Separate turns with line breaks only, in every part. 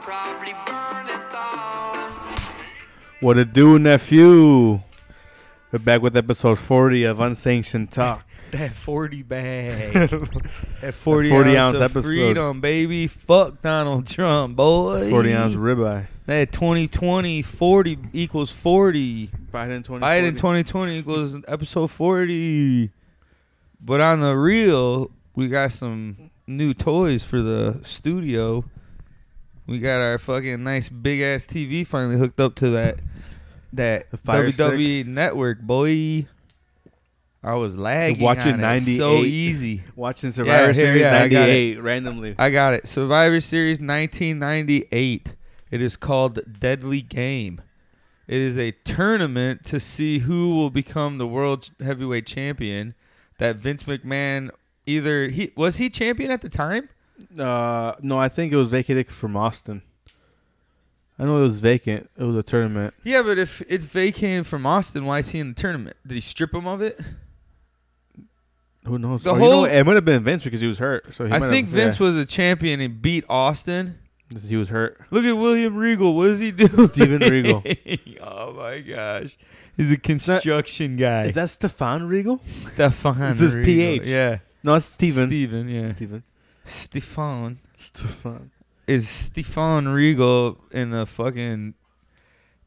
probably burn it down.
What a do, nephew? We're back with episode 40 of Unsanctioned Talk.
That 40 bag. that 40,
40
ounce,
ounce
of
episode.
freedom, baby. Fuck Donald Trump, boy.
40 ounce ribeye.
That 2020 40 equals 40.
Biden 20.
Biden 2020 equals episode 40. But on the real, we got some new toys for the studio. We got our fucking nice big ass TV finally hooked up to that that
The Fire Stick.
WWE network, boy. I was lagging
watch it
on It so
98.
easy.
Watching Survivor
here,
Series
yeah, I got
98 randomly.
I got it. Survivor Series 1998. It is called Deadly Game. It is a tournament to see who will become the world heavyweight champion. That Vince McMahon either he was he champion at the time?
Uh, no, I think it was vacated from Austin. I know it was vacant. It was a tournament.
Yeah, but if it's vacated from Austin, why is he in the tournament? Did he strip him of it?
Who knows?
The
oh, you know
whole-
what? it might have been Vince because he was hurt. So he
I
might
think
have,
Vince was a champion and beat Austin.
was he was hurt.
Look at William Regal. What does he do?
Steven Regal.
oh my gosh, he's a construction guy.
Is that Stefan Regal?
Stefan.
This is
Regal.
PH.
Yeah.
No, it's Steven.
Steven, yeah.
Steven.
Stefan.
Stefan.
Is Stefan Regal in the fucking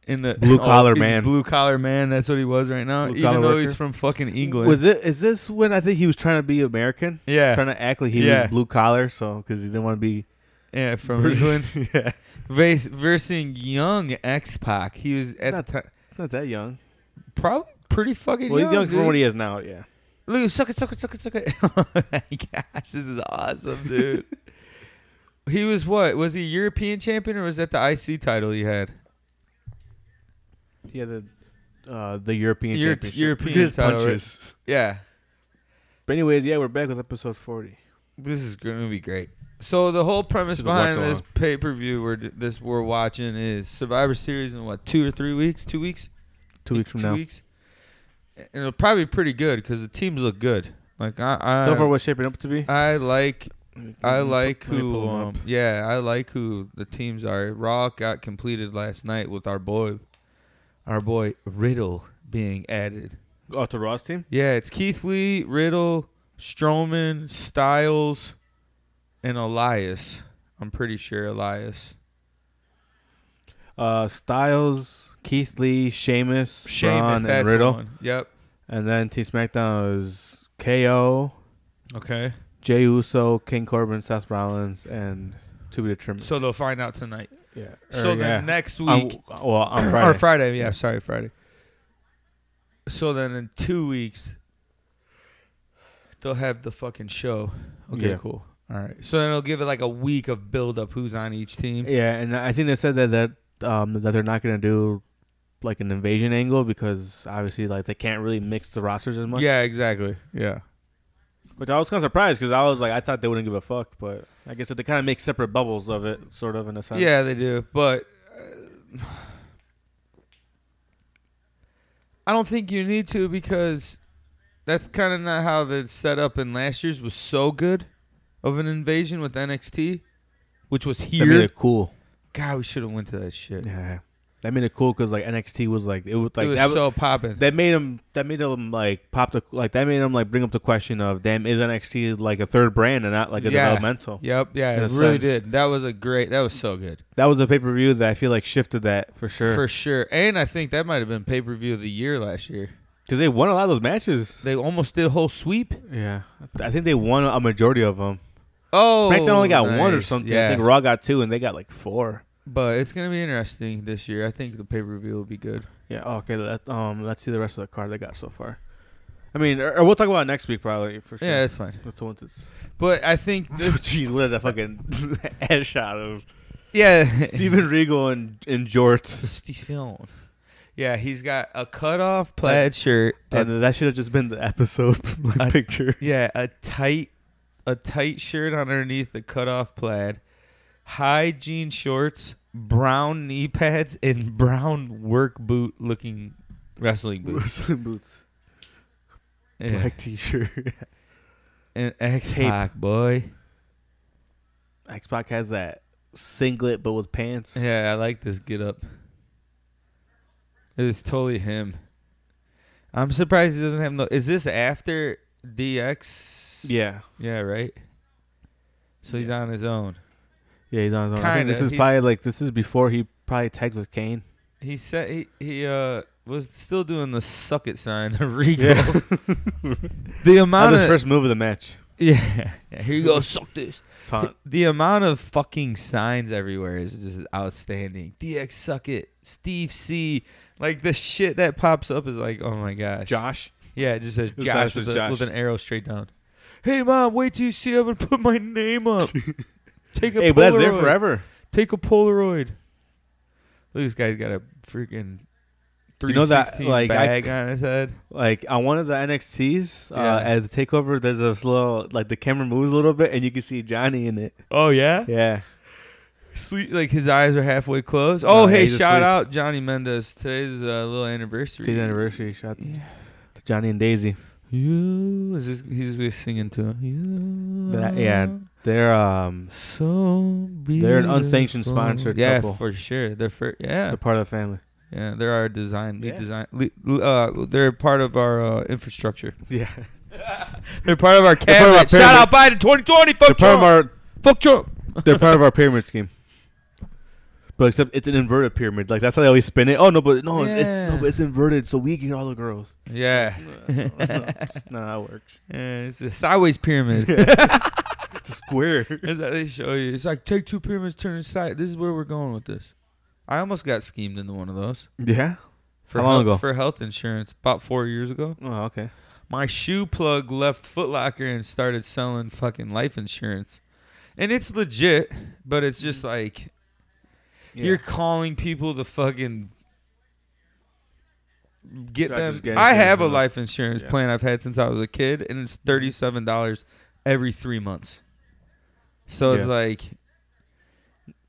in the oh,
Blue collar man.
Blue collar man, that's what he was right now.
Blue collar
even though he's
worker.
from fucking England.
Was it? Is this when I think he was trying to be American?
yeah.
Trying to act like he
Yeah.
was blue collar, so because he didn't want to be
yeah, from
British.
England.
yeah,
Vers- Versing young X Pac. He was at
Not-
the time
not that young.
probably pretty fucking
well,
young.
he's young for
dude.
what he is now. Yeah.
Look, suck it, suck it, suck it, suck it. oh my gosh, this is awesome, dude. he was what? Was he European champion or was that the IC title he had?
Yeah, the uh, the European
Euro-
championship.
European
His
title,
punches.
Yeah.
But anyways, yeah, we're back with episode forty.
This is going to be great. So the whole premise
Should have
behind
watched
this pay per view we're d- this we're watching is Survivor Series in what two or three weeks? Two weeks?
Two weeks from
two
now.
Weeks. And it'll probably be pretty good because the teams look good. Like I, I
So far, what's shaping up to be?
I like I like
Let me pull
who
them up.
um, yeah, I like who the teams are. Raw got completed last night with our boy our boy Riddle being added.
Oh, to Ross team.
Yeah, it's Keith Lee, Riddle, Strowman, Styles, and Elias. I'm pretty sure Elias.
Uh, Styles, Keith Lee, Sheamus, Braun,
Sheamus, that's
and
the
Riddle,
one. Yep.
and then Team SmackDown is KO,
Okay.
Jey Uso, King Corbin, Seth Rollins, and to be determined.
So they'll find out tonight.
Yeah.
so
Or,
then
Er, yeah.
next
On-
week
well, on Friday.
or Friday, yeah, sorry, Friday. So then in two weeks they'll have the fucking show. Okay,
Yeah.
cool. All right. So then it'll give it like a week of build up who's on each team.
Yeah, and I think they said that that um, that they're not gonna do like an invasion angle because obviously like they can't really mix the rosters as much.
Yeah, exactly. Yeah.
which I was kind of surprised because I was like I thought they wouldn't give a fuck, but I guess that they kind of make separate bubbles of it, sort of in a sense.
Yeah, they do, but uh, I don't think you need to because that's kind of not how the setup in last year's was so good of an invasion with NXT, which was
that
here.
made it cool.
God, we should have went to that shit.
Yeah, that made it cool because like NXT was like it was like
it was
that,
so popping.
that made them that made them like pop the like that made them like bring up the question of damn is NXT like a third brand and not like a
Yeah.
developmental.
Yep, yeah,
in
it
a
really
sense.
did. That was a great. That was so good
That was a pay per view that I feel like shifted that for sure
for sure. And I think that might have been pay per view of the year last year.
because they won a lot of those matches.
They almost did a whole sweep.
Yeah, I think they won a majority of them.
Oh,
SmackDown only got one or
nice.
something.
Yeah.
I think Raw got two, and they got like four.
But it's gonna be interesting this year. I think the pay per view will be good.
Yeah. oh, okay. Let, um, let's see the rest of the card they got so far. I mean, or, or we'll talk about it next week probably for sure.
Yeah, that's fine.
That's the ones it's.
But I think this.
Jeez, what a fucking headshot of
yeah,
Steven Regal and and Jorts.
Stephen. Yeah, he's got a cut off plaid shirt. a-
And that should have just been the episode like,
I-
picture.
yeah, a tight, a tight shirt underneath the cut off plaid, high jean shorts, brown knee pads, and brown work boot looking wrestling boots.
Wrestling boots,
Yeah.
black T-shirt.
And X Pac boy.
Xbox has that singlet but with pants.
Yeah, I like this get up. It is totally him. I'm surprised he doesn't have no. Is this after DX?
Yeah,
Yeah, right? So he's on his own.
yeah, he's on his own. I think
Kinda,
this is
he's-
probably like this is before he probably tagged with Kane.
He said he, he uh was still doing the suck it sign to Regal. the
That
amount
was
of
his first move of the match.
yeah, yeah, here you go, suck this.
Taunt.
Uh, The amount of fucking signs everywhere is just outstanding. DX suck it, Steve C, like the shit that pops up is like, oh my gosh.
Josh.
Yeah, it just says
It
Josh,
says
with,
it's
a-
Josh.
with an arrow straight down. Hey mom, wait till you see I'm gonna put my name up. Take a
Hey,
Polaroid.
but that's there forever.
Take a Polaroid. Look, this guy's got a freaking
You
three
know that,
sixteen
like, I-
bag on his head.
Like on one of the NXTs
Yeah.
uh, at the takeover, there's this little like the camera moves a little bit and you can see Johnny in it.
Oh yeah,
Yeah,
sleep like his eyes are halfway closed.
No,
Oh
yeah,
hey,
he's
shout
asleep.
out Johnny Mendez. Today's a uh, little anniversary.
his anniversary shot.
Yeah.
Johnny and Daisy.
You is this, he's just singing to him. You
That- yeah.
are
They're um
So
They're an unsanctioned
beautiful.
sponsored
Yeah,
couple.
for sure. They're for yeah.
they're part of the family.
Yeah, they're our design. Lead
Yeah.
design. le- le- uh, they're part of our uh, infrastructure.
Yeah,
They're part of
They're
our
part of our
cabinet. Shout
pyramid.
out Biden
they're
2020. Fuck
part of
Trump.
our
Fuck Trump.
they're part of our pyramid scheme. But except it's an inverted pyramid. Like that's how they always spin it. Oh no, but no, it's, no
Yeah.
but it's inverted, so we get all the girls.
Yeah.
no, that works.
Yeah, it's a sideways pyramid.
It's a square.
That's how they show you. It's like take two pyramids, turn inside. This is where we're going with this. I almost got schemed into one of those
Yeah.
for
How long
health,
ago?
for health insurance about four years ago.
Oh okay.
My shoe plug left Foot Locker and started selling fucking life insurance, and it's legit, but it's just
Mm.
like You're calling people to fucking get
Try
them.
just getting
I have
insurance
a
on it.
life insurance
Yeah. Mm-hmm.
plan I've had since I was a kid, and it's thirty seven dollars every three months. So it's
Yeah.
like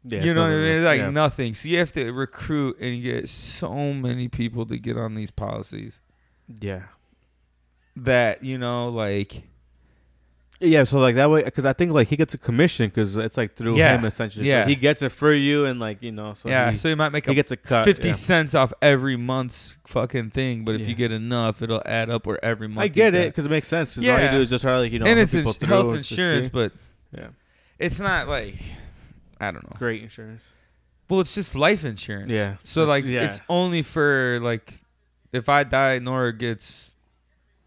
Yeah,
you know what I
probably.
mean? It's like
Yeah.
nothing. So you have to recruit and get so many people to get on these policies
Yeah.
that you know, like
Yeah, so like that way, because I think like he gets a commission because it's like through
Yeah.
him essentially. So
Yeah.
he gets it for you, and like you know, so
yeah.
he,
so you might make
he
a
gets a cut.
fifty
yeah.
cents off every month's fucking thing, but if
Yeah.
you get enough, it'll add up where every month.
I
you
get it
get.
because it makes sense. Because all
Yeah.
you do is just try to like you know,
and
help
it's
people
ins-
through
health
to see.
insurance, but
Yeah.
it's not like I don't know.
Great insurance.
Well, it's just life insurance.
Yeah.
So like,
yeah.
it's only for like, if I die, Nora gets,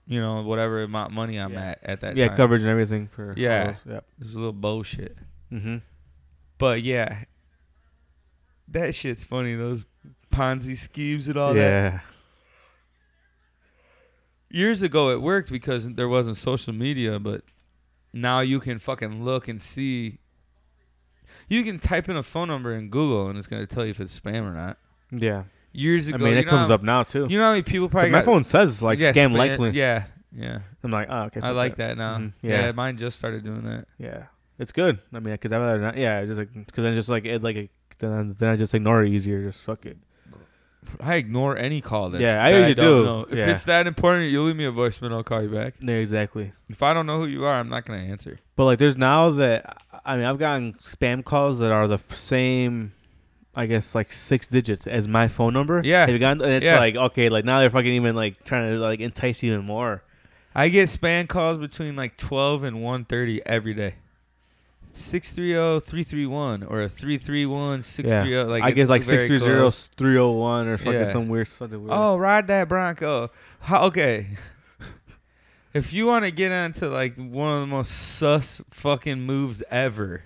you know, whatever amount of money I'm
Yeah.
at at that
yeah
time.
coverage and everything for all
Yeah.
those. Yep.
It's a little bullshit.
Mm-hmm.
But yeah, that shit's funny. Those Ponzi schemes and all that.
yeah.
Years ago, it worked because there wasn't social media, but now you can fucking look and see. You can type in a phone number in Google, and it's gonna tell you if it's spam or not.
Yeah.
Years ago,
I mean,
you
it
know
comes
how-
up now too.
You know how many people probably
Like, my
got-
phone says like
Yeah,
scam
spam-
likely.
Yeah, yeah.
I'm like, oh, okay.
I
fuck
like that now.
Mhm.
Yeah.
Yeah.
mine just started doing that.
Yeah, it's good. I mean, because I'd rather not. Yeah, just like because then just like it like it, then I, then I just ignore it easier. Just fuck it.
I ignore any call that's,
Yeah, I
that
usually
don't
do.
know. If
Yeah.
it's that important, you leave me a voicemail, I'll call you back.
Yeah, exactly.
If I don't know who you are, I'm not gonna answer.
But like, there's now that I mean, I've gotten spam calls that are the f- same, I guess, like six digits as my phone number.
Yeah.
Have you gotten? And it's
Yeah.
like okay, like now they're fucking even like trying to like entice you even more.
I get spam calls between like 12 and 1:30 every day. oh, 630-331 or a 331-630
Yeah.
oh, like
I
it's
guess like
very
six three zero
close.
three zero one or fucking
Yeah.
some weird something weird.
Oh, ride that Bronco. How, okay. if you want to get onto like one of the most sus fucking moves ever,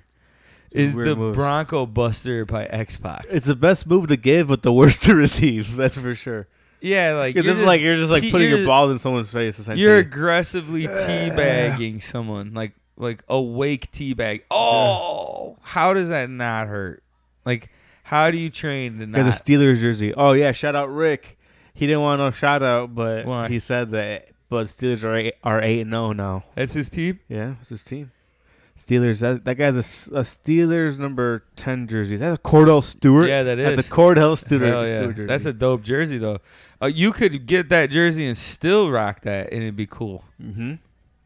is
Weird
the
moves.
Bronco Buster by X Pac.
It's the best move to give, but the worst to receive. That's for sure.
Yeah, like
Because
you're
it's like you're just like
te-
putting your
you're just-
balls in someone's face. Essentially,
You're aggressively teabagging someone, like like awake teabag. Oh, how does that not hurt? Like, how do you train to
Yeah,
not?
the Steelers jersey. Oh yeah, shout out Rick. He didn't want no shout out, but
Why?
he said that. But Steelers are eight, are eight and zero now.
That's his team.
Yeah, it's his team. Steelers. That, that guy's a, s- a Steelers number ten jersey. Is that a Cordell Stewart?
Yeah, that is.
That's a Cordell Stewart.
Hell yeah.
Stewart jersey.
That's a dope jersey though. Uh, you could get that jersey and still rock that, and it'd be cool.
Mm-hmm.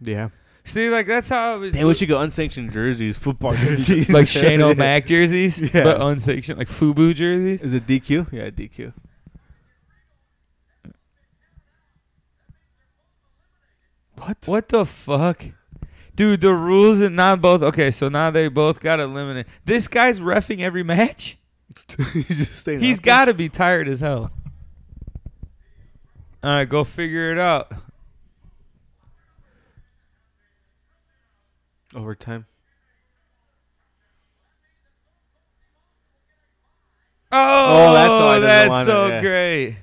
Yeah.
See, like that's how it was.
Damn, we should go unsanctioned jerseys, football jerseys,
like Shane O'Mac jerseys,
Yeah.
but unsanctioned, like FUBU jerseys.
Is it DQ? Yeah, DQ. What?
What the fuck? Dude, the rules and not both. Okay, so now they both got eliminated. This guy's refing every match. He's got to be tired as hell. All right, go figure it out.
overtime.
Oh,
that's all I didn't
that's
want it,
so
yeah.
great.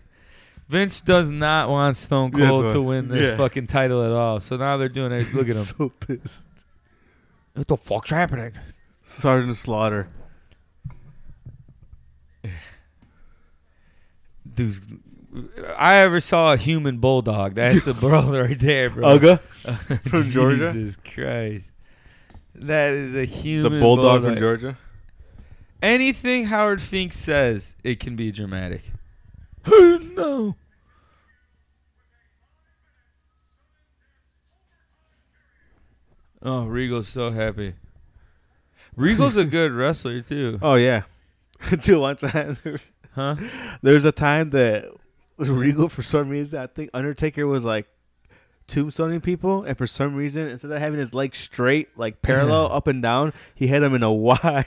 Vince does not want Stone
That's
Cold
what-
to win this
yeah.
fucking title at all. So now they're doing it. Look at him.
so pissed.
what the fuck's happening?
Sergeant Slaughter.
Dude's, I ever saw a human bulldog. That's the bro right there, bro.
Uga from Georgia.
Jesus Christ. That is a
The
human
bulldog from Georgia.
Anything Howard Fink says, it can be dramatic. Who no? Oh, Regal's so happy. Regal's a good wrestler too,
Oh yeah. Dude, one time there-
huh?
there's a time that Regal for some reason I think Undertaker was like tombstoning people and for some reason instead of having his legs straight, like parallel up and down, he had him in a Y.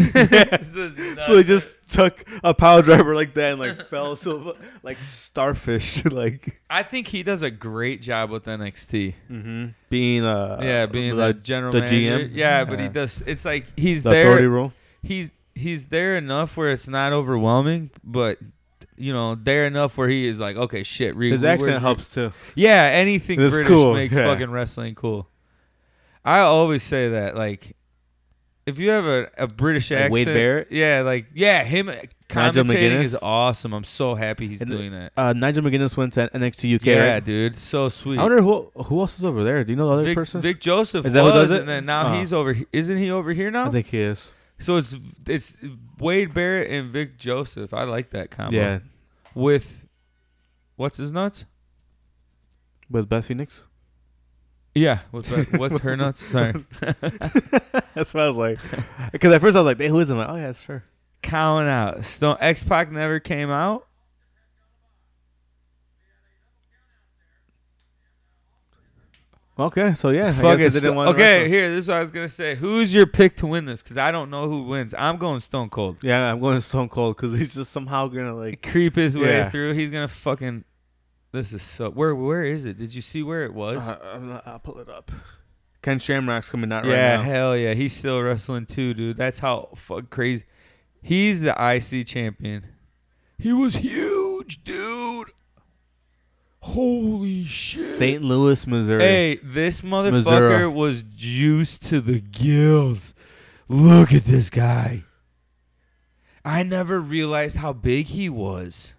so he just took a power driver like that and like fell so like starfish like
I think he does a great job with NXT.
being uh
Mm-hmm. yeah, being the, general
the
manager.
GM?
Yeah, but he
Yeah.
does. It's like he's
the
there.
authority role.
he's he's there enough where it's not overwhelming, but you know, there enough where he is like, okay, shit. Regal,
His accent
where's-
helps too.
Yeah, anything
It's
British
cool,
makes
yeah.
fucking wrestling cool. I always say that, like, if you have a, a British
Like
accent,
Wade Barrett?
yeah, like, yeah, him
Nigel
commentating
McGuinness?
is awesome. I'm so happy he's
And-
doing that.
Uh, Nigel McGuinness went to NXT UK.
Yeah,
right?
dude, so sweet.
I wonder who who else is over there. Do you know the other
Vic,
person?
Vic Joseph
Is that who
was,
does it?
and then now
Oh.
he's over. he- Isn't he over here now?
I think he is.
So it's it's Wade Barrett and Vic Joseph. I like that combo.
Yeah,
With what's his nuts?
with Beth Phoenix.
Yeah. With that- what's her nuts? Sorry.
That's what I was like. Because at first I was like, hey, "Who is it?" I'm like, oh yeah, sure.
Counting out. Stone X Pac never came out.
Okay, so yeah, I
Fuck
guess they didn't
it. Sto-
want to
okay,
wrestle.
here. This is what I was gonna say. Who's your pick to win this? Because I don't know who wins. I'm going Stone Cold.
Yeah, I'm going Stone Cold because he's just somehow gonna like.
Creep his way
Yeah.
through. He's gonna fucking. This is so. Where where is it? Did you see where it was?
Uh, I'm not- I'll pull it up. Ken Shamrock's coming out right
yeah,
now.
hell yeah. He's still wrestling too, dude. That's how fuck crazy. He's the IC champion. He was huge, dude. Holy shit.
St. Louis, Missouri.
Hey, this motherfucker
Missouri.
was juiced to the gills. Look at this guy. I never realized how big he was.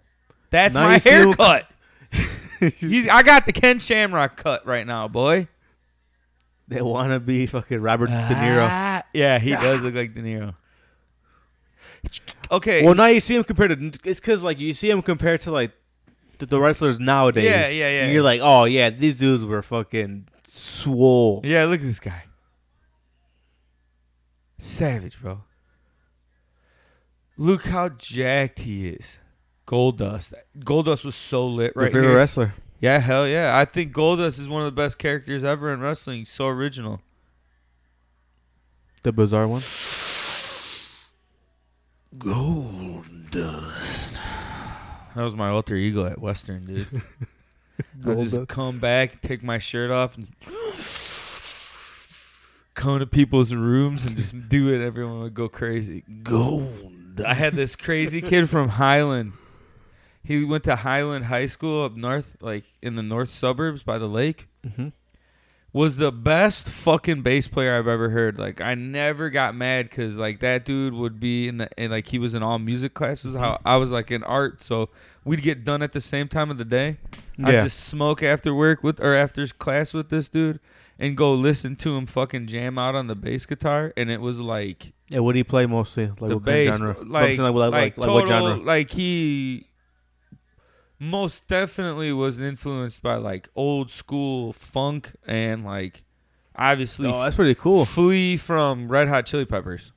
That's
Now
my
you see who-
haircut. He's I got the Ken Shamrock cut right now, boy.
They want to be fucking Robert De Niro.
Ah, yeah, he does look like De Niro. Okay.
Well, now you see him compared to. It's because like you see him compared to like the, the wrestlers nowadays.
Yeah, yeah, yeah.
And you're like, oh yeah, these dudes were fucking swole.
yeah, look at this guy. Savage, bro. Look how jacked he is. Goldust. Goldust was so lit
Your
right
favorite
here.
wrestler.
Yeah, hell yeah. I think Goldust is one of the best characters ever in wrestling. He's so original.
The bizarre one.
That was my alter ego at Western, dude. I'll just come back, take my shirt off, and come to people's rooms and just do it. Everyone would go crazy. Gold. I had this crazy kid from Highland. He went to Highland High School up north, like in the north suburbs by the lake.
Mhm.
Was the best fucking bass player I've ever heard. Like I never got mad because like that dude would be in the and like he was in all music classes. How I was like in art, so we'd get done at the same time of the day. I'd
Yeah.
just smoke after work with or after class with this dude and go listen to him fucking jam out on the bass guitar and it was like
Yeah, what do you play mostly? Like
the
what
bass
kind of genre?
like,
Something like, like, like,
total,
what genre?
like he most definitely was influenced by like old school funk and like obviously
Oh, that's pretty cool.
flee from Red Hot Chili Peppers.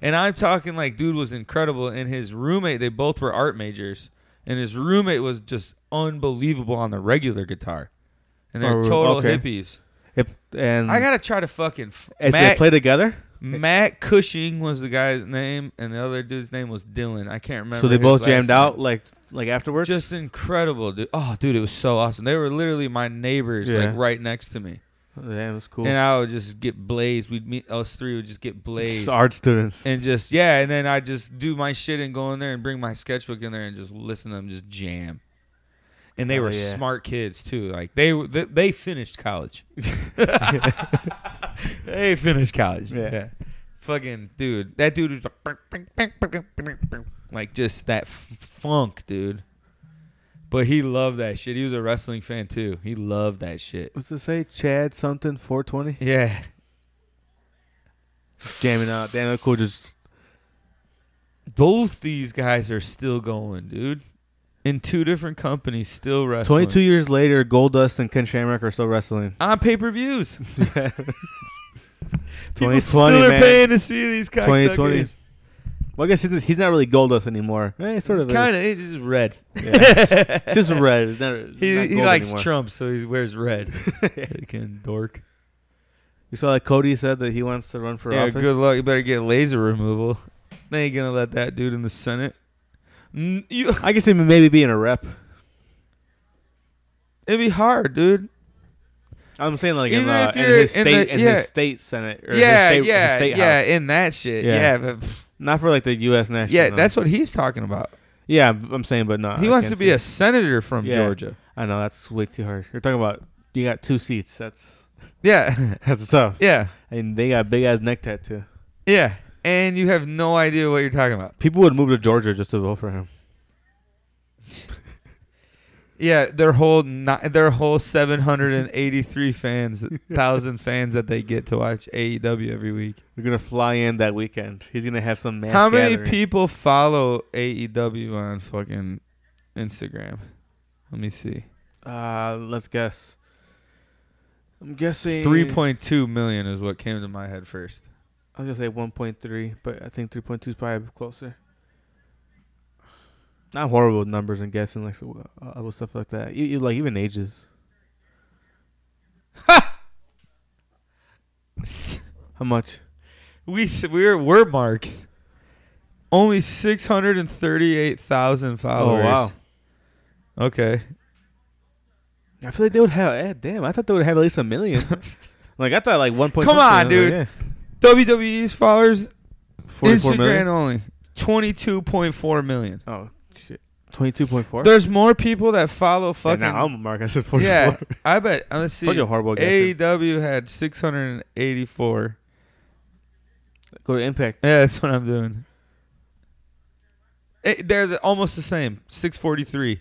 And I'm talking like dude was incredible and his roommate they both were art majors and his roommate was just unbelievable on the regular guitar. And they're
Oh,
total
okay.
hippies.
Yep, and
I got to try to fucking f-
as they
Matt,
play together,
Matt Cushing was the guy's name and the other dude's name was Dylan. I can't remember.
so they
his
both
last
jammed
name.
out like like afterwards.
Just incredible, dude. Oh, dude, it was so awesome. They were literally my neighbors
Yeah.
like right next to me.
Damn, it's cool.
And I would just get blazed. We'd meet us three would just get blazed.
It's art students.
and just yeah, and then I just do my shit and go in there and bring my sketchbook in there and just listen to them just jam. And they
Oh,
were
yeah.
smart kids too. Like they were- they, they finished college. they finished college.
Yeah.
Fucking dude, that dude was like, like just that f- funk, dude. But he loved that shit. He was a wrestling fan too. He loved that shit.
What's it say? Chad something 420
Yeah.
jamming out. Damn, that's cool. Just
Both these guys are still going, dude. In two different companies, still wrestling.
22 years later, Goldust and Ken Shamrock are still wrestling.
on pay per views.
2020,
People still are
man.
paying to see these cocksuckers.
2020. Well, I guess he's, he's not really Goldust anymore. Eh, it sort of.
Kind of, it's just red.
Is. Yeah. it's just red. It's never. it's
He,
not
he
gold
likes
anymore.
Trump, so he wears red. Fucking dork.
You saw that Cody said that he wants to run for
yeah,
office.
good luck. You better get laser removal. They ain't gonna let that dude in the Senate. N- you,
I guess he may maybe being a rep.
it'd be hard, dude.
I'm saying like in,
Even
uh,
if
in
you're
his
in
state
the-
in
yeah.
his state senate or his
Yeah,
state- his
yeah,
state
yeah.
house.
In that shit,
Yeah.
yeah, but, pff,
not for like the U.S. national.
yeah.
no.
That's what he's talking about.
yeah. I'm saying, but not.
he wants to be a senator from
Yeah.
Georgia.
I know that's way too hard. You're talking about you got two seats. That's
Yeah,
that's tough.
yeah,
And they got big ass neck tattoo.
yeah. And you have no idea what you're talking about.
People would move to Georgia just to vote for him.
Yeah, their whole ni- their whole 783 fans, thousand fans that they get to watch AEW every week.
They're gonna fly in that weekend. He's gonna have some mass
How many
gathering.
people follow AEW on fucking Instagram? Let me see.
Uh, let's guess. I'm guessing
3.2 million is what came to my head first.
I was gonna say 1.3, but I think 3.2 is probably closer. Not horrible with numbers and guessing like so, uh, other stuff like that. You, you like even ages. How much?
we s- we're we're marks. Only
Oh,
638,000 followers. Okay.
I feel like they would have. Eh, damn, I thought they would have at least a million. like I thought, like 1.2.
Come on, dude. WWE's followers
44
Instagram
million.
only 22.4 million.
Oh shit, 22.4.
There's more people that follow
Yeah,
fucking.
now I'm a mark. I said 44.
yeah, I bet. uh, Let's see.
Told you a horrible guess.
AEW had 684.
Go to Impact.
Yeah, that's what I'm doing. Eh, they're the, almost the same. 643.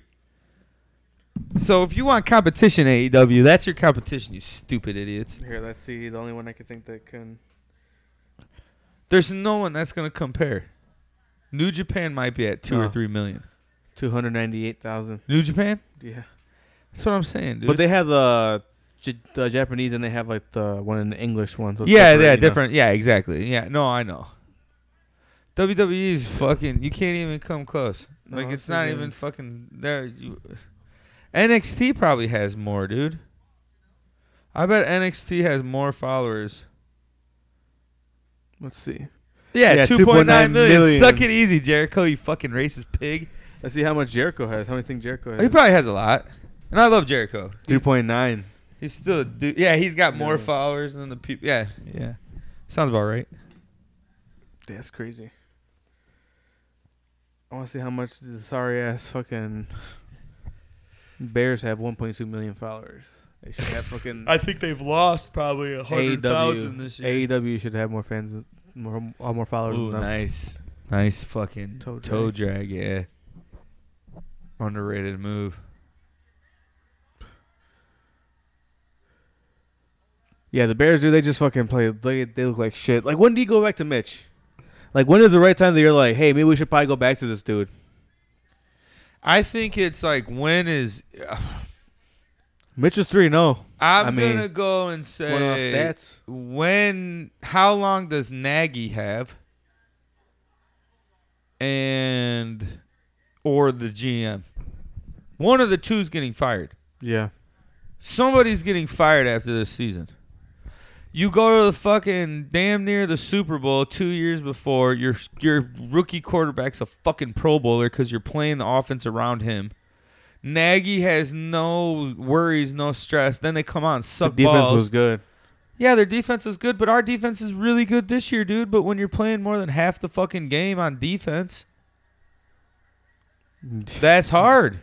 So if you want competition, AEW, that's your competition. You stupid idiots.
Here, let's see. The only one I can think that can.
There's no one that's gonna compare. New Japan might be at two or
No.
three million.
298,000.
New Japan.
Yeah.
That's what I'm saying, dude.
But they have the, J- the Japanese and they have like the one in the English one. So it's
yeah,
separate, you
yeah,
know.
different. Yeah, exactly. Yeah, no, I know. WWE is fucking. You can't even come close.
No,
like
it's
it's not
even-
even fucking there. You, NXT probably has more, dude. I bet NXT has more followers.
Let's see.
Yeah,
Yeah,
2.9
2.9
million.
million.
Suck it easy, Jericho. You fucking racist pig.
Let's see how much Jericho has. How many think Jericho
Oh, He
has?
probably has a lot, and I love Jericho.
Three point nine.
He's still a dude. Yeah, he's got more
Yeah.
followers than the people. Yeah, yeah. Sounds about right.
That's crazy. I want to see how much the sorry ass fucking Bears have. One point two million followers. They should have fucking
think they've lost probably a
AEW. AEW E should have more fans, than- more uh, more followers.
Ooh,
than them.
nice, nice fucking
Toe
toe,
drag.
drag. Yeah, underrated move.
Yeah, the Bears, dude, they just fucking play. They, they look like shit. Like, when do you go back to Mitch? Like, when is the right time that you're like, hey, maybe we should probably go back to this dude?
I think it's like when is
Mitch is three and zero.
I'm
I mean,
gonna go and
Going off
say
stats.
when. How long does Nagy have? And or the GM, one of the two's getting fired.
Yeah.
Somebody's getting fired after this season. You go to the fucking damn near the Super Bowl two years before your your rookie quarterback's a fucking Pro Bowler because you're playing the offense around him. Nagy has no worries, no stress. Then they come out and
The
suck
defense
balls.
was good.
yeah, their defense is good, but our defense is really good this year, dude. But when you're playing more than half the fucking game on defense, that's hard.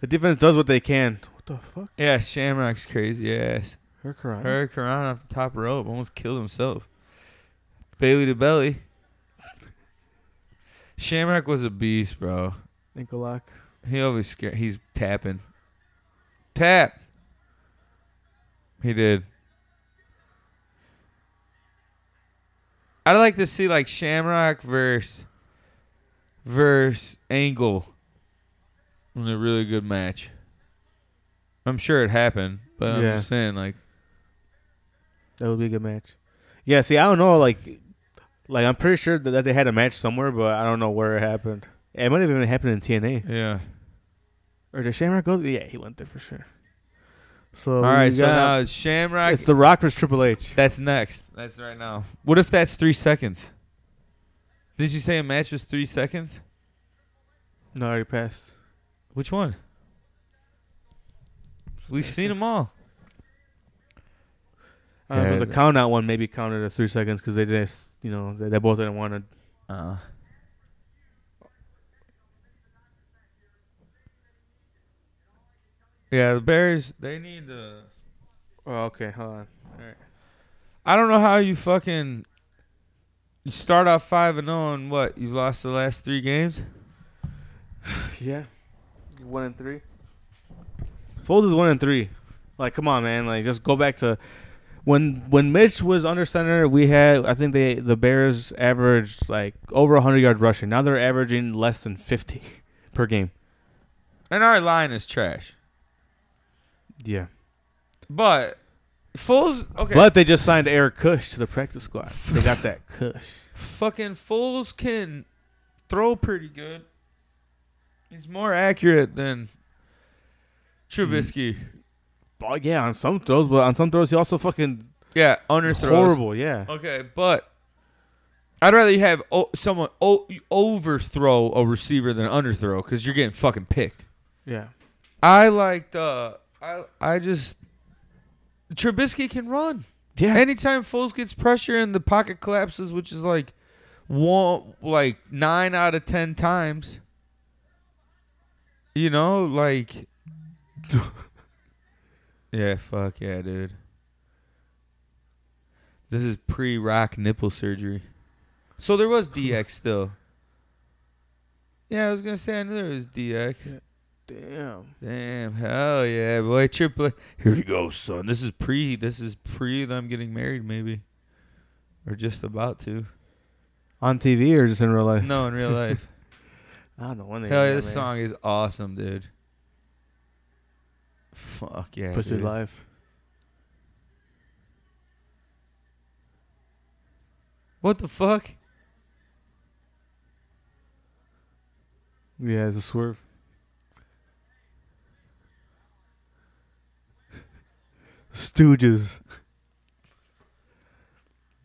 The defense does what they can. What the fuck?
Yeah, Shamrock's crazy ass.
Her crying.
Her Karan off the top rope almost killed himself. Bailey to belly. Shamrock was a beast, bro.
ankle lock.
He always scared. He's tapping. Tap. He did. I'd like to see like Shamrock versus versus Angle in a really good match. I'm sure it happened, but I'm
Yeah.
just saying like
That would be a good match. Yeah. See, I don't know. Like, like I'm pretty sure that, that they had a match somewhere, but I don't know where it happened. It might have even happened in TNA.
yeah.
Or did Shamrock go? Yeah, he went there for sure. So
All right,
we
so now
got-
it's Shamrock.
it's the Rock versus Triple H.
that's next. That's right now. What if that's three seconds? Did you say a match was three seconds?
No, I already passed.
Which one? We've seen them all.
I don't know if
Yeah,
the count out one maybe counted as three seconds because they just, you know, they, they both didn't want to.
Uh, yeah, the Bears. They need to.
Oh, okay, hold on.
I don't know how you fucking. You start off five and zero, and what? You've lost the last three games.
Yeah, one and three. Foles is one and three. Like, come on, man. Like, just go back to when when Mitch was under center. We had, I think they the Bears averaged like over 100 yards rushing. Now they're averaging less than 50 per game.
And our line is trash.
Yeah,
But Foles, okay.
but they just signed Eric Cush to the practice squad. They got that Cush.
fucking Foles can throw pretty good. He's more accurate than Trubisky.
Oh yeah, on some throws, but on some throws he also fucking
Yeah, underthrows.
horrible. Yeah,
Okay, but I'd rather you have o- someone o- you overthrow a receiver than underthrow because you're getting fucking picked.
yeah.
I liked. Uh, I I just Trubisky can run.
Yeah.
Anytime Foles gets pressure and the pocket collapses, which is like one, like nine out of ten times, you know, like, yeah, fuck yeah, dude. This is pre-rock nipple surgery, so there was DX still. Yeah, I was gonna say I knew there was DX.
Damn.
Damn, hell yeah, boy. Triple Here we go, son. This is pre this is pre them getting married, maybe. Or just about to.
On TV or just in real life?
No, in real life.
I don't know when they.
hell
did
yeah,
that,
this
man.
song is awesome, dude. Fuck yeah.
Pussy
dude.
life.
What the fuck?
Yeah, it's a swerve. Stooges.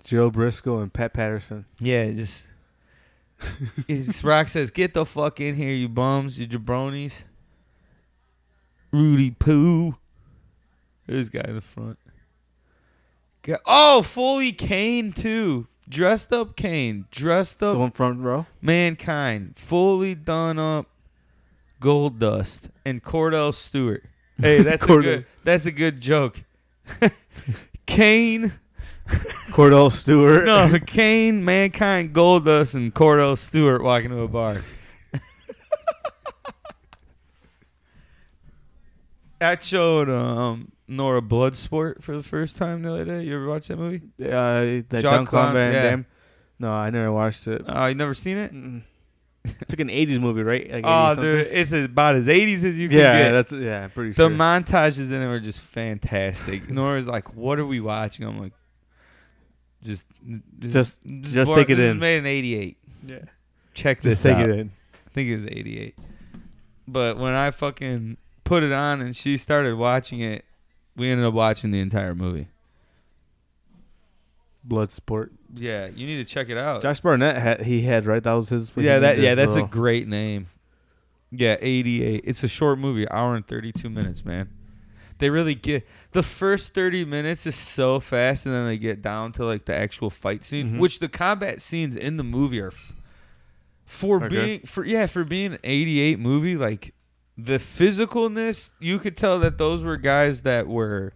Joe Briscoe and Pat Patterson.
Yeah, just it's Rock says, get the fuck in here, you bums, you jabronis. Rudy Poo. This guy in the front. Ga- Oh, fully Kane too. Dressed up Kane. Dressed up
Someone front row.
mankind. Fully done up gold dust. And Cordell Stewart. Hey, that's a
Cordell.
good that's a good joke. Kane
Cordell Stewart.
no, Kane, Mankind, Goldust, and Cordell Stewart walking to a bar. I showed um, Nora Bloodsport for the first time the other day. You ever watch that movie?
Uh, that
Jean
John Claude
Claude,
Van
yeah.
Damme. No, I never watched it.
Uh, you never seen it?
Mm. It's like an '80s movie, right? Like 80
Oh,
something?
dude, it's about as 80s as you can
yeah,
get.
that's yeah, I'm pretty
the
sure.
montages in it were just fantastic. Nora's like, "What are we watching?" I'm like, "Just,
Just- just
bor-
take it
this was
in.
made in '88.
yeah,
Check this
just take
out.
it in.
I think it was '88. But when I fucking put it on and she started watching it, we ended up watching the entire movie.
Bloodsport.
Yeah, you need to check it out.
Josh Barnett had he had right. That was his.
Uh, yeah, that yeah, that's a
great
great name. Yeah, 88. It's a short movie, hour and 32 minutes, man. They really get the first 30 minutes is so fast and then they get down to like the actual fight scene,
Mhm.
which the combat scenes in the movie are f- for
Are good.
being for yeah, for being an 88 movie like the physicalness, you could tell that those were guys that were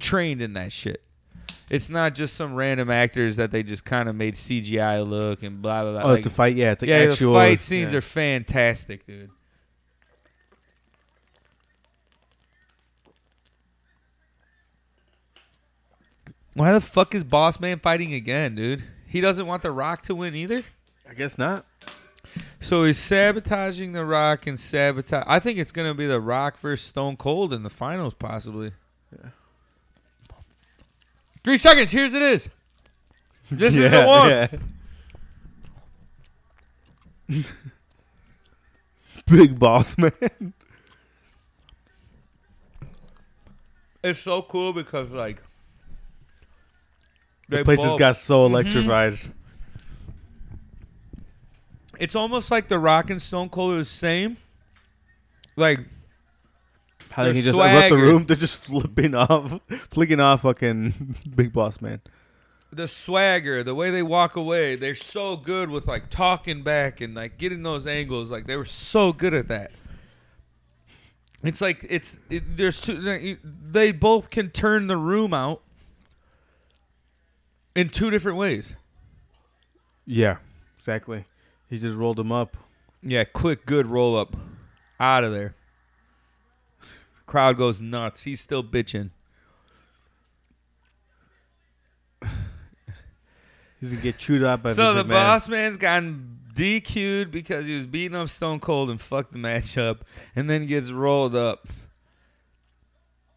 trained in that shit. It's not just some random actors that they just kind of made CGI look and blah blah blah.
oh,
like,
the fight. Yeah, it's like
yeah,
actual
the fight scenes
yeah.
are fantastic, dude. Why the fuck is Boss Man fighting again, dude? He doesn't want The Rock to win either.
I guess not.
So he's sabotaging The Rock and sabotage. I think it's gonna be The Rock versus Stone Cold in the finals, possibly. Three seconds. Here's it is. This is the one.
yeah. Big boss man.
It's so cool because like
The
they
place has
both-
got so electrified.
Mm-hmm. It's almost like the Rock and Stone Cold are the same. Like
How
Their
they can just like, the
swagger.
room? They're just flipping off, flicking off fucking big boss man.
the swagger, the way they walk away, they're so good with like talking back and like getting those angles. Like they were so good at that. It's like it's it, there's two. They both can turn the room out in two different ways.
Yeah, exactly. He just rolled him up.
Yeah, quick, good roll up. Out of there. Crowd goes nuts. He's still bitching.
He's gonna get chewed up by
so
Vince
the
McMahon.
boss man's gotten DQ'd because he was beating up Stone Cold and fucked the matchup and then gets rolled up.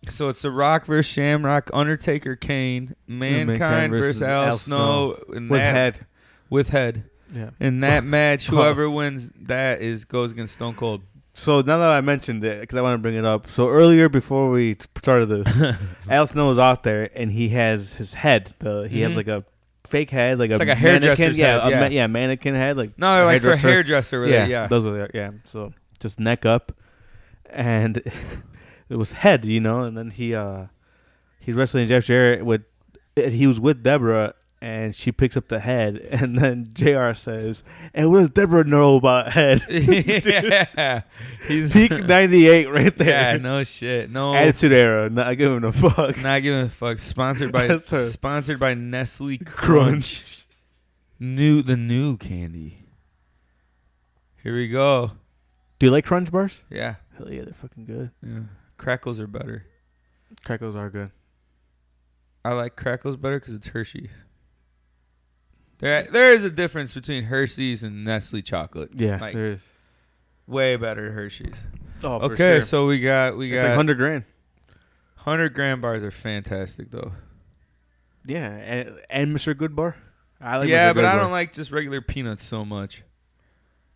So it's The Rock versus Shamrock, Undertaker Kane, Mankind, versus, Al, Snow, and
with
that,
head.
With head.
Yeah.
In that match, whoever wins that is goes against Stone Cold.
So now that I mentioned it, because I want to bring it up. So earlier, before we t- started this, Al Snow was out there, and he has his head. The he
Mhm.
has like a fake head, like
It's
a
like a
mannequin-
hairdresser's
yeah,
head,
a ma-
yeah.
yeah, mannequin head, like
No, like for
Hairdresser.
hairdresser, really, yeah.
those were the- yeah. So just neck up, and it was head, you know. And then he uh he's wrestling Jeff Jarrett with, and he was with Deborah, and she picks up the head, and then Jr. says, "And what does Deborah know about head?"
yeah, he's
Peak '98 right there.
yeah, no shit, no,
Attitude era. Not giving a fuck.
not giving a fuck. Sponsored by
That's her.
sponsored by Nestle Crunch.
Crunch.
New the new candy. Here we go.
Do you like Crunch bars?
Yeah,
Hell yeah, they're fucking good.
yeah. Crackles are better.
Crackles are good.
I like crackles better because it's Hershey. There, there is a difference between Hershey's and Nestle chocolate.
Yeah,
Like-
there is.
Way better Hershey's.
Oh,
okay, so we got we
we
got
hundred grand.
hundred gram bars are fantastic though.
Yeah, and, and Mr. Goodbar. I
yeah,
Mr.
but I
Goodbar.
don't like just regular peanuts so much.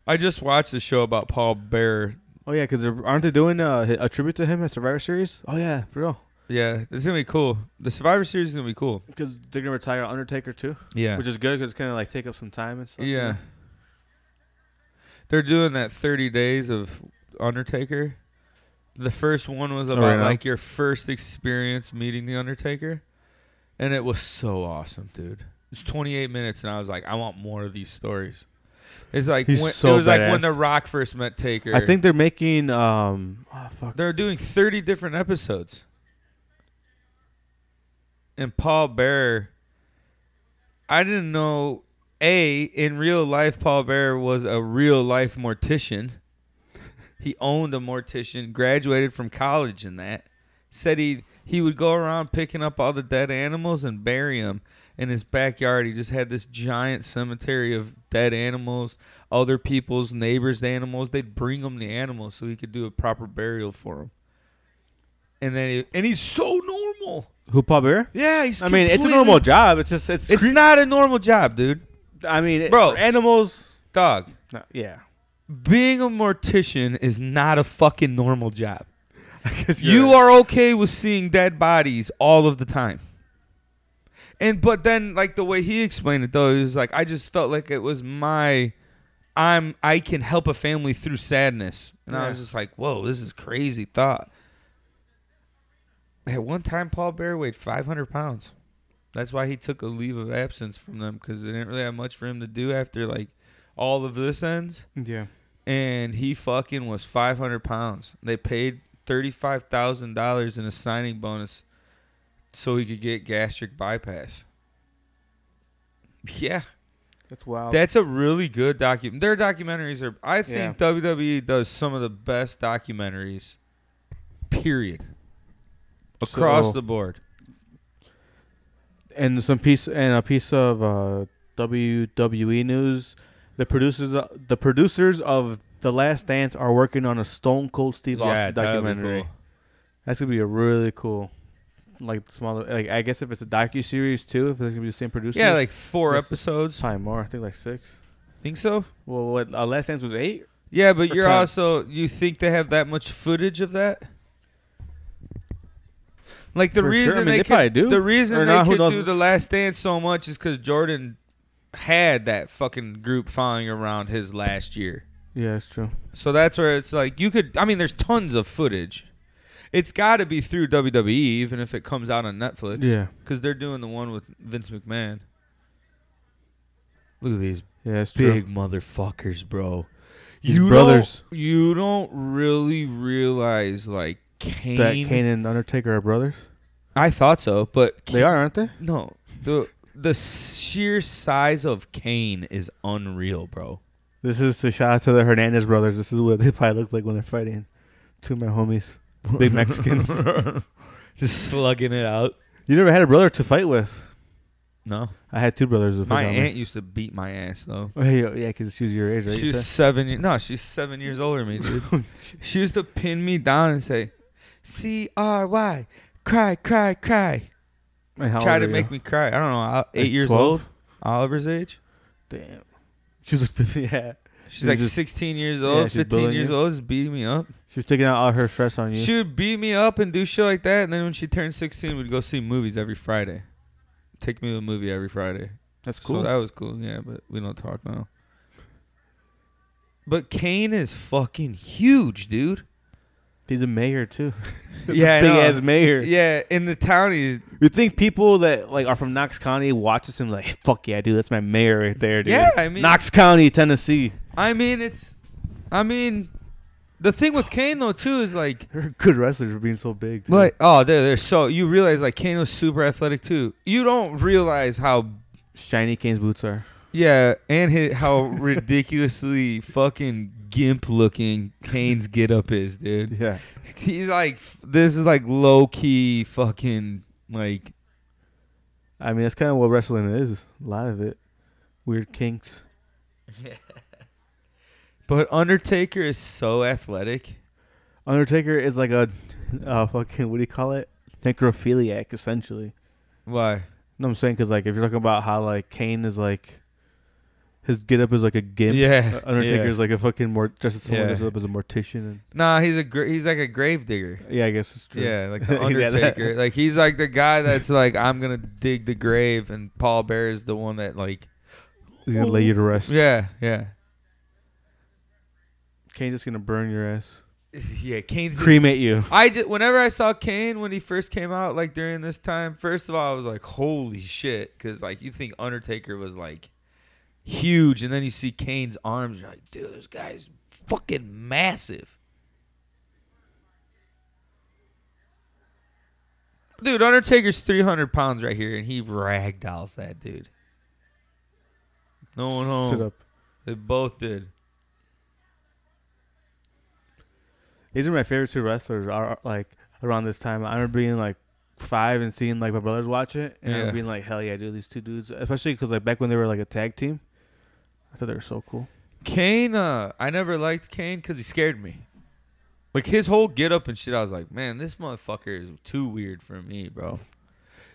I just watched the show about Paul Bear.
Oh yeah, because aren't they doing uh, a tribute to him at Survivor Series? Oh yeah, for real.
Yeah, it's gonna be cool. The Survivor Series is gonna be cool.
Because they're gonna retire Undertaker too,
Yeah,
which is good because it's gonna like take up some time and stuff.
yeah. They're doing that thirty days of Undertaker. The first one was about
Oh, right now.
like your first experience meeting the Undertaker, and it was so awesome, dude. It's twenty eight minutes, and I was like, I want more of these stories. It's like
He's
when,
so
it was like when
badass.
The Rock first met Taker.
I think they're making um. Oh, fuck.
They're doing 30 different episodes. And Paul Bearer, I didn't know. A, in real life, Paul Bearer was a real life mortician. He owned a mortician, graduated from college in that. Said he he would go around picking up all the dead animals and bury them. in his backyard. He just had this giant cemetery of dead animals, other people's neighbors' animals. They'd bring him the animals so he could do a proper burial for him. And then, he, and he's so normal.
Who Paul Bear?
Yeah, he's.
I mean, it's a
completely-
normal job. It's just it's.
It's
cre-
not a normal job, dude.
I mean, it-
Bro.
for animals.
Dog,
No, yeah.
being a mortician is not a fucking normal job.
You're-
You are okay with seeing dead bodies all of the time. And but then like the way he explained it though, he was like, I just felt like it was my I'm I can help a family through sadness. And I was
Yeah.
just like, Whoa, this is crazy thought. At one time Paul Bear weighed five hundred pounds. That's why he took a leave of absence from them because they didn't really have much for him to do after like all of this ends
Yeah.
and he fucking was 500 pounds. They paid $35,000 in a signing bonus so he could get gastric bypass. Yeah,
That's wild.
that's a really good document. Their documentaries are, I think WWE does some of the best documentaries, period, across
So-
the board.
and some piece and a piece of uh, WWE news. The producers, uh, the producers of The Last Dance, are working on a Stone Cold Steve Austin
that'd be
documentary.
cool.
That's gonna be a really cool, like smaller. Like I guess if it's a docu series too, if it's gonna be the same producer.
Yeah, like four
Yes.
episodes.
probably more. I think like six.
Think so?
Well, what uh, Last Dance was eight.
Yeah, but
Or
you're
ten.
also you think they have that much footage of that? Like the
For sure. I
reason
mean,
they,
they
could,
probably do.
the reason
Or
they
not, who
could do
knows?
the Last Dance so much is because Jordan had that fucking group following around his last year.
Yeah, that's true.
So that's where it's like you could. I mean, there's tons of footage. It's got to be through WWE, even if it comes out on Netflix.
Yeah.
because they're doing the one with Vince McMahon. Look at these
Yeah, that's true.
big motherfuckers, bro.
These brothers.
Don't, you don't really realize like Kane.
That Kane and Undertaker are brothers.
I thought so, but
They are, aren't they?
No, the the sheer size of Kane is unreal, bro.
This is the shout out to the Hernandez brothers. This is what they probably looks like when they're fighting. Two of my homies, big Mexicans.
Just slugging it out.
you never had a brother to fight with.
No,
I had two brothers. To
my
fight on.
aunt used to beat my ass though.
Oh, yeah, yeah, because she was your age, right?
She was seven. ye- No, she's seven years older than me, dude. she used to pin me down and say, "C R Y, cry, cry, cry." Try to make me cry. I don't know. I- Eight years old. Oliver's age.
Damn. She was 50. Yeah.
She's
She's
like
just-
16 years
Yeah,
old,
she's
15
bullying
years
you.
old, just beating me up.
She was taking out all her stress on you.
She would beat me up and do shit like that. And then when she turned 16, we'd go see movies every Friday. Take me to a movie every Friday.
That's
So that was cool. Yeah, but we don't talk now. But Kane is fucking huge, dude.
He's a mayor, too.
yeah, I
Big
know.
ass mayor.
Yeah, in the town, he's
You think people that like are from Knox County watch this and like, fuck yeah, dude, that's my mayor right there, dude.
Yeah, I mean-
Knox County, Tennessee.
I mean, it's. I mean, the thing with Kane though too is like,
They're good wrestlers for being so big.
like, oh, they're they're so you realize like Kane was super athletic too. You don't realize how
Shiny Kane's boots are.
yeah, and hi- how ridiculously fucking gimp looking Kane's get up is, dude.
Yeah.
He's like f- this is like low key fucking like
I mean, that's kind of what wrestling is. A lot of it. Weird kinks.
but Undertaker is so athletic.
Undertaker is like a, uh, fucking, what do you call it? Necrophiliac, essentially.
Why?
No, I'm saying because like if you're talking about how like Kane is like his get up is like a gimp. uh,
Yeah.
Undertaker
yeah.
is like a fucking more just as someone
Yeah.
dressed up as a mortician.
Nah, he's a gra- he's like a grave digger.
And, yeah, I guess it's true.
Yeah, like the
Yeah, that-
Undertaker. like he's like the guy that's like, I'm gonna dig the grave, and Paul Bear is the one that like,
He's gonna lay you to rest.
yeah, yeah,
Kane's just gonna burn your ass,
yeah. Kane's just-
cremate you.
I just whenever I saw Kane when he first came out, like during this time, first of all, I was like, holy shit, because like you think Undertaker was like huge, and then you see Kane's arms, you're like, dude, this guy's fucking massive. Dude, Undertaker's 300 pounds right here, and he ragdolls that dude. No one home.
Sit up.
They both did.
These are my favorite two wrestlers. Are like around this time. I remember being like five and seeing like my brothers watch it and
Yeah.
I'm being like, hell yeah, dude, these two dudes, especially because like back when they were like a tag team, I thought they were so cool.
Kane, uh, I never liked Kane because he scared me. Like his whole get up and shit, I was like, man, this motherfucker is too weird for me, bro.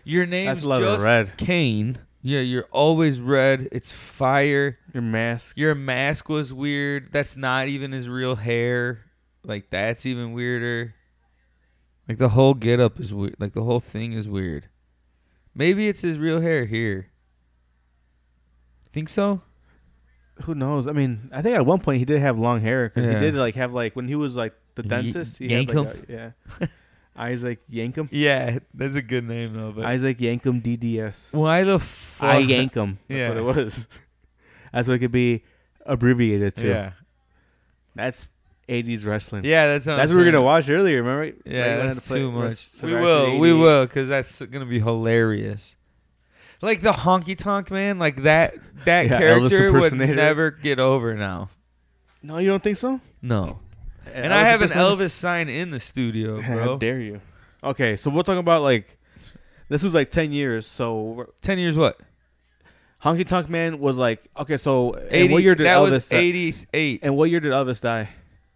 Your name's
That's love
just
in red.
Kane. Yeah, you're always red. It's fire.
Your mask.
Your mask was weird. That's not even his real hair. Like that's even weirder. Like the whole get up is weird. Like the whole thing is weird. Maybe it's his real hair here. Think so?
Who knows? I mean, I think at one point he did have long hair because
Yeah.
he did like have like when he was like the
Ye-
dentist. He
yank
had, like, a- yeah. Isaac Yankum.
Yeah, that's a good name though. But
Isaac Yankum DDS.
why the fuck?
I Yankum. That's
Yeah.
what it was. That's what it could be abbreviated to.
Yeah,
That's 80s wrestling.
yeah, that's what I'm
That's what we were
saying.
gonna watch earlier. Remember? Like, we
Yeah,
had
that's
to play-
too
we're
much.
s-
We
Survivor
will, we
80s.
will, because that's gonna be hilarious. Like the honky tonk man, like that that
Yeah, Elvis
character would
impersonator.
never get over now.
No, you don't think so?
No, and, I have an Elvis sign in the studio,
How
bro.
dare you? Okay, so we're talking about like this was like 10 years. So we're-
Ten years, what?
Honky Tonk Man was like okay. So and
Eighty.
what year did
that
Elvis? uh,
was
die?
eighty-eight.
And what year did Elvis die?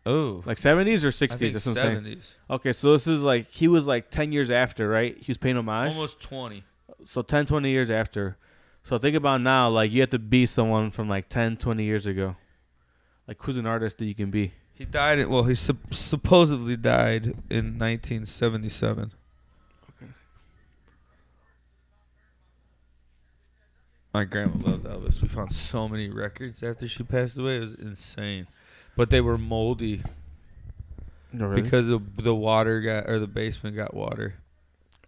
Oh,
Like 70s or 60s?
I think
That's what I'm saying.
seventies.
Okay, so this is like he was like 10 years after, right? He was paying homage.
Almost twenty.
so 10 20 years after so think about now like you have to be someone from like 10 20 years ago like who's an artist that you can be
He died. In, well, he sup- supposedly died in nineteen seventy-seven.
Okay.
My grandma loved Elvis. We found so many records after she passed away. It was insane, but they were moldy
no,
because the the water got or the basement got water.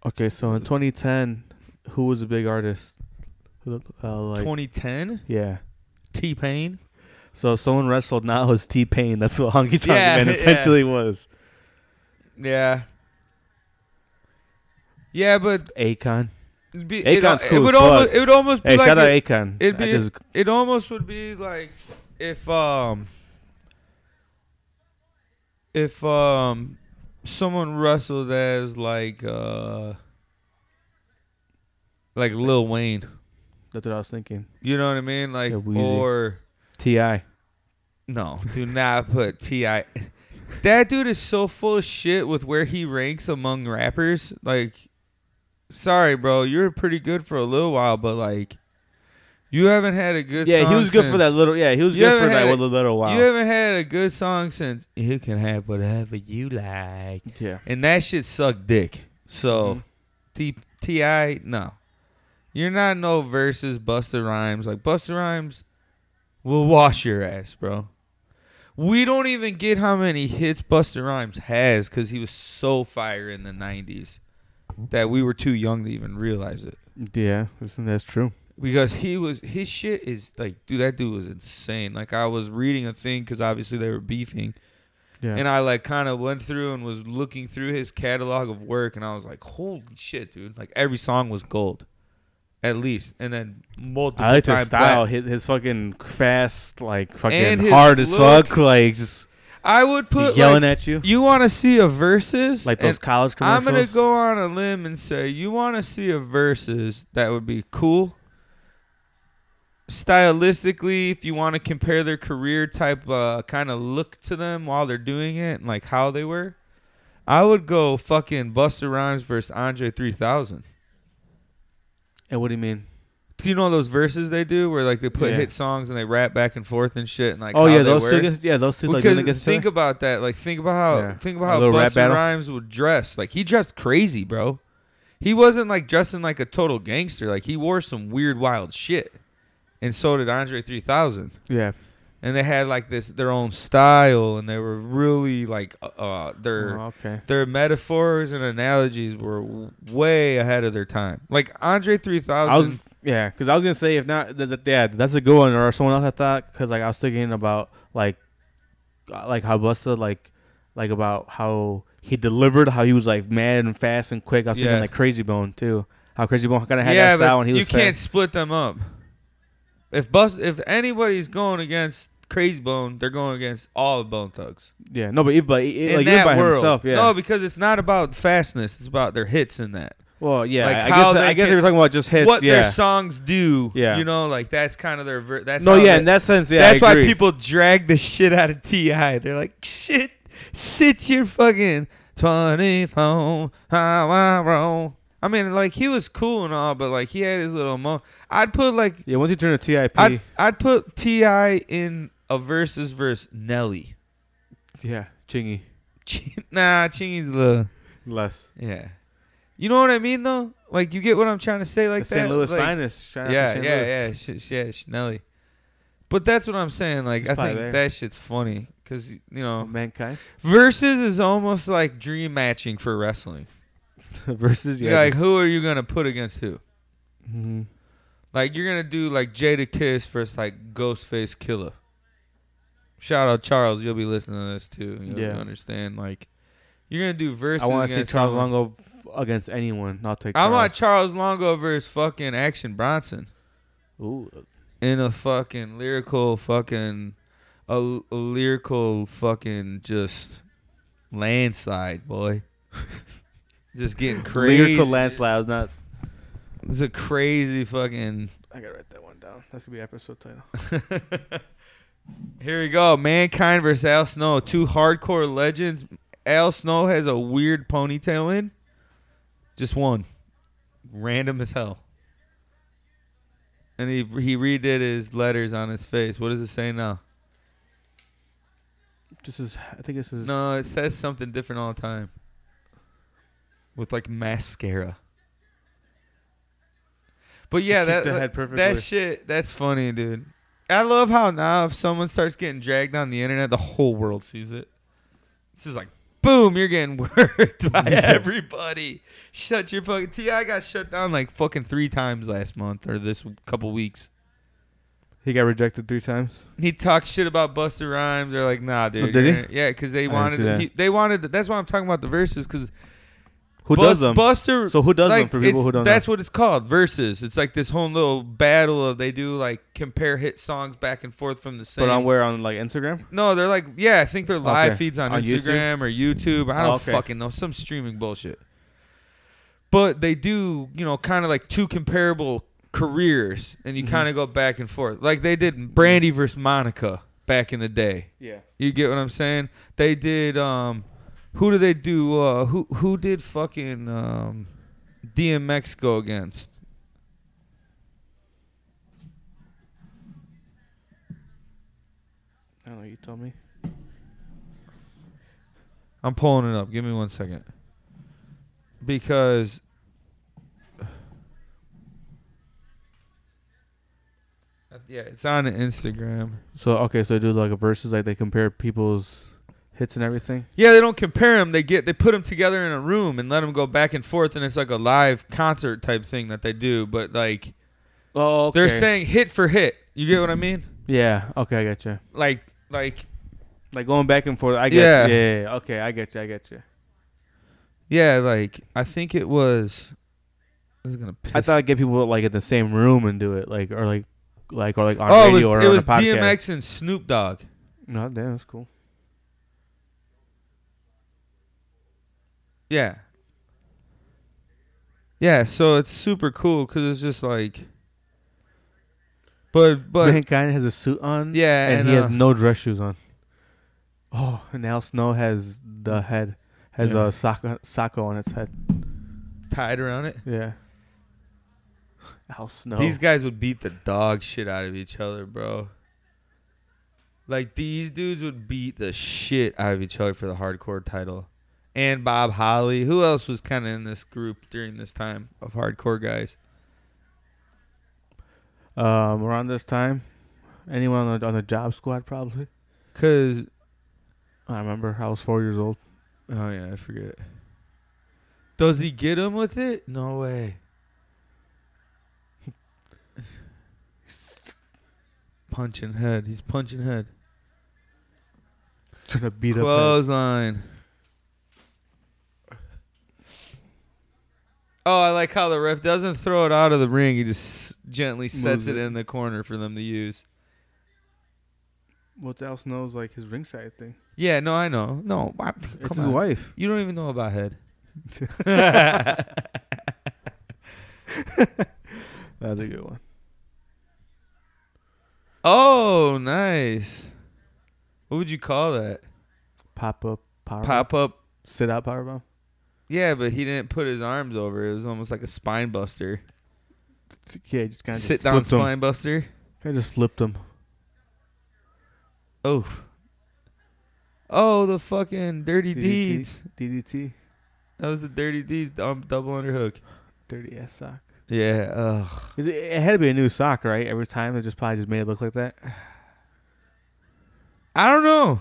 okay so in 2010 who was a big artist Who the- uh, like
2010,
yeah
T Pain.
so if someone wrestled now is t-pain that's what honky tonk
Yeah,
man
yeah.
essentially was
Yeah. Yeah, but
akon
it'd be, it,
Akon's
it
cool
would
as fuck.
almost it would almost be
hey
like
shout
a-
out akon
it'd
That
be-
dude's-
it almost would be like if um if um someone wrestled as like uh like Lil Wayne.
that's what i was thinking
You know what I mean? Like
Yeah, Wheezy.
or
ti
no, do not put T.I. That dude is so full of shit with where he ranks among rappers. Like sorry, bro, you were pretty good for a little while, but like you haven't had a good
yeah he
song
was good for
since-
that little yeah he was
You
good for
haven't
that
had
little, little while
You haven't had a good song since You Can Have Whatever You Like.
yeah
And that shit sucked dick. So, T T.I., no. You're not no versus Buster Rhymes. Like, Buster Rhymes will wash your ass, bro. We don't even get how many hits Buster Rhymes has because he was so fire in the 90s that we were too young to even realize it
yeah listen, that's true
because he was his shit is like dude that dude was insane like i was reading a thing because obviously they were beefing
yeah
and i like kind of went through and was looking through his catalog of work and i was like holy shit dude like every song was gold at least and then multiple
I like
time
his style,
plat-
his, his fucking fast, like
And
fucking
his
hard as
look.
fuck, like just,
i would
just
put
yelling
yelling
at you,
at you want to see a versus
like those
And
college
i'm
commercials.
gonna go on a limb and say you want to see a versus that would be cool stylistically, if you want to compare their career type uh, kind of look to them while they're doing it and like how they were, I would go fucking Buster Rhymes versus Andre 3000.
And what do you mean?
Do you know those verses they do where like they put
Yeah.
hit songs and they rap back and forth and shit and like
oh
how
yeah,
they
those
were?
two, against, yeah, those two. Like,
because
doing against
think
think of,
about that. Like think about how
Yeah.
think about
A
how
little rap
Busta
battle.
Rhymes would dress. Like he dressed crazy, bro. He wasn't like dressing like a total gangster. Like he wore some weird wild shit. And so did Andre 3000.
yeah,
And they had like this their own style and they were really like uh their
Oh, okay,
their metaphors and analogies were w- way ahead of their time. Like Andre 3000
I was yeah, because I was gonna say if not, that, that, yeah, that's a good one. Or someone else I thought because like I was thinking about like, uh, like how Busta like, like about how he delivered, how he was like mad and fast and quick. I was
Yeah.
thinking like Crazy Bone too, how Crazy Bone kind of had
yeah,
that style
but
and he was
you can't
fast.
split them up. If bus, if anybody's going against Crazy Bone, they're going against all of Bone Thugs
Yeah, no, but if, but
in
like even
that
by
world.
himself, yeah.
No, because it's not about fastness; it's about their hits in that.
Well, yeah.
Like
I
how
guess,
they
I guess
can-
they were talking about just hits.
what
yeah.
their songs do.
Yeah.
You know, like that's kind of their. Ver- that's
no,
how
yeah.
they-
In that sense, yeah.
that's
I
why
agree.
people drag the shit out of Ti. They're like, shit, sit your fucking twenty phone. How I roll. I mean, like he was cool and all, but like he had his little mo. I'd put like
Yeah, once you turn to TIP,
I'd, I'd put Ti in a versus verse Nelly.
yeah, chingy
Ch- nah, Chingy's a little
less.
yeah. You know what I mean though? Like you get what I'm trying to say, like
the St.
that?
Louis
Like,
finest. Shout
yeah,
out to St.
yeah,
Louis.
yeah, sh- sh- yeah, Schnelly. But that's what I'm saying. Like,
He's
I
probably there.
think that shit's funny because you
Oh,
know,
mankind
versus is almost like dream matching for wrestling.
versus yeah.
You're like, who are you gonna put against who?
Mhm.
Like, you're gonna do like Jada Kiss versus like Ghostface Killer. Shout out Charles, you'll be listening to this too. You'll
Yeah.
understand. Like, you're gonna do versus. um,
I want to see
against
Charles
someone-
Longo against anyone. I'll take.
I want
Charles.
Charles Longo versus fucking Action Bronson.
Ooh,
in a fucking lyrical fucking a, a lyrical fucking just landslide, boy. just getting crazy.
lyrical landslide. I was not.
It's a crazy fucking.
I gotta write that one down. That's gonna be episode title.
Here we go, mankind versus Al Snow, two hardcore legends. Al Snow has a weird ponytail in. Just one, random as hell. And he he redid his letters on his face. What does it say now?
This is. I think this is.
No, it says something different all the time. With like mascara. But yeah,
kicked
that uh,
the head
that
perfectly.
shit, that's funny, dude. I love how now if someone starts getting dragged on the internet, the whole world sees it. This is like, boom, you're getting worked by everybody. Shut your fucking Ti got shut down like fucking three times last month or this couple weeks.
He got rejected three times.
He talked shit about Buster Rhymes. They're like, nah, dude.
Oh, did he?
you're- Yeah, because they
didn't see
wanted
that.
he, they wanted the, that's why I'm talking about the verses because
Who does them?
Buster.
so who does
like,
them for people
it's-
who don't?
That's
know?
what it's called verses. It's like this whole little battle of they do like compare hit songs back and forth from the same.
But on where on like Instagram?
no, they're like yeah, I think they're live
Okay.
feeds on,
On YouTube?
Instagram or YouTube. I
Oh,
don't
okay.
fucking know some streaming bullshit. But they do you know kind of like two comparable careers, and you
Mhm.
kind of go back and forth. Like they did Brandy versus Monica back in the day.
Yeah.
You get what I'm saying? They did um who did they do uh who who did fucking um DMX go against?
I don't know. You told me.
I'm pulling it up. Give me one second. Because yeah, it's on Instagram.
So okay, so they do like a versus, like they compare people's hits and everything.
Yeah, they don't compare them. They get they put them together in a room and let them go back and forth, and it's like a live concert type thing that they do. But like
Oh,
they're saying hit for hit. You get what I mean?
Yeah. Okay, I got you.
Like like
Like going back and forth. I get.
Yeah.
Yeah. yeah, yeah. Okay, I get you. I get you.
Yeah, like I think it was. I was gonna. Piss.
I thought I'd get people like in the same room and do it, like or like, like or like on
oh,
radio
it was,
or
it
on
was
a podcast.
DMX and Snoop Dogg.
No, damn, that's cool.
Yeah. Yeah, so it's super cool because it's just like. But but
Mankind has a suit on.
yeah,
and,
and,
he
uh,
has no dress shoes on. Oh, and Al Snow has the head has
Yeah.
a sock socko on its head.
tied around it.
Yeah. Al Snow.
These guys would beat the dog shit out of each other, bro. Like these dudes would beat the shit out of each other for the hardcore title. And Bob Holly, who else was kind of in this group during this time of hardcore guys?
um, around this time, anyone on the, on the job squad probably.
Cause
I remember I was four years old.
oh yeah, I forget. Does he get him with it? No way. punching head. He's punching head.
Trying to beat up.
Clothesline. Oh, I like how the ref doesn't throw it out of the ring. He just gently sets
Moves
it
it.
in the corner for them to use.
What's Al Snow's like his ringside thing?
Yeah, no, I know. No, I-
It's
come
his
on.
wife.
You don't even know about head.
That's a good one.
Oh, nice. What would you call that?
Pop up power.
Pop up.
Sit out power bomb.
Yeah, but he didn't put his arms over. It was almost like a spine buster.
Yeah, just kind of
Sit
just
down
flipped 'em.
spine buster.
I just flipped him.
Oh. Oh, the fucking dirty
DDT.
deeds.
DDT.
That was the dirty deeds. Um, double underhook.
Dirty ass sock.
Yeah. Ugh.
'Cause It, it had to be a new sock, right? Every time they just probably just made it look like that.
I don't know.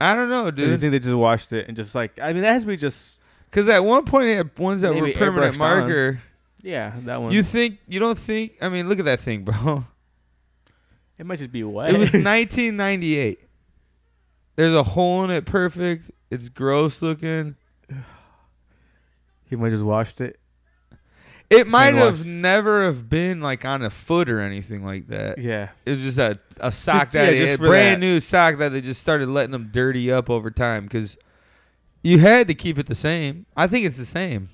I don't know,
Do you
dude.
think they just washed it and just like? I mean, that has to be just
Because at one point they had ones that were
Maybe
permanent
airbrushed
marker.
yeah that one.
You think you don't think? I mean, look at that thing, bro.
it might just be wet.
It was 1998. There's a hole in it. Perfect. It's gross looking.
he might just washed it.
It might
Hand
have
wash.
never have been like on a foot or anything like that.
Yeah.
It was just a, a sock
Just- yeah,
that
just
a
for
brand
that.
new sock that they just started letting them dirty up over time because you had to keep it the same. I think it's the same.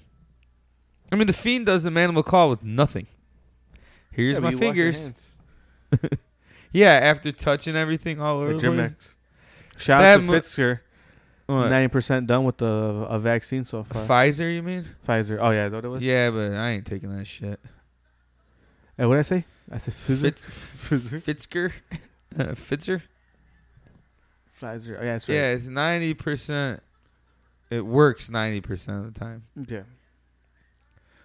I mean, the fiend does the manimal claw with nothing. Here's
Yeah, but
my
you wash your
fingers.
hands.
Yeah, after touching everything all over
Like
the place.
Germex. Shout
That
out to
mo-
Fitzker.
What,
Ninety percent done with the a vaccine so far.
Pfizer, you mean?
Pfizer. Oh yeah, is that what it was.
Yeah, but I ain't taking that shit.
Hey, what did I say? I said Pfizer.
Fitz, Fitzker, uh, Fitzer.
Pfizer. Oh, yeah, that's right.
Yeah, it's ninety percent. It works ninety percent of the time.
Yeah.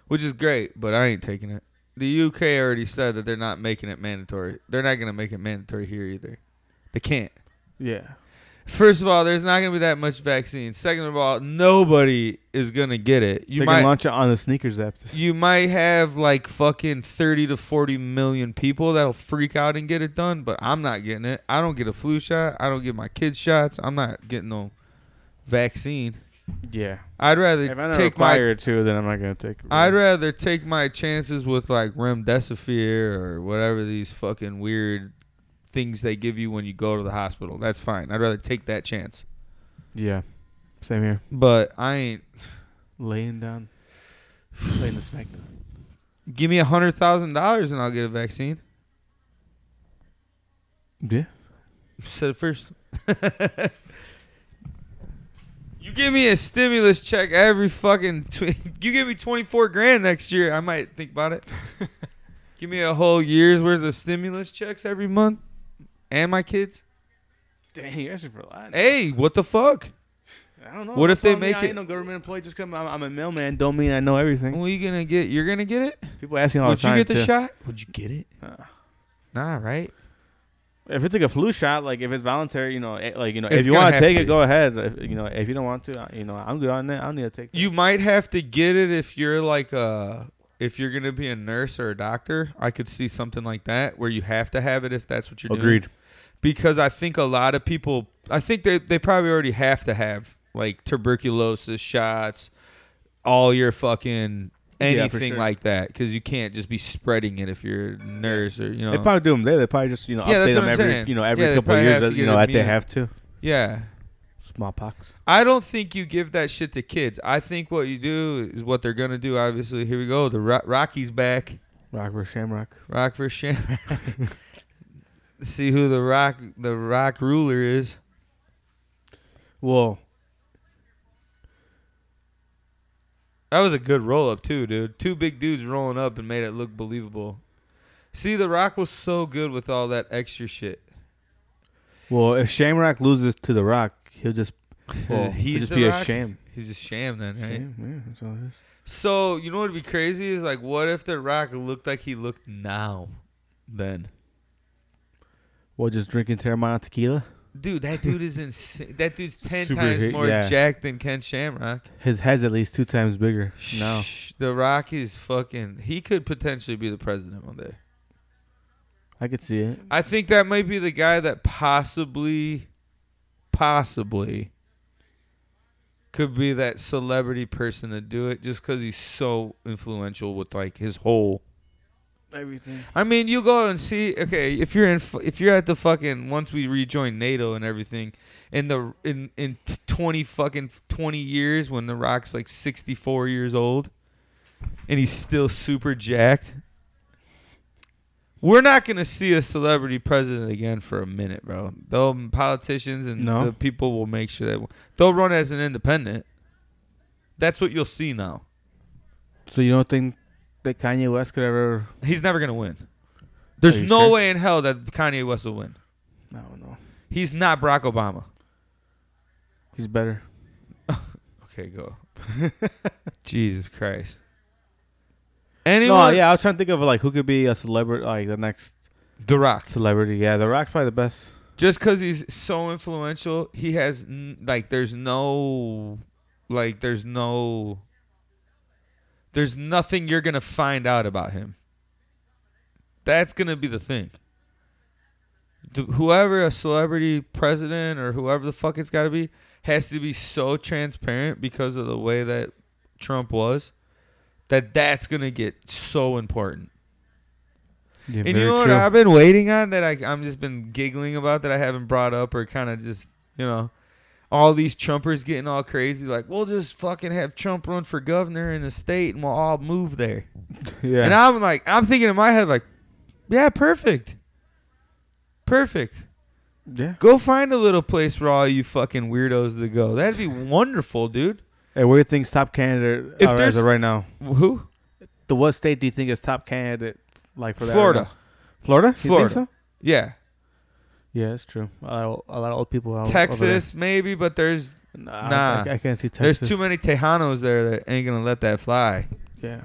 which is great, but I ain't taking it. The UK already said that they're not making it mandatory. They're not going to make it mandatory here either. They can't.
Yeah.
First of all, there's not going to be that much vaccine. Second of all, nobody is going to get it. You
they
might
can launch it on the sneakers app.
you might have like fucking 30 to 40 million people that'll freak out and get it done, but I'm not getting it. I don't get a flu shot. I don't get my kids shots. I'm not getting no vaccine.
Yeah.
I'd rather
If I'm not
take my
required to, then I'm not gonna take. it.
I'd rather take my chances with like remdesivir or whatever these fucking weird things they give you when you go to the hospital. That's fine. I'd rather take that chance.
Yeah. Same here.
But I ain't.
Laying down. Laying the smack down.
Give me a hundred thousand dollars and I'll get a vaccine.
Yeah.
Said it first. you give me a stimulus check every fucking. Tw- you give me twenty four grand next year, I might think about it. give me a whole year's worth of stimulus checks every month, and my kids.
Dang, you're asking for a lot.
Hey, what the fuck?
I don't know.
what if
That's
they
all me.
make
I
it-
Ain't no government employee. Just come. I'm, I'm a mailman. Don't mean I know everything.
Well, you gonna get. You're gonna get it.
People asking all
Would
the time.
you get the
too.
shot? Oh, Would you get it?
Uh,
Nah, right.
if it's like a flu shot, like if it's voluntary, you know, eh, like you know,
It's
if you
gonna
want to
have to
take it,
be.
go ahead. If, you know, if you don't want to, I- you know, I'm good on that. I don't need to take.
You might have to get it if you're like a. If you're gonna be a nurse or a doctor, I could see something like that where you have to have it if that's what you're doing. Because I think a lot of people, I think they they probably already have to have like tuberculosis shots, all your fucking
Yeah, for
anything
sure.
like that, because you can't just be spreading it if you're a nurse or you know.
They probably do them there. They probably just you know
Yeah, that's
update
what
them
I'm
every
saying.
you know every
Yeah, they
couple of
probably have
years.
to
That,
get
you know, that they
immune.
have to
yeah.
smallpox.
I don't think you give that shit to kids. I think what you do is what they're gonna do. Obviously, here we go. The Ro- Rockies back.
Rock versus Shamrock.
Rock versus Shamrock. See who the rock the rock ruler is.
Whoa.
That was a good roll up too, dude. Two big dudes rolling up and made it look believable. See, the Rock was so good with all that extra shit.
Well, if Shamrock loses to The Rock, he'll just well, he'll
He's
just
the
be
Rock?
a sham.
He's a sham then, right?
Sham, yeah, that's all it is.
So you know what'd be crazy is like, what if the Rock looked like he looked now, then?
Well, just drinking Terramana tequila.
Dude, that dude is insane. That dude's ten
Super
times
hit-
more
yeah.
jacked than Ken Shamrock.
His head's at least two times bigger. No.
Shh, the Rock is fucking. He could potentially be the president one day.
I could see it.
I think that might be the guy that possibly, possibly, could be that celebrity person to do it, just because he's so influential with like his whole
Everything.
I mean, you go and see. Okay, if you're in, f- if you're at the fucking once we rejoin NATO and everything, in the in in t- twenty fucking twenty years when the Rock's like sixty four years old, and he's still super jacked. We're not gonna see a celebrity president again for a minute, bro. The politicians and
No.
the people will make sure that they'll run as an independent. That's what you'll see now.
So you don't think that Kanye West could ever?
He's never gonna win. There's
you
no
sure?
way in hell that Kanye West will win.
I don't know.
He's not Barack Obama.
He's better.
Okay, go. Jesus Christ. Anyone?
No, yeah, I was trying to think of like who could be a celebrity, like the next
The Rock.
celebrity. Yeah, The Rock's probably the best.
Just because he's so influential, he has n- like there's no, like there's no, there's nothing you're gonna find out about him. That's gonna be the thing. Th- Whoever a celebrity president or whoever the fuck it's got to be has to be so transparent because of the way that Trump was, that that's gonna get so important.
Yeah,
And you know what I've been waiting on that I I'm just been giggling about that I haven't brought up or kind of just you know all these Trumpers getting all crazy like we'll just fucking have Trump run for governor in the state and we'll all move there.
yeah,
And I'm like I'm thinking in my head like yeah perfect, perfect.
yeah.
Go find a little place for all you fucking weirdos to go. That'd be wonderful, dude.
Hey, where do you think's top candidate
If
uh,
there's-
as of right now?
Who?
The what state do you think is top candidate like for that? right
Florida.
now? Florida, You think
Florida.
so?
Yeah.
Yeah, that's true. A lot of, a lot of old people. out over there.
Texas maybe, but there's
Nah,
Nah.
I, I can't see Texas.
there's too many Tejanos there that ain't gonna let that fly.
Yeah,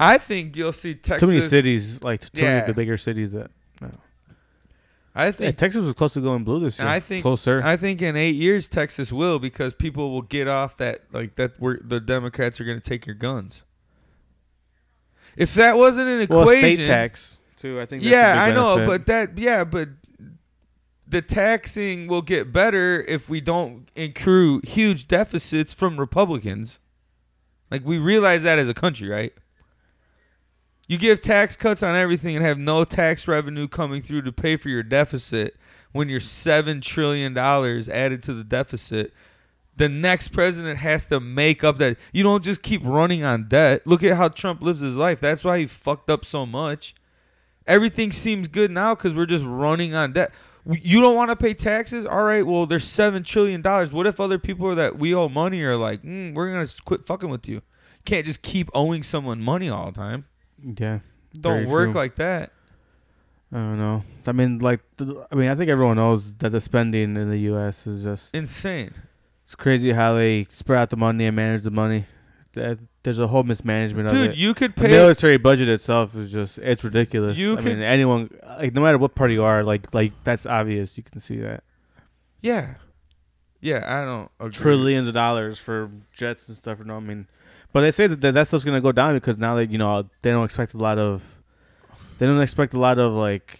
I think you'll see Texas.
too many cities. Like too many
Yeah.
of the bigger cities that.
I
Yeah,
think.
Texas was close to going blue this year.
And I think-
closer.
I think in eight years Texas will because people will get off that like that where the Democrats are going to take your guns. If that wasn't an
well,
equation,
state tax too. I think. that's a
yeah, I
big
know,
benefit.
but that yeah, but the taxing will get better if we don't accrue huge deficits from Republicans. Like we realize that as a country, right? You give tax cuts on everything and have no tax revenue coming through to pay for your deficit when you're 7 trillion dollars added to the deficit. The next president has to make up that. You don't just keep running on debt. Look at how Trump lives his life. That's why he fucked up so much everything seems good now because we're just running on debt. You don't want to pay taxes? All right, well, there's $7 trillion. What if other people that we owe money are like, mm, we're going to quit fucking with you? Can't just keep owing someone money all the time.
yeah,
Don't
Very
work
true.
like that.
I don't know. I mean, like, th- I mean, I think everyone knows that the spending in the U.S. is just.
Insane.
It's crazy how they spread out the money and manage the money. That- There's a whole mismanagement of
Dude,
it.
you could
the
pay.
military budget itself is just—it's ridiculous.
You
I
could-
mean, anyone, like, no matter what party you are, like, like that's obvious. You can see that
Yeah. Yeah, I don't agree.
trillions of dollars for jets and stuff. You know, I mean, but they say that that that stuff's gonna go down because now that you know they don't expect a lot of, they don't expect a lot of like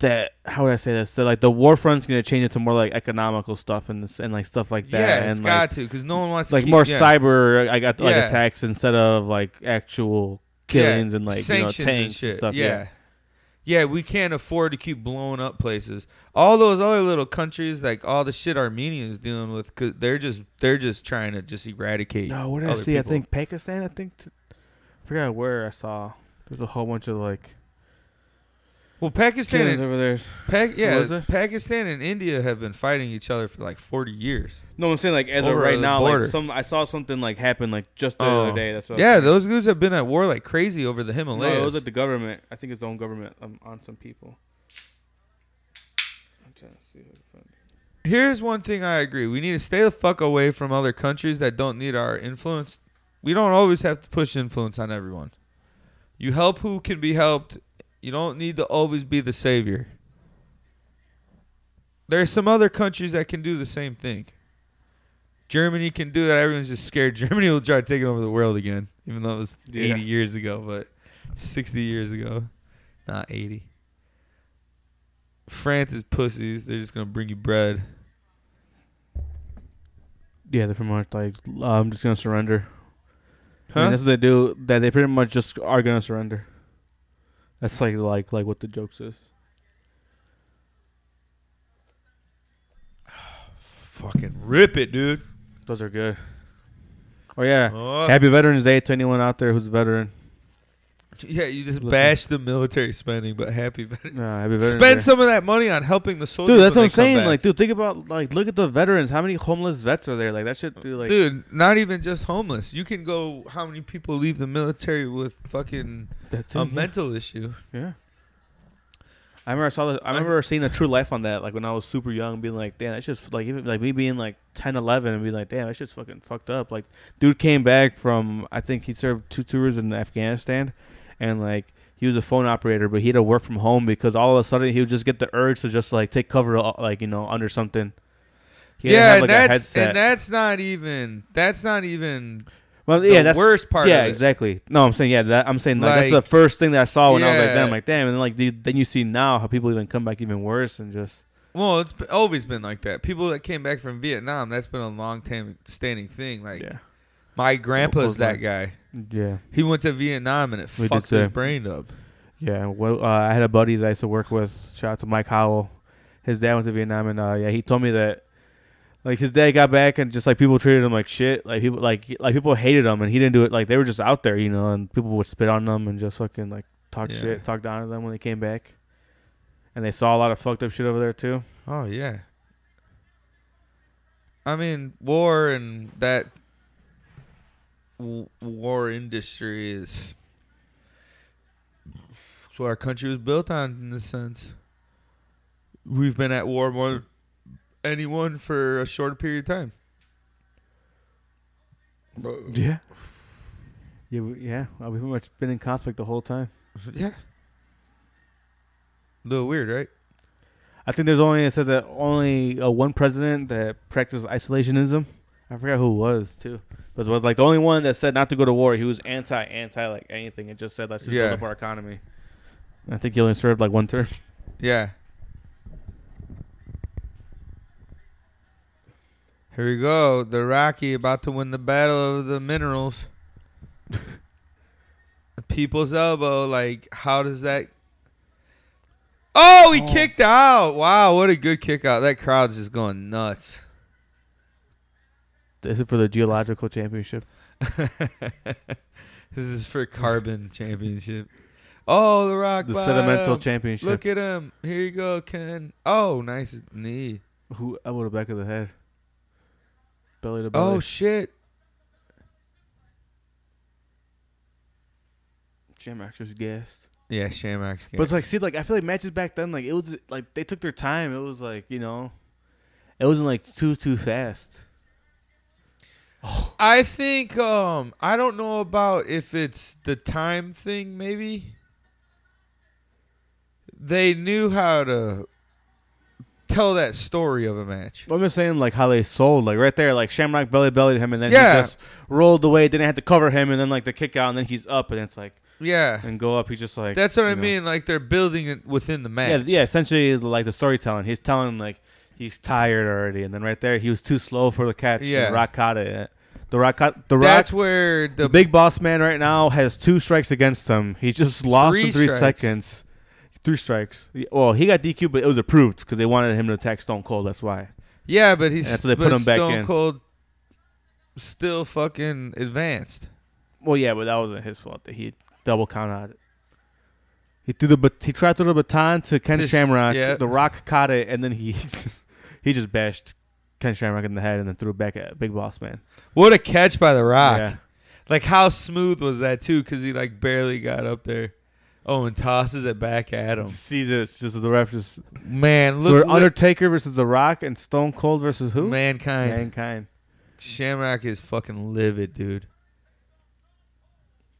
that. How would I say this? That like the war front's gonna change into more like economical stuff and this- and like stuff like that.
Yeah,
and
it's
like,
got to because no one wants to
like
keep-
more
yeah.
cyber I got like
Yeah.
attacks instead of like actual killings and like you know, tanks
Sanctions
and, stuff. Yeah.
yeah. Yeah, we can't afford to keep blowing up places. All those other little countries, like all the shit Armenians dealing with, they they're just they're just trying to just eradicate.
No, what did I
other
see?
people.
I think Pakistan. I think t- I forgot where I saw. There's a whole bunch of like
Well, Pakistan,
killings
and,
over there.
Pak- yeah,
Was there?
Pakistan and India have been fighting each other for like forty years.
No, I'm saying like as of
Over
right
the
now,
border.
like some I saw something like happen like just the
Oh.
other day. That's what I
Yeah,
was
those dudes have been at war like crazy over the
saying.
Himalayas.
no, it was like the government. I think it's the own government um, on some people. I'm trying to see. if I can find it.
Here's one thing I agree: we need to stay the fuck away from other countries that don't need our influence. We don't always have to push influence on everyone. You help who can be helped. You don't need to always be the savior. There are some other countries that can do the same thing. Germany can do that. Everyone's just scared. Germany will try taking over the world again, even though it was
Yeah.
80 years ago, but 60 years ago, not 80. France is pussies. They're just gonna bring you bread.
Yeah, they're pretty much like I'm just gonna surrender. I
Huh?
mean, that's what they do. That they pretty much just are gonna surrender. That's like like like what the jokes is.
Fucking rip it, dude.
Those are good. Oh yeah.
Oh.
Happy Veterans Day to anyone out there who's a veteran.
Yeah, you just
Listen.
bash the military spending, but happy veteran.
Uh, happy Veterans
Spend
Day.
some of that money on helping the soldiers.
Dude, that's what
when
I'm
they come
saying.
back.
Like, dude, think about like, look at the veterans. How many homeless vets are there? Like, that shit, dude. Like,
dude, not even just homeless. You can go. How many people leave the military with fucking
that's
a
it, yeah.
mental issue?
Yeah. I remember I saw the, I remember seeing a true life on that like when I was super young being like damn that shit's like even like me being like 10 11 and being like damn that shit's fucking fucked up like dude came back from I think he served two tours in Afghanistan and like he was a phone operator but he had to work from home because all of a sudden he would just get the urge to just like take cover uh, like you know under something He had to
yeah,
have,
and
like, a
that's
headset.
and that's not even that's not even
well,
the
yeah that's
worst part.
yeah,
of it.
exactly. No, I'm saying yeah. That, I'm saying like,
Like-
that's the first thing that I saw when I was like,
Yeah.
damn, like damn, and then like the, then you see now how people even come back even worse and just
Well, it's b- always been like that. People that came back from Vietnam, that's been a long time standing thing. Like
yeah,
my grandpa's
Well,
that guy.
yeah,
He went to Vietnam and it
We did
fucked his
too.
brain up.
yeah. Well, uh, I had a buddy that I used to work with. Shout out to Mike Howell. His dad went to Vietnam, and uh, yeah, he told me that like his dad got back and just like people treated him like shit. Like people like like people hated him, and he didn't do it. Like they were just out there, you know, and people would spit on them and just fucking like talk
Yeah.
shit, talk down to them when they came back. And they saw a lot of fucked up shit over there too.
Oh yeah. I mean, war and that w- war industry is it's what our country was built on in a sense. We've been at war more than anyone for a short period of time.
Yeah. Yeah, we, yeah. Well, we've pretty much been in conflict the whole time.
Yeah. A little weird, right?
I think there's only it said that only uh, one president that practiced isolationism. I forgot who it was too, but it was like the only one that said not to go to war. He was anti anti like anything. It just said let's just
Yeah.
build up our economy. And I think he only served like one term.
Yeah. Here we go. The Rocky about to win the battle of the minerals. the people's elbow. Like, how does that? Oh, he
Oh.
kicked out! Wow, what a good kick out! That crowd's just going nuts.
This is for the geological championship.
this is for carbon championship. Oh, the rock.
The
bottom.
sedimental championship.
Look at him. Here you go, Ken. Oh, nice knee.
Who elbow to back of the head, belly to belly.
Oh shit.
Shamrock's just gassed.
Yeah, Shamak's game.
But it's like, see, like I feel like matches back then, like it was like they took their time. It was like you know, it wasn't like too too fast.
I think um I don't know about if it's the time thing maybe. They knew how to tell that story of a match.
I'm just saying, like how they sold, like right there, like Shamrock belly bellied him, and then
Yeah.
he just rolled away. Didn't have to cover him, and then like the kick out, and then he's up, and it's like
Yeah.
and go up. He's just like
That's what I
you know.
mean like they're building it within the
Yeah,
match.
yeah. Essentially, like the storytelling. He's telling like he's tired already, and then right there, he was too slow for the catch. and
Yeah.
Rock caught it. The Rock caught the Rock.
That's where
The,
the
big boss man right now has two strikes against him. He just lost
Three
in three
strikes.
seconds. Three strikes. Well, he got DQ, but it was approved because they wanted him to attack Stone Cold. That's why.
Yeah, but he's
That's what they put
but
him back
Stone
in.
Cold still fucking advanced.
Well, yeah, but that wasn't his fault that he double count out it. He threw the bat- he tried to throw the baton to Ken
To Sh-
Shamrock.
yeah.
The Rock caught it, and then he he just bashed Ken Shamrock in the head, and then threw it back at Big Boss Man.
What a catch by the Rock.
Yeah.
Like how smooth was that too? Because he like barely got up there. Oh, and tosses it back at him.
Sees it. It's just the ref just.
Man,
So
look,
we're
look
Undertaker versus The Rock and Stone Cold versus who?
mankind.
Mankind.
Shamrock is fucking livid, dude.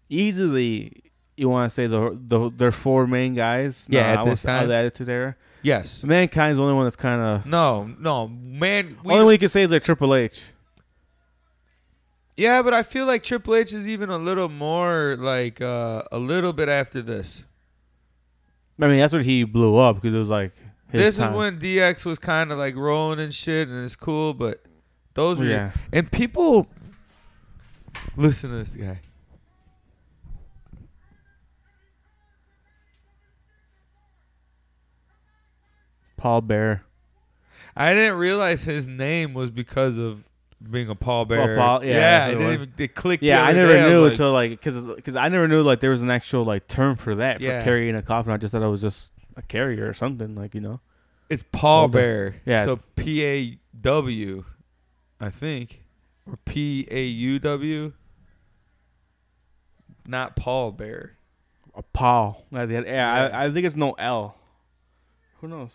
easily you want to say the the their four main guys.
Yeah, at
I
this
won't- uh,
time.
the Attitude Era.
Yes.
Mankind's the only one that's kind of
No, no, man. We,
only one you can say is like Triple H.
yeah, but I feel like Triple H is even a little more like uh, a little bit after this.
I mean, that's what he blew up because it was like his
this
time.
is when DX was kind of like rolling and shit, and it's cool. But those were your-
yeah,
And people listen to this guy.
Paul Bear.
I didn't realize his name was because of being a pallbearer.
Paul- yeah,
yeah,
that's what
it
it
didn't
was.
even it clicked. the
Yeah, I
other
never
day. was
knew
like,
until like because because I never knew like there was an actual like term for that
Yeah.
for carrying a coffin. I just thought I was just a carrier or something like you know.
it's
Pallbearer.
pallbearer.
Yeah.
so P A W, I think, or P A U W. Not pallbearer.
A Paul. Yeah, I, I think it's no L. Who knows?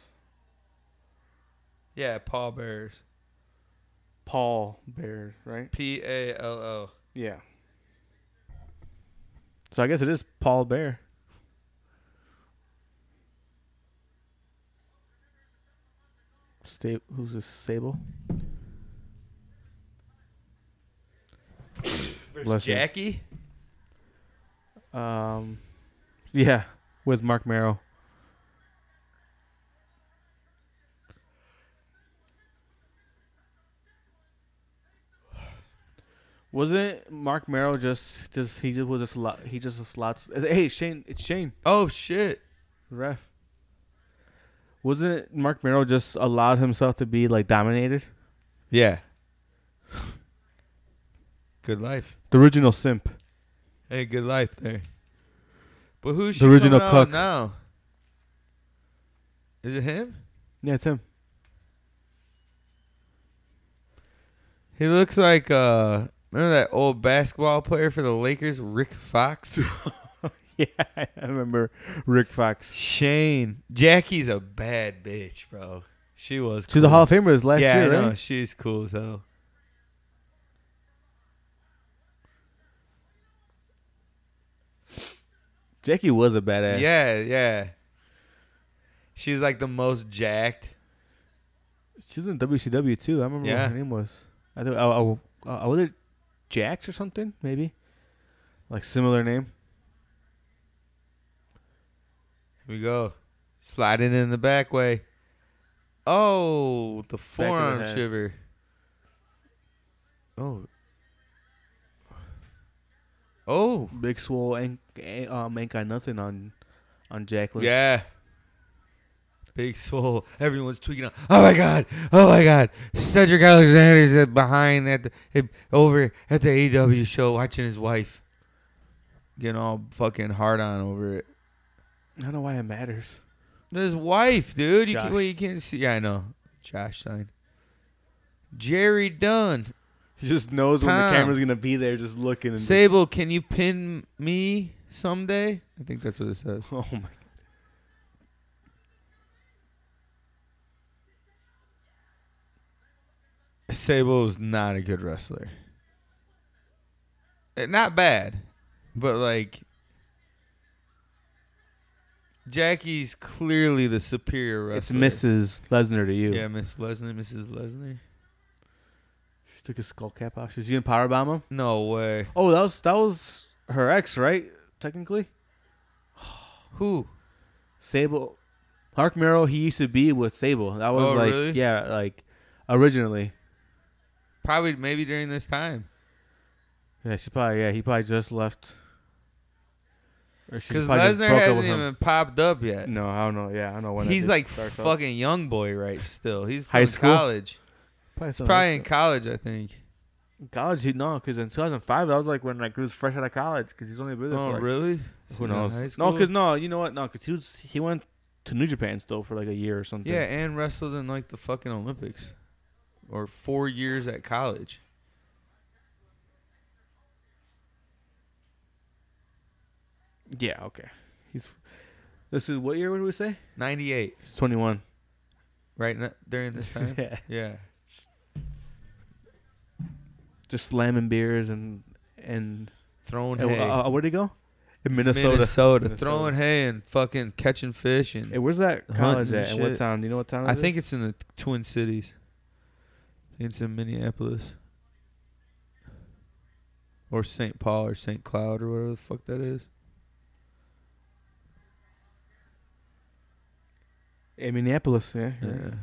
Yeah, pallbearers.
Paul Bears, right?
P A L O.
Yeah. So I guess it is Paul Bear. Sta- who's this? Sable?
There's
Bless you.
Jackie.
Um, yeah, with Mark Merrill. Wasn't Mark Merrill just just he just was just lot he just a slots hey Shane it's Shane
Oh shit.
ref wasn't Mark Merrill just allowed himself to be like dominated
Yeah. Good life.
the original simp
Hey, good life there. But who's
The
she
original
coming out
cuck.
now? Is it him?
yeah it's him
He looks like uh remember that old basketball player for the Lakers, Rick Fox?
yeah I remember Rick Fox
Shane. Jackie's a bad bitch, bro. She was
she's a Hall of Famer this last
yeah,
year
I know.
right
She's cool as hell.
Jackie was a badass
Yeah, yeah. She's like the most jacked.
She's in WCW too. I remember
Yeah.
what her name was. I think oh, oh, oh, was it Jax or something? Maybe like similar name.
Here we go. Sliding in the back way. Oh, the forearm
head.
shiver. Oh. Oh.
Big Swole ain't ain't, um, ain't got nothing on on Jacqueline.
Yeah. Big soul. Everyone's tweaking out. Oh my god. Oh my god. Cedric Alexander's uh, behind at the eh, over at the AEW show watching his wife. Getting all fucking hard on over it.
I don't know why it matters.
His wife, dude. You,
Josh.
can, well, you can't see. Yeah, I know. Josh sign. Jerry Dunn.
She just knows
when the Tom. camera's
gonna be there, just looking
Sable, can you pin me someday? I think that's what it says.
"Oh my."
Sable was not a good wrestler. Eh, Not bad, but like Jackie's clearly the superior
It's
wrestler.
Mrs. Lesnar to you.
Yeah, Miss Lesnar, Mrs. Lesnar.
She took his skull cap off. She's gonna powerbomb him.
No way.
Oh, that was that was her ex, right? Technically,
Who?
Sable. Mark Merrill, he used to be with Sable. That was
Oh,
like,
really?
yeah, like originally.
Probably maybe during this time.
Yeah, she probably. Yeah, he probably just left. Or she
Because
probably just
Lesnar
broke up
hasn't
with him.
even popped up yet.
No, I don't know. Yeah, I don't know when.
He's
it
like
starts up.
fucking young boy right still. He's still
High
in
school?
college.
Probably,
He's
still
probably
high
in college, I think.
school. college. He, no, because in 2005, that was like when like he was fresh out of college. Because he's only been there
Oh,
for like,
really?
who
He's in
knows?
high
No,
school?
because no, you know what? No, because he was he went to New Japan still for like a year or something.
Yeah, and wrestled in like the fucking Olympics, or four years at college.
Yeah. Okay. He's. This is what year would we say?
Ninety-eight,
He's 21.
right? N- during this time.
yeah.
yeah.
Just slamming beers and and
Throwing
and,
hay.
uh, uh, where'd he go? In Minnesota.
Minnesota.
Minnesota.
Throwing hay and fucking catching fish and.
Hey, where's that college
Hunting
at? And what
shit.
town? Do you know what town?
I
it is?
think it's in the Twin Cities. I think it's in Minneapolis. Or St. Paul or St. Cloud or whatever the fuck that is.
In Minneapolis, yeah. you're right.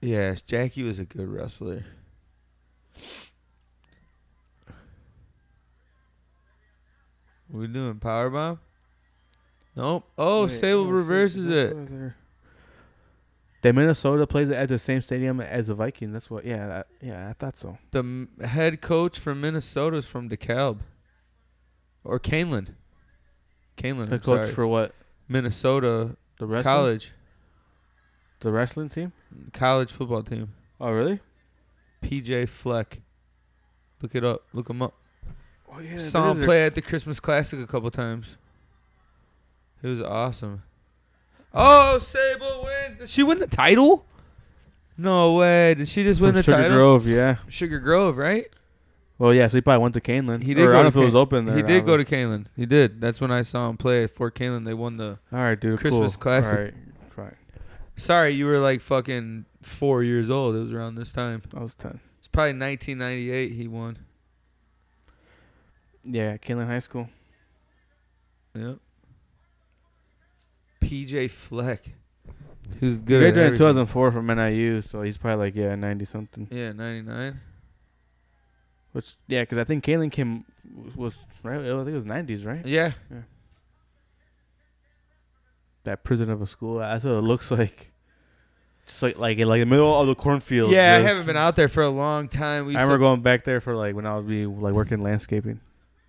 Yeah. Yeah, Jackie was a good wrestler. We doing power bomb? Nope. Oh,
Wait,
Sable
shit,
reverses
that's
it.
over there. That Minnesota plays at the same stadium as the Vikings. That's what. Yeah, that, yeah, I thought so.
The m- head coach from Minnesota is from DeKalb. Or Caneland. Caneland,
The
I'm
coach
sorry.
for what?
Minnesota
The wrestling,
college
the wrestling team.
college football team.
Oh, really?
PJ Fleck. Look it up. Look him up.
Oh yeah.
Saw him play at the Christmas Classic a couple times. It was awesome. Oh, Sable wins. Did she win the title? No way. Did she just win the
Sugar
title?
Grove. Yeah.
Sugar Grove, right?
Well, yeah. So he probably went to Caneland.
He did
Or
go
I don't
to
know if it was
Can-
open there.
he did go to Kalen. He did. That's when I saw him play at Fort Kalen. They won the.
All right, dude.
Christmas
cool.
Classic.
All right. Right.
Sorry, you were like fucking four years old. It was around this time.
I was ten.
It's probably 1998. He won.
Yeah, Caneland High School.
Yep. PJ Fleck. He was good. at
Graduated in
everything.
2004 from NIU, so he's probably like yeah, 90 something.
Yeah, 99.
Which yeah, because I think Caneland came was right. I think it was 90s, right?
Yeah.
that prison of a school. That's what it looks like. Just like like in like the middle of the cornfield.
Yeah, I
Just-
haven't been out there for a long time. We
I
used
remember
to,
going back there for like when I would be like working landscaping.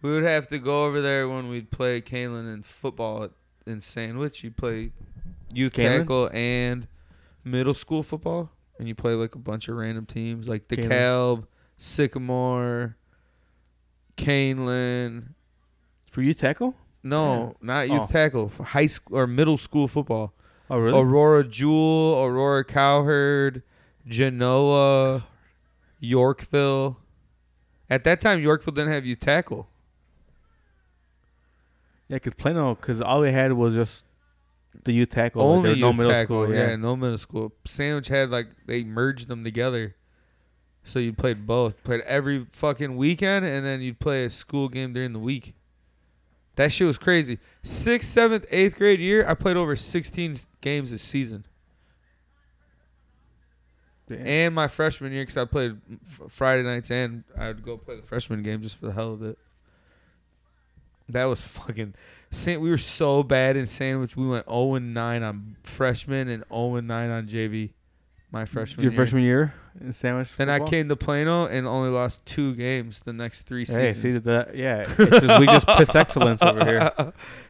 we would have to go over there when we'd play Kalen in football at, in Sandwich. You play youth
Kalen?
tackle and middle school football, and you play like a bunch of random teams like
Kalen.
DeKalb, Sycamore, Kalen.
For oh? you tackle?
No, not youth
Oh.
tackle. f- High school or middle school football.
Oh really?
Aurora Jewel, Aurora Cowherd, Genoa, Yorkville. At that time, Yorkville didn't have you tackle.
Yeah, because Plano, because all they had was just the youth tackle. like,
Only
Oh, there
youth
was no middle
tackle.
school.
yeah.
Yeah.
no middle school. Sandwich had like they merged them together, so you played both. Played every fucking weekend, and then you'd play a school game during the week. That shit was crazy. Sixth, seventh, eighth grade year, I played over sixteen games a season.
yeah.
and my freshman year because I played f- Friday nights and I would go play the freshman game just for the hell of it. That was fucking. San- we were so bad in sandwich. We went 0 and 9 on freshman and 0 and 9 on JV. My freshman
Your
year.
freshman year in sandwich.
Then I
football?
came to Plano and only lost two games the next three
Hey,
seasons.
see that? Yeah, it's just, we just piss excellence over here.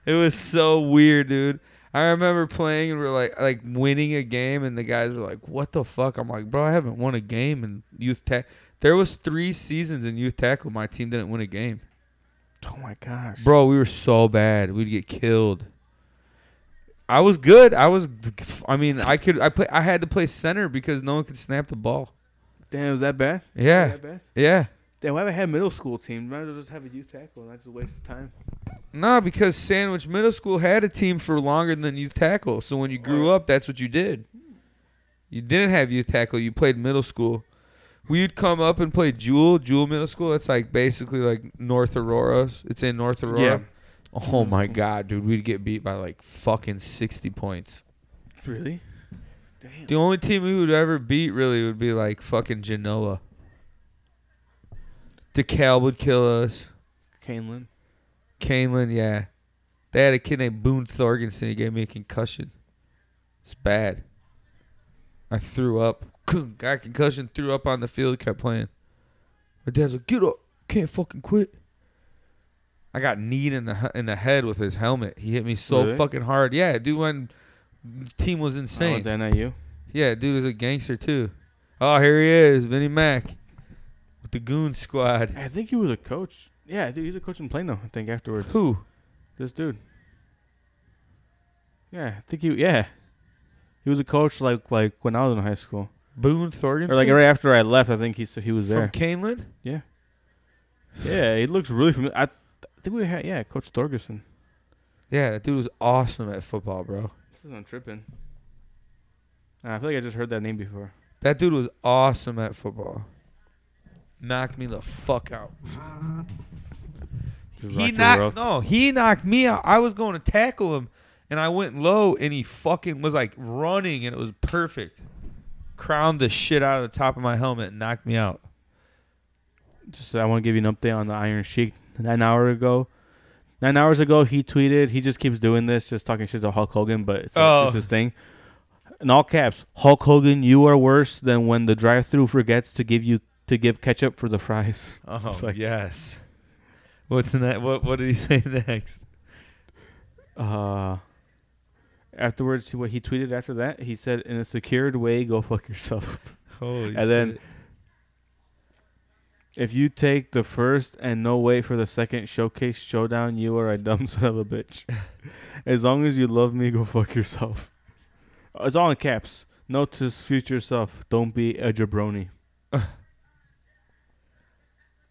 it was so weird, dude. I remember playing and we are like like winning a game and the guys were like, "What the fuck?" I'm like, "Bro, I haven't won a game in youth tack." There was 3 seasons in youth tackle my team didn't win a game.
Oh my gosh,
Bro, we were so bad. We'd get killed. I was good. I was I mean, I could I play I had to play center because no one could snap the ball.
Damn, was that bad? Was
Yeah.
that bad?
Yeah.
Damn, why have I had middle school team? Might as well just have a youth tackle and I just waste time.
Nah, because Sandwich Middle School had a team for longer than youth tackle. So when you grew up, that's what you did. You didn't have youth tackle. You played middle school. We'd come up and play Jewel, Jewel Middle School. It's like basically like North Aurora. It's in North Aurora. Oh my god, dude, we'd get beat by like fucking sixty points.
Really? Damn.
The only team we would ever beat really would be like fucking Genoa. DeKalb would kill us.
Canelan.
Canelan, yeah. They had a kid named Boone Thorgensen. He gave me a concussion. It's bad. I threw up. Got a concussion, threw up on the field, kept playing. My dad's like, get up. Can't fucking quit. I got kneed in the he- in the head with his helmet. He hit me so
Really?
fucking hard. Yeah, dude, when the team was
Same.
insane.
Oh, not you.
Yeah, dude was a gangster too. Oh, here he is, Vinnie Mac with the Goon Squad.
I think he was a coach. Yeah, I think he was a coach in Plano. I think afterwards,
Who?
this dude. Yeah, I think he. Yeah, he was a coach like like when I was in high school,
Boone Thorgensen?
or like right after I left. I think he s- he was
From
there.
Canelan?
Yeah, he looks really familiar. I, th- I think we had yeah, Coach Thorgerson.
Yeah, that dude was awesome at football, bro.
This is on tripping. Uh, I feel like I just heard that name before.
That dude was awesome at football. Knocked me the fuck out.
Just rock
He
your world.
knocked no, he knocked me out. I was going to tackle him and I went low and he fucking was like running and it was perfect. Crowned the shit out of the top of my helmet and knocked me out.
just I want to give you an update on the Iron Sheik. Nine hour ago, nine hours ago, he tweeted. He just keeps doing this, just talking shit to Hulk Hogan, but it's,
Oh.
it's his thing. in all caps, Hulk Hogan, you are worse than when the drive-through forgets to give you to give ketchup for the fries.
Oh
It's like-
yes. What's in that? What What did he say next?
Uh, afterwards, he- what he tweeted after that, he said, "In a secured way, go fuck yourself."
Holy
And then-
shit.
If you take the first and no wait for the second showcase showdown, you are a dumb son of a bitch. as long as you love me, go fuck yourself. It's all in caps. Note to his future self, don't be a jabroni.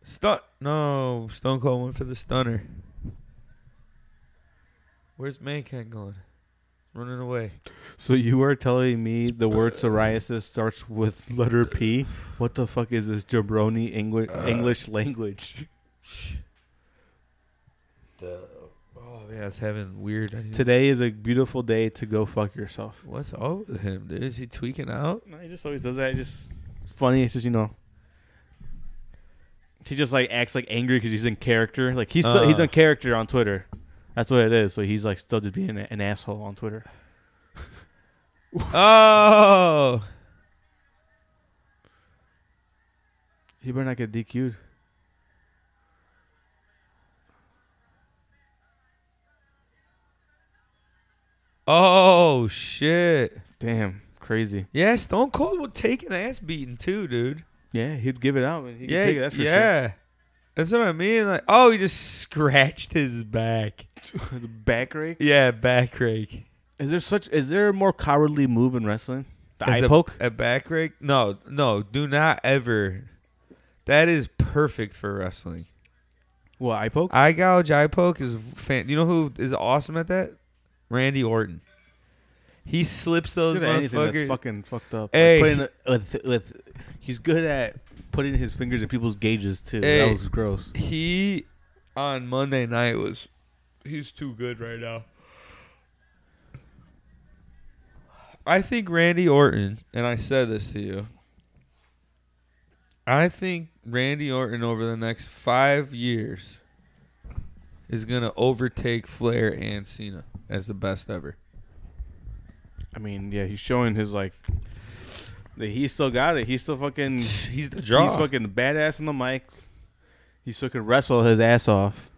Stun. No, Stone Cold went for the stunner. Where's Mankind going? Running away.
So you are telling me the word psoriasis starts with letter P? What the fuck is this jabroni Engli- English language?
Oh man, I was having weird. I didn't-
Today is a beautiful day to go fuck yourself.
What's up with him, dude? Is he tweaking out?
No, he just always does that. It just it's funny. It's just you know, he just like acts like angry because he's in character. Like he's still he's
Uh.
in character on Twitter. That's what it is. So he's like still just being an, an asshole on Twitter.
oh.
He better not get DQ'd.
Oh shit.
Damn, crazy.
Yeah, Stone Cold would take an ass beating too, dude.
Yeah, he'd give it out. And he'd
yeah,
take it, that's for
yeah. That's what I mean. Like, oh, he just scratched his back.
sure. the back rake.
Yeah, back rake.
Is there such? Is there a more cowardly move in wrestling? The
As
eye
a-
poke.
A back rake? No, no. Do not ever. That is perfect for wrestling.
What eye poke?
Eye gouge, eye poke is fan. You know who is awesome at that? Randy Orton. He slips those
good at anything that's
motherfuckers.
fucking fucked up. Like,
Hey.
putting the- with, with, he's good at putting his fingers in people's gauges too.
Hey.
That was gross.
he on Monday night was he's too good right now. I think Randy Orton, and I said this to you. I think Randy Orton over the next five years is gonna overtake Flair and Cena as the best ever.
I mean, yeah, he's showing his like that he still got it. He's still fucking
He's the
He's fucking badass on the mic. He still can wrestle his ass off.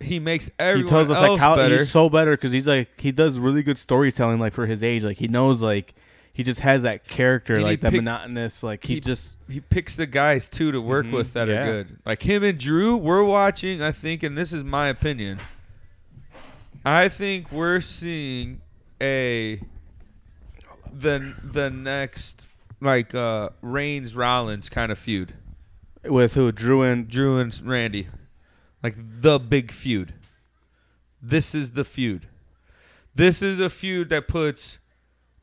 He makes
he
everyone
tells us like
else
how
better.
he's so better because he's like he does really good storytelling like for his age. Like he knows like he just has that character
And he
like that
pick-
monotonous like he,
he-
just
he picks the guys too to work
Mhm,
with that
yeah.
are good. Like him and Drew, we're watching, I think, and this is my opinion. I think we're seeing a the the next like uh Reigns Rollins kind of feud.
with who Drew and
Drew and Randy. Like the big feud. This is the feud. This is the feud that puts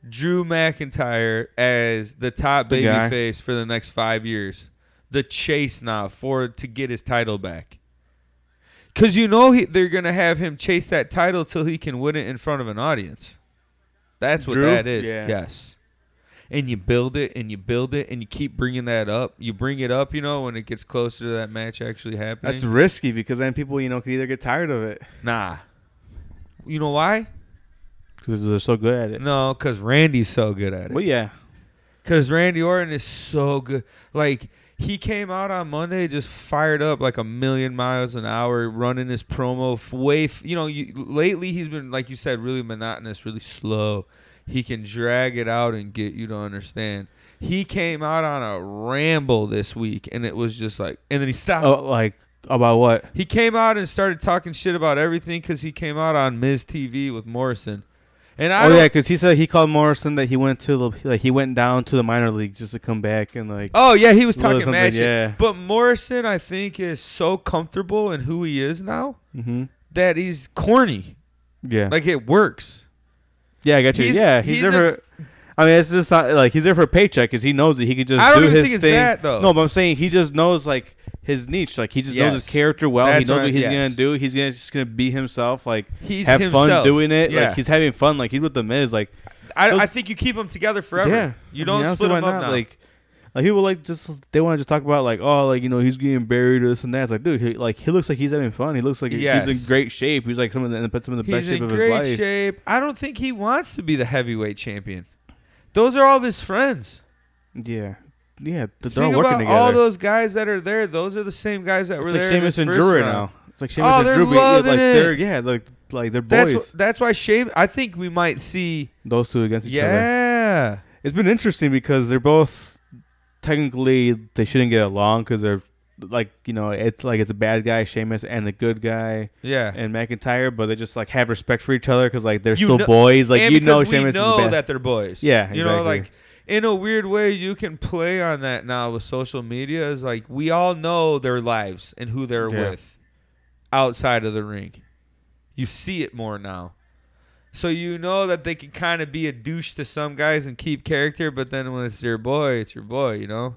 Drew McIntyre as the top
The guy.
babyface for the next five years. The chase now for to get his title back. Cause you know he, they're gonna have him chase that title till he can win it in front of an audience. That's what
Drew?
that is.
Yeah.
Yes. And you build it and you build it and you keep bringing that up. You bring it up, you know, when it gets closer to that match actually happening.
that's risky because then people you know can either get tired of it
Nah. You know why?
because they're so good at it.
No, because Randy's so good at
Well,
it.
yeah,
Because Randy Orton is so good. Like, he came out on Monday just fired up like a million miles an hour, running his promo f- way. F- you know, you, lately he's been, like you said, really monotonous, really slow. He can drag it out and get you to understand. He came out on a ramble this week, and it was just like, and then he stopped.
oh, like about what?
He came out and started talking shit about everything because he came out on Miz TV with Morrison. And I
oh
don't-
yeah, because he said he called Morrison that he went to the like he went down to the minor leagues just to come back and like
Oh yeah, he was
Little
talking
something,
mad shit.
yeah.
But Morrison, I think, is so comfortable in who he is now
hmm
that he's corny.
yeah
Like it works.
yeah I got you
he's-
yeah he's,
he's
there
a-
for I mean it's just not like he's there for a paycheck because he knows that he could just
I don't
do
even
his
think it's
thing
that, though.
no but I'm saying he just knows like his niche like he just knows his
Yes.
character well he
That's
knows
what
what
I-
he's
yes.
gonna do he's gonna just gonna be himself like
He's
have fun
himself.
doing it
Yeah.
like he's having fun like he's with the Miz like
I,
Those-
I think you keep them together forever.
yeah
You
I mean,
don't
honestly,
split
why
them up
not?
now.
like Like people like just they want to just talk about like oh like you know he's getting buried or this and that. It's like dude, he, like he looks like he's having fun. He looks like he's
Yes.
in great shape. He's like some of the, puts him in the best
He's
shape
in
of his
great
life.
shape. I don't think he wants to be the heavyweight champion. Those are all of his friends.
Yeah, yeah. th- They're
Think
all working
about
together.
all those guys that are there. Those are the same guys that were
it's like
there. in his
Sheamus and
first
Drew right
round.
now. It's like
Oh,
Sheamus and
they're
Drew. being- yeah,
loving
like
it.
they're yeah like like they're
That's
boys.
wh- that's why Sheamus. I think we might see.
those two against each other.
Yeah.
It's been interesting because they're both technically they shouldn't get along because they're like you know it's like it's a bad guy Sheamus and a good guy
Yeah.
and McIntyre, but they just like have respect for each other because like they're
You
still
kno-
boys. Like
and
you know,
because we
Sheamus
know
is the best.
that they're boys.
Yeah,
you know,
exactly.
like in a weird way, you can play on that now with social media. Is like we all know their lives and who they're
Yeah.
with outside of the ring. You see it more now, so you know that they can kind of be a douche to some guys and keep character, but then when it's your boy, it's your boy. You know.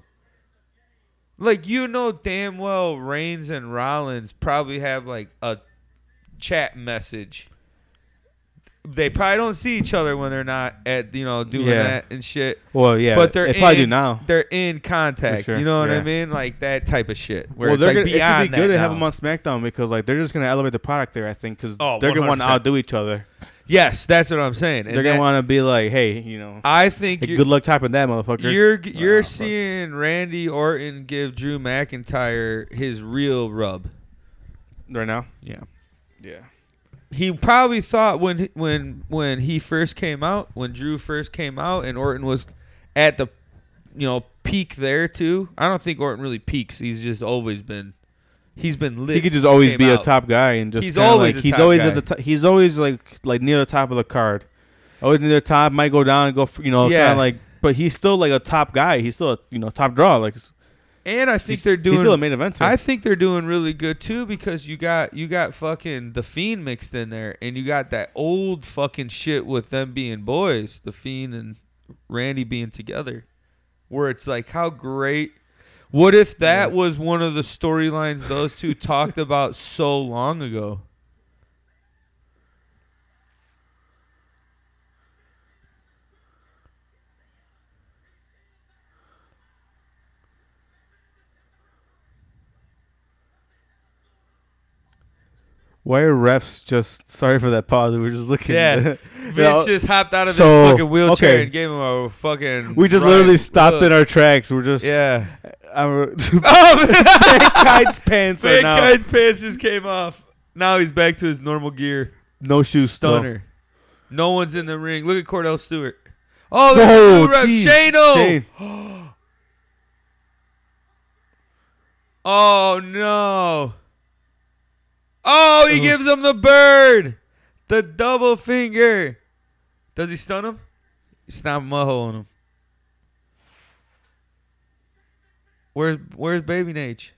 Like you know damn well Reigns and Rollins probably have like a chat message. They probably don't see each other when they're not at you know doing
Yeah.
that and shit.
well, yeah,
but they're
they probably do
in-
now.
They're in contact.
For sure,
You know what I
yeah.
mean? Like that type of shit. Where
Well,
it's
they're
like
gonna, it's gonna
beyond
be good
that
to have
now.
them on SmackDown because like they're just gonna elevate the product there. I think because
Oh,
they're gonna want to
100%.
outdo each other.
Yes, that's what I'm saying. And
they're
that-
gonna want to be like, hey, you know,
I think
hey,
you-
good luck topping that motherfucker.
you're you're
Wow, fuck.
seeing Randy Orton give Drew McIntyre his real rub.
right now.
Yeah.
Yeah,
he probably thought when when when he first came out, when Drew first came out, and Orton was at the you know peak there too. I don't think Orton really peaks. He's just always been he's been lit.
he could
since
just always
came
be
out.
a top guy and just
He's
kinda,
always
like,
a
he's
top
always
guy.
at the top. He's always like like near the top of the card. Always near the top, might go down and go. f- You know,
Yeah.
yeah. like, but he's still like a top guy. He's still a, you know top draw. Like,
And I think
he's,
they're doing.
He's still a main eventer.
I think they're doing really good too because you got you got fucking the fiend mixed in there, and you got that old fucking shit with them being boys, the fiend and Randy being together, where it's like how great. What if that
Yeah.
was one of the storylines those two talked about so long ago?
Why are refs just sorry for that pause? We were just looking.
Yeah. Vince
Yeah,
just hopped out of
so,
his fucking wheelchair
okay.
and gave him a fucking.
we just
right
literally stopped in
look.
our tracks. We're just
Yeah.
Our
Oh,
Kites pants are
Big
now
Kite's pants just came off. Now he's back to his normal gear.
no shoes. still.
Stunner. No one's in the ring. Look at Cordell Stewart. Oh, there's
Oh,
a new ref.
geez.
Shano.
Shane.
Oh, no. Oh, he
Ugh.
gives him the bird. The double finger. Does he stun him? Stop muho on him. Where's where's Baby Nate?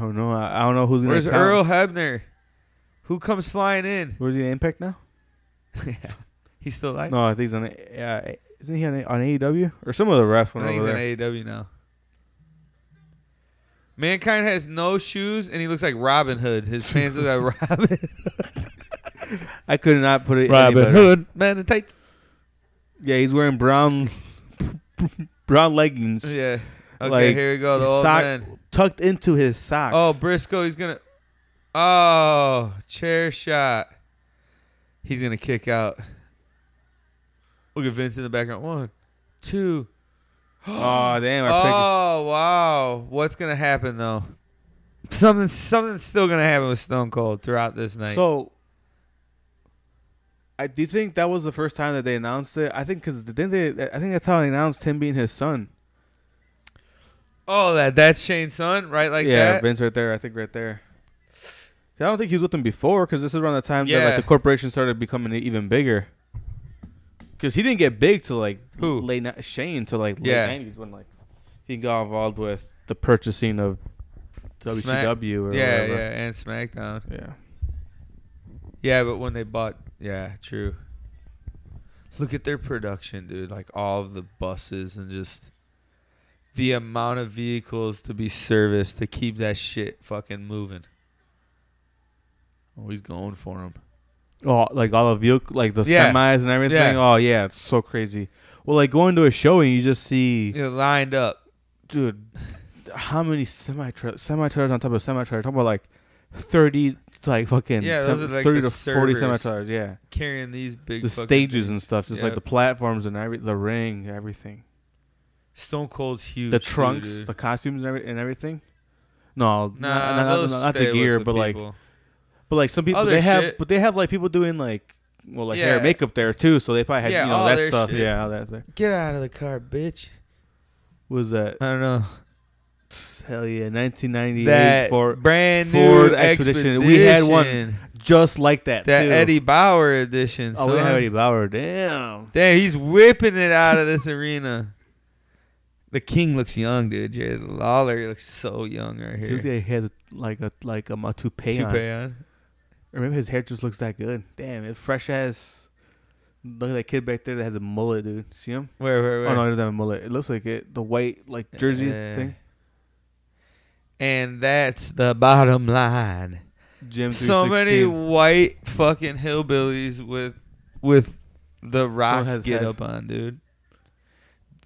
Oh no, I, I don't know who's gonna.
Where's
count.
Earl Hebner? Who comes flying in?
Where's he on Impact now?
He's still alive.
No, I think he's on. Uh, isn't he on, on AEW or some of the refs
I
went
think
over
he's
there?
in E AEW now. Mankind has no shoes and he looks like Robin Hood. His fans are like Robin
I could not put it. any
Robin
better.
Hood. Man in tights.
Yeah, he's wearing brown brown leggings
Yeah. Okay,
Like,
here we go. The old
sock-
man.
tucked into his socks.
Oh, Briscoe, he's gonna Oh, chair shot. He's gonna kick out. Look at Vince in the background. One, two.
oh damn! I
Oh wow! What's gonna happen though? Something, something's still gonna happen with Stone Cold throughout this night.
picked, so. I do you think that was the first time that they announced it. I think because didn't they? I think that's how they announced him being his son.
oh, that that's Shane's son, right? Like
yeah,
that.
Vince right there. I think right there. 'Cause I don't think he was with them before because this is around the time that
Yeah.
like the corporation started becoming even bigger. Because he didn't get big to like
Who?
late ni- Shane to like late
Yeah.
nineties when like he got involved with the purchasing of
Smack-
WCW or
yeah,
whatever.
yeah, and SmackDown.
yeah.
Yeah, but when they bought, yeah, true. Look at their production, dude. Like all of the buses and just the amount of vehicles to be serviced to keep that shit fucking moving. Oh, he's going for him.
Oh, like all of you, like the
Yeah.
semis and everything.
Yeah.
Oh yeah, it's so crazy. Well, like going to a show and you just see
You know, lined up.
dude, how many semi tra- semi trailers on top of semi trailer? Talking about like thirty, like fucking
Yeah,
sem-
those are, like,
thirty
the
to forty
servers.
semi trailers. Yeah,
carrying these big
the
fucking
stages
things.
and stuff, just like
Yeah.
the platforms and every the ring, everything,
Stone Cold's huge.
the
too,
trunks,
dude.
the costumes, and, every- and everything. No, not,
Nah,
not- not-
those
not
stay
the
with
gear,
the
but like,
people.
but like some people
Other
they have,
shit.
but they have like people doing like, well, like hair
Yeah.
and makeup there too. So they probably had
Yeah,
you know
all
that
their
stuff.
shit.
Yeah, all that there.
get out of the car, bitch.
Was that
I don't know
hell yeah, 1998
that
for
brand
Ford
new
Expedition.
expedition.
We had one just like that.
that
too.
Eddie Bauer edition.
Oh, we
son.
have Eddie Bauer. Damn.
Damn, he's whipping it out of this arena. The king looks young, dude. Jerry Lawler looks so young right here.
Dude, he had like a like um, a toupee, on.
Toupee on.
Or maybe his hair just looks that good. Damn, it fresh ass. Look at that kid back there that has a mullet, dude. See him?
Where, where, where?
Oh no, he doesn't have a mullet. It looks like it. The white like jersey
Yeah.
thing.
And that's the bottom line.
Jim.
So many white fucking hillbillies with with the rock
has-
get
has-
up on, dude.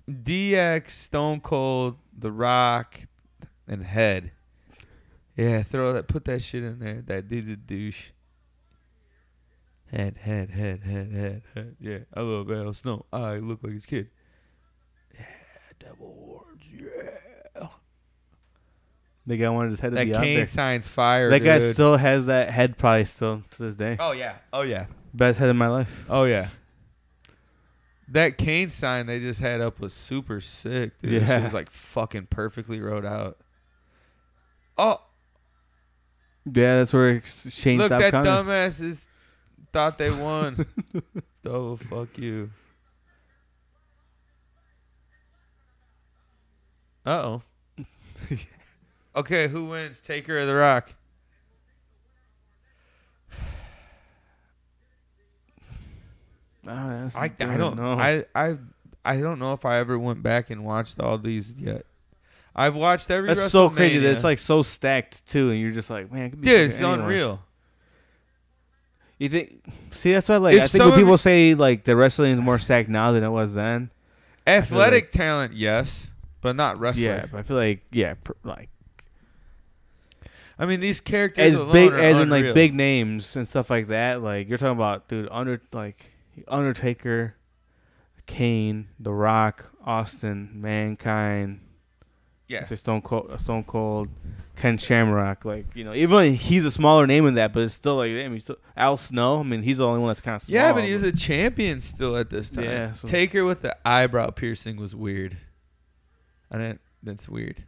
DX, Stone Cold, The Rock, and Head. Yeah, throw that put that shit in there. That dude's a douche. Head, head, head, head, head, head. Yeah, I love Al Snow. I look like his kid. Yeah, double words. Yeah.
That guy wanted his head to
That
be out
Kane
there.
signs fire.
That guy
dude.
still has that head, probably still to this day.
Oh yeah. Oh yeah.
Best head in my life.
Oh yeah. That Kane sign they just had up was super sick, dude. It
Yeah.
was like fucking perfectly wrote out. Oh,
Yeah, that's where Shane
look,
stopped
that
counting.
dumbass is thought they won. Double fuck you. Uh oh. okay, who wins? Taker or The Rock?
Ah, that's-
I, I don't know. I, I I don't know if I ever went back and watched all these yet. I've watched every.
That's so crazy.
WrestleMania.
That's like so stacked too, and you're just like, man, it could be
dude, it's
fucking anyone.
unreal.
You think? See, that's why. Like,
If
I
some
think when
of
people
it-
say like the wrestling is more stacked now than it was then.
Athletic talent, yes, but not wrestler.
Yeah, but I feel like yeah, pr- like
I mean, these characters
as
alone
big
are
as in like
unreal.
big names and stuff like that. Like you're talking about, dude, under like Undertaker, Kane, The Rock, Austin, Mankind,
Yeah,
say Stone Cold, Stone Cold, Ken Shamrock. Like you know, even he's a smaller name in that, but it's still like I mean, still Al Snow. I mean, he's the only one that's kind of small.
yeah, but he was a champion still at this time.
Yeah, so-
Taker with the eyebrow piercing was weird. I didn't. That's weird.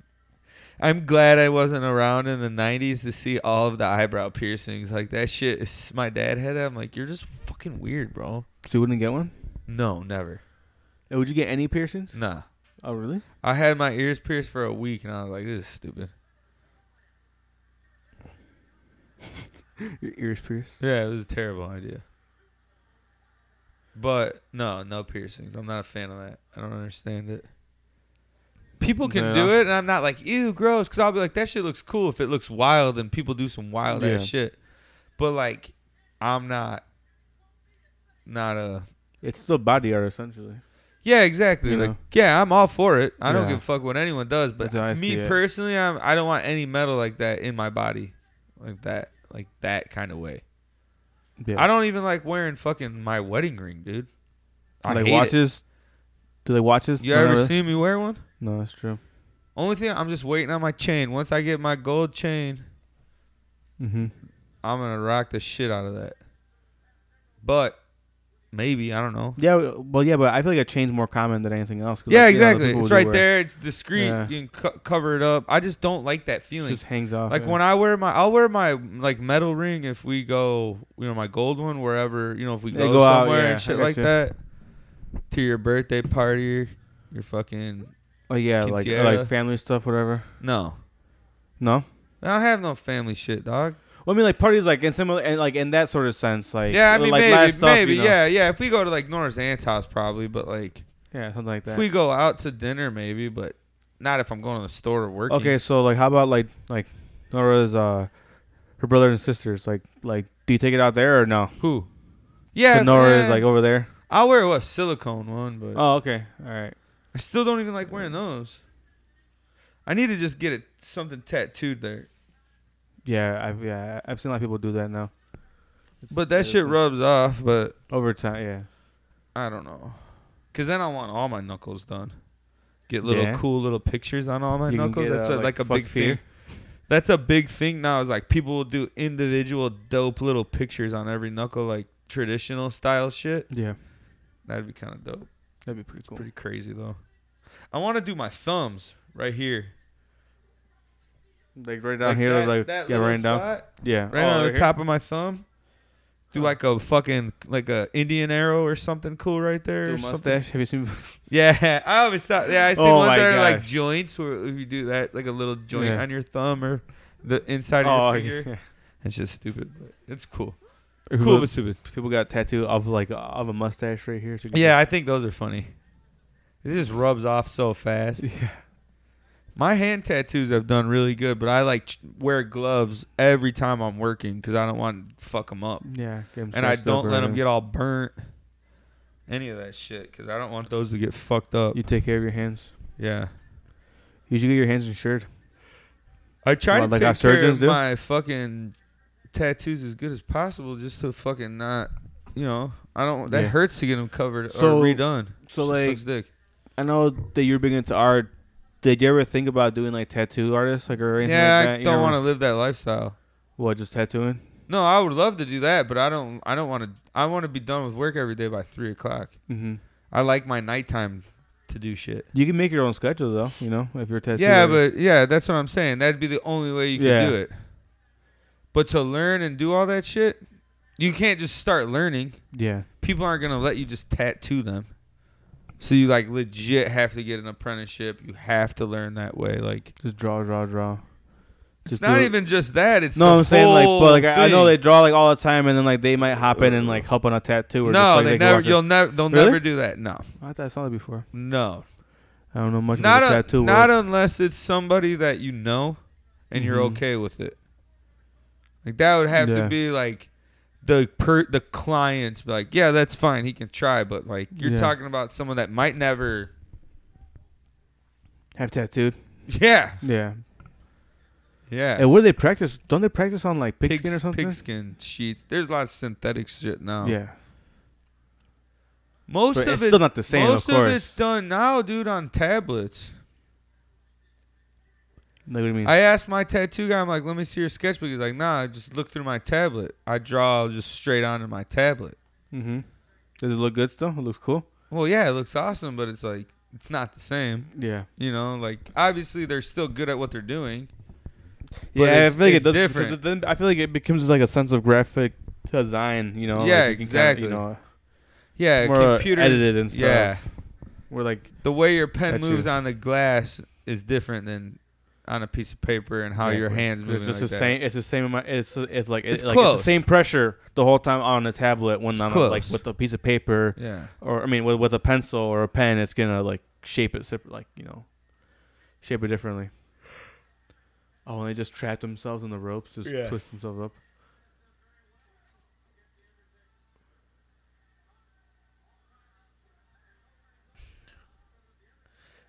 I'm glad I wasn't around in the '90s to see all of the eyebrow piercings. Like that shit is my dad had. That. I'm like, you're just fucking weird, bro.
So you wouldn't get one?
No, never.
And would you get any piercings?
Nah.
Oh, really?
I had my ears pierced for a week, and I was like, this is stupid.
Your ears pierced?
Yeah, it was a terrible idea. But no, no piercings. I'm not a fan of that. I don't understand it. People can
Yeah.
do it, and I'm not like, ew, gross. Because I'll be like, that shit looks cool if it looks wild, and people do some wild
Yeah.
ass shit. But like, I'm not, not a.
It's still body art essentially.
Yeah, exactly.
You
like,
know?
yeah, I'm all for it. I don't
Yeah.
give a fuck what anyone does. But
That's how I
me
see it.
personally, I'm, I don't want any metal like that in my body, like that, like that kind of way.
Yeah.
I don't even like wearing fucking my wedding ring, dude. I
like
hate it.
watches. Uh-huh. Do they watches?
You
No,
ever
no,
seen me wear one?
No, that's true.
Only thing I'm just waiting on my chain. Once I get my gold chain,
Mm-hmm.
I'm gonna rock the shit out of that. But maybe I don't know.
Yeah, w- well, yeah, but I feel like a chain's more common than anything else. 'cause,
Yeah,
like, you know, the
exactly.
people
It's
do
right
wear-
there. It's discreet.
Yeah.
You can co- cover it up. I just don't like that
It
feeling.
just hangs off.
Like
yeah.
when I wear my, I'll wear my like metal ring if we go, you know, my gold one wherever, you know, if we
They
go,
go out,
somewhere
yeah,
and
I
shit
got
like
you.
that. To your birthday party, your fucking
oh yeah, like
Kintiera.
like family stuff, whatever.
no,
No,
I don't have no family shit, dog.
well, I mean, like parties, like in similar, and like in that sort of sense, like
yeah, I mean
like
maybe,
last stuff,
maybe,
you know?
yeah, yeah. If we go to like Nora's aunt's house, probably, but like
yeah, something like that.
if we go out to dinner, maybe, but not if I'm going to the store or working.
Okay, so like, how about like like Nora's uh her brothers and sisters? Like like, do you take it out there or no?
who? Yeah,
so Nora is
yeah.
like oh. Uh. over there.
I'll wear what silicone one, but
Oh, okay, all right.
I still don't even like wearing those. I need to just get it something tattooed there.
Yeah, I've yeah, I've seen a lot of people do that now.
But that shit rubs off. But
over time. Yeah,
I don't know, cause then I want all my knuckles done. Get little
Yeah.
cool little pictures on all my
You can
knuckles.
get,
That's
uh, like,
what, like, a
fuck
big
fear.
thing. That's a big thing now. Is like people will do individual dope little pictures on every knuckle, like traditional style shit.
yeah,
That'd be kind of dope.
that'd be pretty cool.
Pretty crazy though. I want to do my thumbs right here.
Like right down here,
that-
like
that
yeah,
little
right down,
spot,
yeah,
right
Oh,
on the
here? Oh.
top of my thumb. Do
Huh.
like a fucking like a Indian arrow or something cool right there.
Do
or
a
something.
mustache. Have you seen?
Yeah, I always thought. Yeah, I see
Oh
ones
my
that are like
gosh.
joints where if you do that, like a little joint
Yeah.
on your thumb or the inside
Oh,
of your finger.
yeah.
It's just stupid, but it's cool. It's
People-
cool but stupid.
People got tattoo of like of a mustache right here. So you can-
Yeah, I think those are funny. It just rubs off so fast.
yeah.
My hand tattoos have done really good, but I like ch- wear gloves every time I'm working because I don't want to fuck them up.
Yeah, get 'em
and I
scratched up
don't
or
let them
anything.
get all burnt. Any of that shit, because I don't want those to get fucked up.
You take care of your hands.
Yeah,
You should get your hands insured.
I try
Well,
to
like our
take care
surgeons
of
do?
my fucking tattoos as good as possible, just to fucking not, you know, I don't. That
Yeah.
hurts to get them covered
So-
or redone.
so, like,
Shit sucks dick.
I know that you're big into art. Did you ever think about doing like tattoo artists, like or anything
yeah,
like
I
that?
don't want to live that lifestyle.
to. What, just tattooing?
No, I would love to do that, but I don't. I don't want to. I want to be done with work every day by three o'clock.
Mm-hmm.
I like my nighttime to do shit.
You can make your own schedule though. You know, if you're a tattoo.
yeah,
artist.
but yeah, that's what I'm saying. That'd be the only way you could
Yeah.
do it. But to learn and do all that shit, you can't just start learning.
yeah,
People aren't gonna let you just tattoo them. So you like legit have to get an apprenticeship. You have to learn that way. Like
just draw, draw, draw.
it's
Just
not
do it.
even just that. It's
No,
the
I'm saying like,
whole
but like I, I know
thing.
they draw like all the time, and then like they might hop in and like help on a tattoo or
no,
just, like,
they
can
never.
watch it.
You'll never. They'll
Really?
never do that. No,
I thought I saw that before.
no.
I don't know much
Not
about the
a,
tattoo.
not
world.
unless it's somebody that you know, and you're
Mhm.
okay with it. Like that would have
Yeah.
to be like the per the clients be like, yeah, that's fine. He can try, but like you're
Yeah.
talking about someone that might never.
have tattooed.
Yeah,
Yeah.
yeah.
And what do they practice? Don't they practice on like pigskin or something?
Pigskin sheets. There's a lot of synthetic shit now.
Yeah.
most
But
of
it's still not the same, of
Most
course.
it's done now, dude, on tablets.
Like what do you mean?
I asked my tattoo guy, I'm like, let me see your sketchbook. He's like, nah, just look through my tablet. I draw just straight onto my tablet.
mm-hmm. Does it look good still? It looks cool.
Well, yeah, it looks awesome, but it's like it's not the same.
Yeah.
You know, like obviously they're still good at what they're doing. But
yeah, I
it's-
feel like it
it's
does.
different.
because Then I feel like it becomes like a sense of graphic design. You know.
Yeah,
like you can
exactly.
Kinda,
Yeah,
you know, more uh,
computers.
edited and stuff.
Yeah,
We're like
the way your pen
That's
moves
true.
on the glass is different than on a piece of paper, and how your
Exactly.
hands move.
It's just the same. It's the same amount. It's it's like
It's
it's, like it's the
close.
same pressure the whole time on a tablet when on a, like
close.
with a piece of paper
Yeah,
or I mean with, with a pencil or a pen. It's gonna like shape it sep- like you know shape it differently. Oh, and they just trap themselves in the ropes, just
Yeah.
twist themselves up.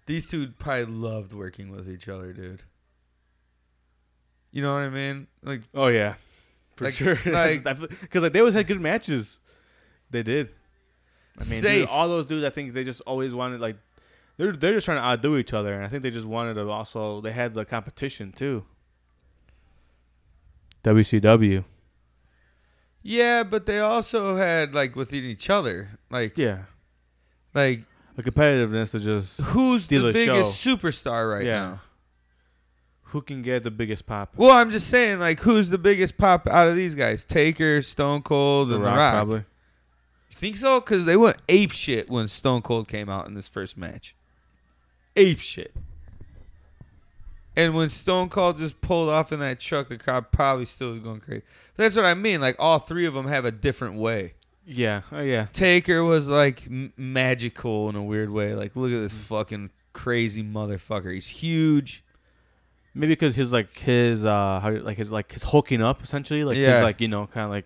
these two probably loved working with each other, dude. You know what I mean? Like
Oh yeah, for
Like-
sure.
like-
because like they always had good matches. They did. I mean, dude,
Safe.
all those dudes, I think they just always wanted like they're they're just trying to outdo each other, and I think they just wanted to also they had the competition too. WCW.
yeah, but they also had like within each other, like
Yeah,
like
the competitiveness is just
who's
Steal
the
a
biggest superstar right
Yeah.
now?
who can get the biggest pop.
Well, I'm just saying, like, who's the biggest pop out of these guys? Taker, Stone Cold, and The Rock.
probably.
You think so? Because they went ape shit when Stone Cold came out in this first match. Ape shit. And when Stone Cold just pulled off in that truck, the crowd probably still was going crazy. That's what I mean. Like, all three of them have a different way.
Yeah. Oh yeah.
Taker was like m- magical in a weird way. Like, look at this
Mm.
fucking crazy motherfucker. He's huge.
Maybe because his like his uh how, like his like his hooking up essentially like
Yeah.
his like you know kind of like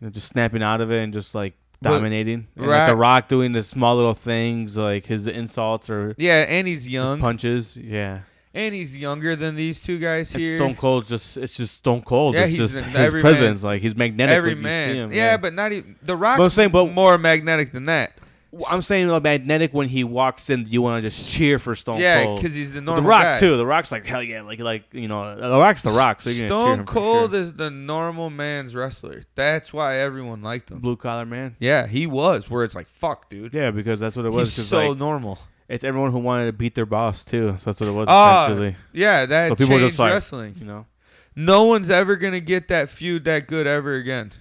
you know just snapping out of it and just like
But-
dominating. And, like, the
Right.
Rock doing the small little things like his insults or his
Yeah, and he's young.
punches. Yeah,
and he's younger than these two guys
And
here.
Stone Cold's just it's just Stone Cold.
Yeah,
it's
he's
just
an-
his
every
presence. Like he's magnetic.
Every
when you see
man,
him,
yeah, but not even the Rock's
But I'm saying, but-
more magnetic than that.
Well, I'm saying like, magnetic when he walks in, you want to just cheer for Stone
yeah,
Cold.
because he's the
the
normal
Rock
guy.
too. The Rock's like hell yeah, like like you know, the Rock's the Rock. So you're gonna cheer
Stone
him for
Cold
sure.
is the normal man's wrestler. That's why everyone liked him.
blue collar man.
Yeah, he was. Where it's like, fuck, dude.
Yeah, because that's what it was.
He's
'cause,
so
like,
normal.
it's everyone who wanted to beat their boss too. So that's what it was
Ah,
essentially.
Yeah, that
So people
changed
just like-
wrestling.
You know,
No one's ever gonna get that feud that good ever again.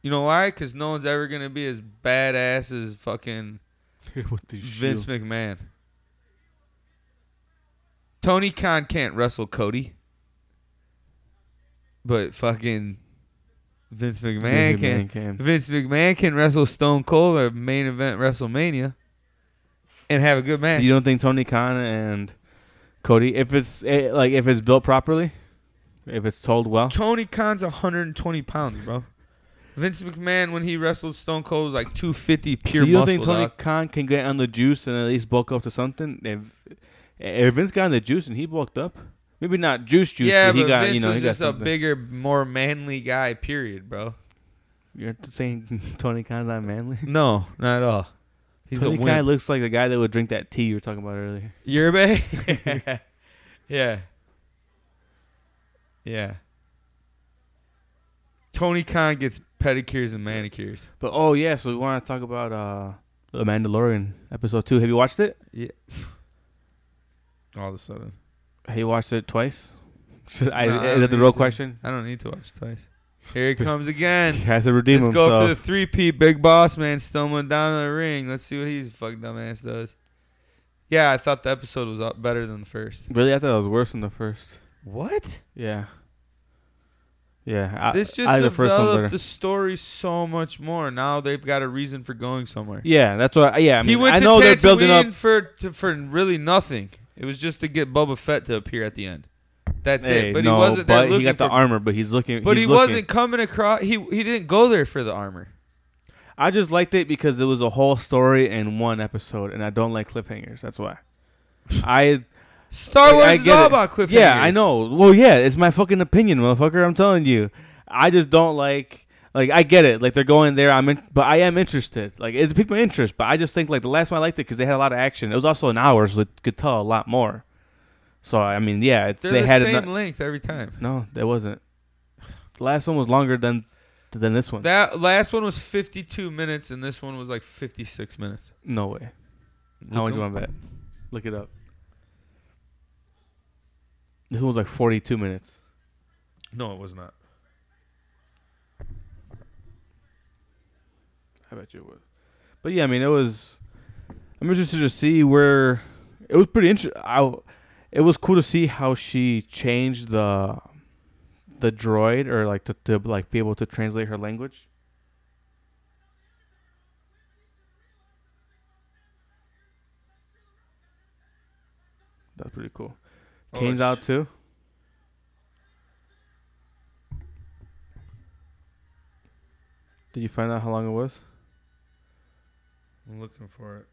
You know why? Because no one's ever gonna be as badass as fucking Vince McMahon. Tony Khan can't wrestle Cody, but fucking Vince McMahon can. Vince McMahon can wrestle Stone Cold at main event WrestleMania and have a good match.
You don't think Tony Khan and Cody, if it's eh, like if it's built properly, if it's told well,
Tony Khan's 120 pounds, bro. Vince McMahon, when he wrestled Stone Cold, was like 250 pure
you don't
muscle.
think Tony
dog.
Khan can get on the juice and at least bulk up to something? If, eh, if Vince got on the juice and he bulked up, maybe not juice juice,
yeah,
but he
but
got
Vince
you know
was
he got
just a
something.
bigger, more manly guy. Period, bro.
You're saying Tony Khan's not manly.
No, not at all. He's
Tony
a
Khan
wimp.
looks like the guy that would drink that tea you were talking about earlier.
Yerbe? yeah. Yeah. Tony Khan gets pedicures and manicures.
But oh yeah, so we want to talk about uh the Mandalorian episode two. Have you watched it?
All of a sudden.
Have you watched it twice? Should I,
No, I
is that
don't
the
need
real
to.
question?
I don't need to watch twice. Here he comes
He
again.
has to redeem
Let's go for the
himself.
three P big boss man stumbling down to the ring. Let's see what he's fuck dumbass does. Yeah, I thought the episode was up better than the first.
really, I thought it was worse than the first.
What?
Yeah. Yeah. I,
this just
I had the first one
developed
better.
the story so much more. Now they've got a reason for going somewhere.
Yeah, that's what. I- Yeah, I mean,
he went
I
to
know
Tatooine
they're building up.
for to, for really nothing. It was just to get Boba Fett to appear at the end. That's
Hey,
it. But
no,
he wasn't there
but
looking
he got the
for-
armor, but he's looking.
But
he's
he
looking.
wasn't coming across. He he didn't go there for the armor.
I just liked it because it was a whole story in one episode, and I don't like cliffhangers. That's why. I
Star
Like,
Wars
I
is
get
all
it.
about cliffhangers.
yeah, I know. Well, yeah, it's my fucking opinion, motherfucker. I'm telling you, I just don't like. Like I get it, like they're going there. I'm, in, but I am interested. Like it piqued my interest, but I just think like the last one I liked it because they had a lot of action. It was also an hour, so it could tell a lot more. So I mean, yeah, it's,
They're
they
the
had
same
enough-
length every time.
No, that wasn't. The last one was longer than than this one.
That last one was 52 minutes, and this one was like 56 minutes.
no way. How much you want to bet? Look it up. This one was like 42 minutes.
No, it was not.
I bet you it was. But yeah, I mean, it was. I'm interested to see where. It was pretty interesting. It was cool to see how she changed the the droid or like to, to like be able to translate her language. That's pretty cool.
Oh,
Kane's
it's-
out too. Did you find out how long it was?
I'm looking for it.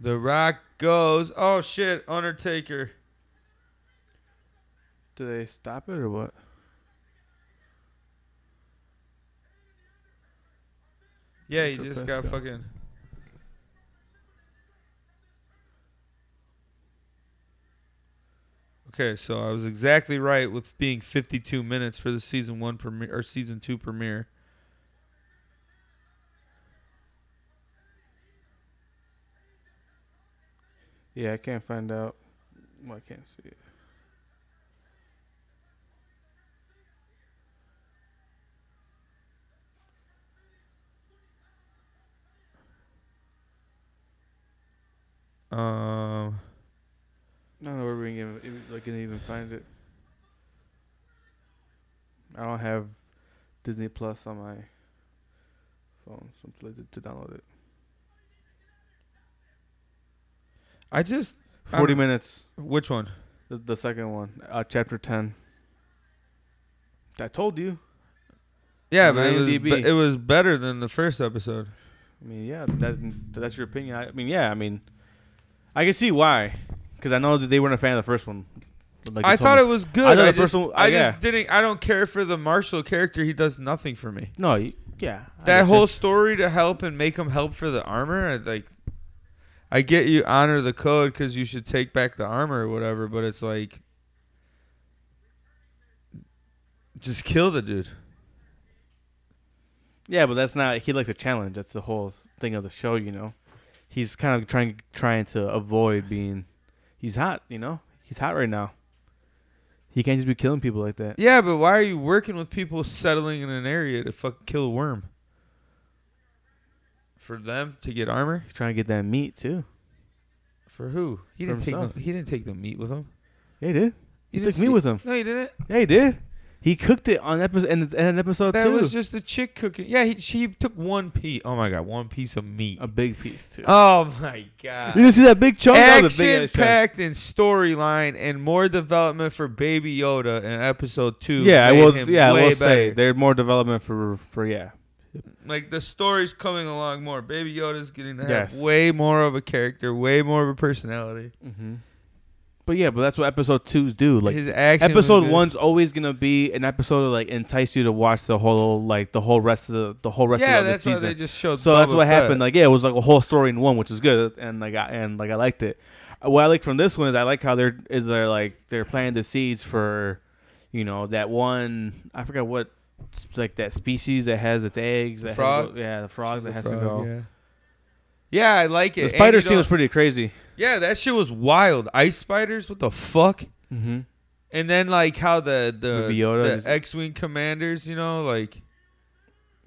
The Rock goes. Oh shit, Undertaker.
Did they stop it or what?
Yeah, he
That's what that's
just got
got.
fucking. Okay, so I was exactly right with being 52 minutes for the season one premiere or season two premiere.
Yeah, I can't find out. Well, I can't see it.
Um,
I don't know where we can even, like, can even find it. I don't have Disney Plus on my phone, so I'm slated to download it.
I just
40
Um,
minutes,
which one?
the, the second one, uh, chapter 10. I told you.
Yeah,
On
but it was,
IMDb.
be- it was better than the first episode.
I mean, yeah, that that's your opinion. I, I mean, yeah, I mean, I can see why, because I know that they weren't a fan of the first one. Like you
I
told
thought
me.
it was good.
I
I,
thought the
just,
first one- uh,
I
yeah.
just didn't. I don't care for the Marshall character. He does nothing for me.
no, you- yeah, I
That
get
whole
you.
story to help and make him help for the armor. I like, I get you honor the code because you should take back the armor or whatever. But it's like, just kill the dude.
yeah, but that's not. He likes a challenge. That's the whole thing of the show. You know, he's kind of trying trying to avoid being. He's hot. You know, he's hot right now. He can't just be killing people like that.
Yeah, but why are you working with people settling in an area to fuck kill a worm? For them to get armor?
He's trying to get that meat too.
For who? He
For
didn't take. No,
himself.
he didn't take the meat with him.
Yeah, he did. He
You
took
didn't
meat
see-
with him.
No, he didn't.
Yeah, he did. He cooked it on episode and an episode
That
two.
was just the chick cooking. Yeah, he, she took one piece. Oh my god, one piece of meat.
a big piece too.
Oh my
Uh, you
god.
didn't see that big chunk? That was a big
Action
ass chunk.
packed and storyline and more development for Baby Yoda in episode two.
Yeah, I
made
will.
him
Yeah, I will
way
say
better.
there's more development for for yeah.
like the story's coming along more. Baby Yoda's getting to have
Yes.
way more of a character, way more of a personality.
Mm-hmm. But yeah, but that's what episode twos do. Like
His action. was
episode
good.
one's always gonna be an episode to like entice you to watch the whole like the whole rest of the the whole rest
Yeah,
of the
that's why
season.
they just showed.
so that's
Boba
what happened.
Fett.
Like yeah, it was like a whole story in one, which is good, and like I, and like I liked it. Uh, What I like from this one is I like how they're is they're like they're planting the seeds for, you know, that one I forgot what s- like that species that has its eggs. That has to
frog?
go- yeah, the frogs that
The
has
frog,
to go.
Yeah. Yeah, I like it.
The
And
spider
you
scene was
don't-
pretty crazy.
yeah, that shit was wild. Ice spiders, what the fuck?
Mm-hmm.
And then like how the the,
Baby Yoda
the
is-
X-wing commanders, you know, like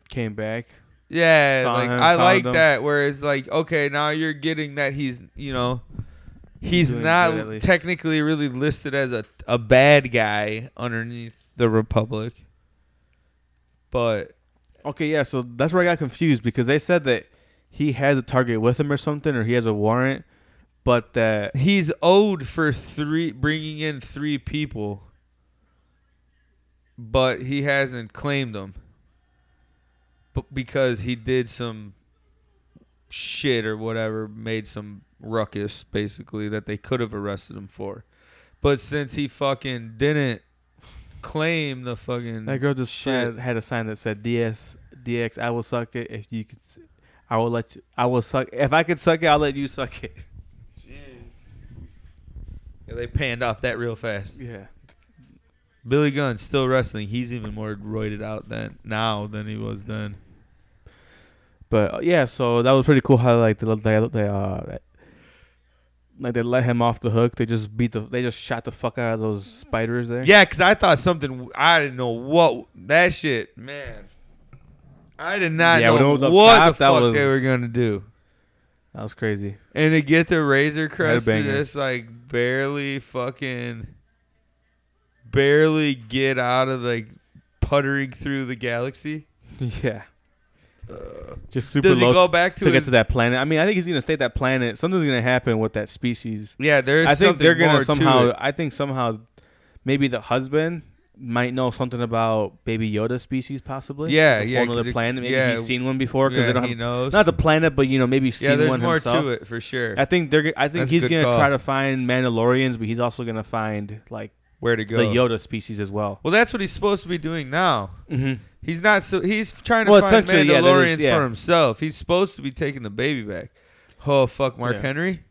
Came back.
yeah,
Found
like
him,
I
found
like
him.
that. Where it's like, okay, now you're getting that he's you know he's
Doing good, at
not
least.
technically really listed as a a bad guy underneath the Republic, but
Okay, yeah. So that's where I got confused because they said that he had a target with him or something, or he has a warrant, but that
he's owed for three bringing in three people but he hasn't claimed them but because he did some shit or whatever made some ruckus basically that they could have arrested him for but since he fucking didn't claim the fucking
that girl just
Shit.
had, had a sign that said "DS DX, I will suck it if you could. s- I will let you. I will suck if I could suck it. I'll let you suck it."
Yeah, they panned off that real fast
Yeah.
billy gunn's still wrestling he's even more roided out than now than he was then
But uh, yeah, so that was pretty cool how like they they, they uh like they let him off the hook. They just beat the they just shot the fuck out of those spiders there.
Yeah, because I thought something. I didn't know what that shit, man. I did not
Yeah, when it
know
was up
what
top,
the
that
fuck
was-
they were gonna do.
That was crazy.
And to get the razor crest to
banger.
just like barely fucking, barely get out of like puttering through the galaxy.
yeah. Just super
Does he
low
go back to,
to get
his,
to that planet. I mean, I think he's gonna stay at that planet. Something's gonna happen with that species.
Yeah, there's.
I think
something
they're gonna
more to
somehow.
it.
I think somehow, maybe the husband might know something about Baby Yoda species, possibly.
Yeah,
Like
yeah,
whole
'cause
other
it-
planet. Maybe
yeah.
he's seen one before because
yeah,
they don't
he
have
knows.
not the planet, but you know maybe he's
yeah,
seen
there's
one
more
himself.
to it for sure.
I think they're. g- I think
That's a
he's
good
gonna
call.
try to find Mandalorians, but he's also gonna find like
Where to go?
the Yoda species as well.
well, that's what he's supposed to be doing now.
Mm-hmm.
He's not so. He's trying to
Well,
find
essentially, yeah, that
Mandalorians
is- yeah.
for himself. He's supposed to be taking the baby back. Oh fuck, Mark
Yeah.
Henry.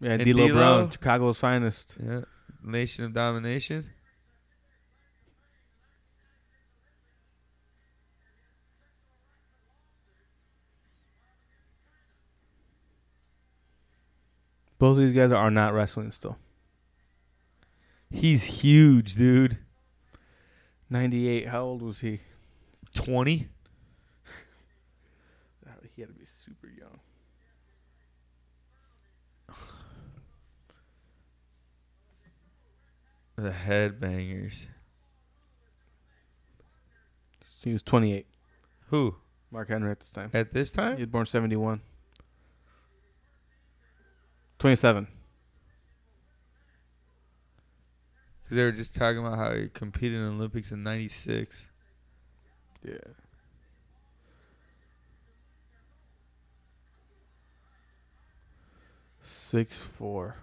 Yeah,
And
D'Lo
D'Lo?
Brown, Chicago's finest.
Yeah, Nation of Domination.
Both of these guys are not wrestling still.
He's huge, dude.
Ninety-eight. How old was he?
Twenty.
Uh, He had to be super young.
The headbangers.
he was 28.
Who
Mark Henry at this time.
at this
He
time?
was born 71. 27.
Because they were just talking about how he competed in Olympics in '96.
Yeah. Six four.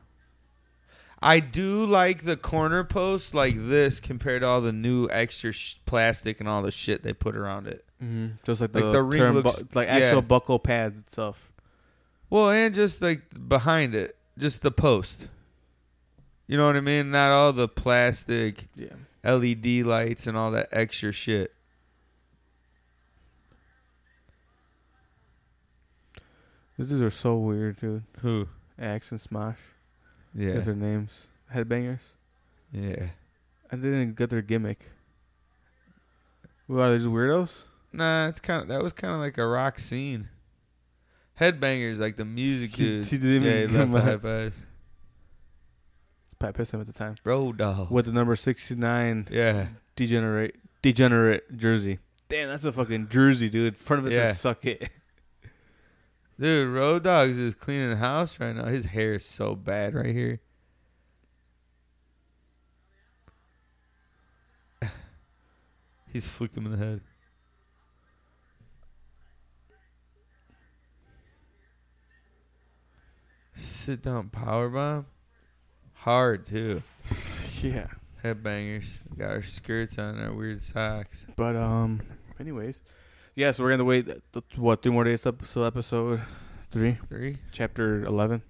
I do like the corner post like this compared to all the new extra sh- plastic and all the shit they put around it.
Mm-hmm. Just like the,
Like, the ring
turn
looks-
bu- like
yeah.
actual buckle pads itself.
Well, and just like behind it, just the post. You know what I mean? Not all the plastic
Yeah.
LED lights and all that extra shit.
These dudes are so weird, dude.
Who?
Axe and Smosh.
Yeah.
That's their names. Headbangers.
Yeah.
I didn't get their gimmick. What are these weirdos?
Nah, it's kind of that was kind of like a rock scene. Headbangers, like the music
He-
dudes.
he didn't
yeah,
even
he left
come
the
up.
high fives.
Probably pissed him at the time.
Road dog.
With the number sixty nine
Yeah.
degenerate degenerate jersey. Damn, that's a fucking jersey, dude. In front of it
Yeah.
says suck it.
Dude, Road Dog's is cleaning the house right now. His hair is so bad right here. He's flicked him in the head. Sit down, power bomb. Hard too.
yeah.
Headbangers. We got our skirts on, our weird socks.
But um, anyways, yeah. So we're gonna wait. th- th- What three more days up till episode three,
Three.
chapter eleven.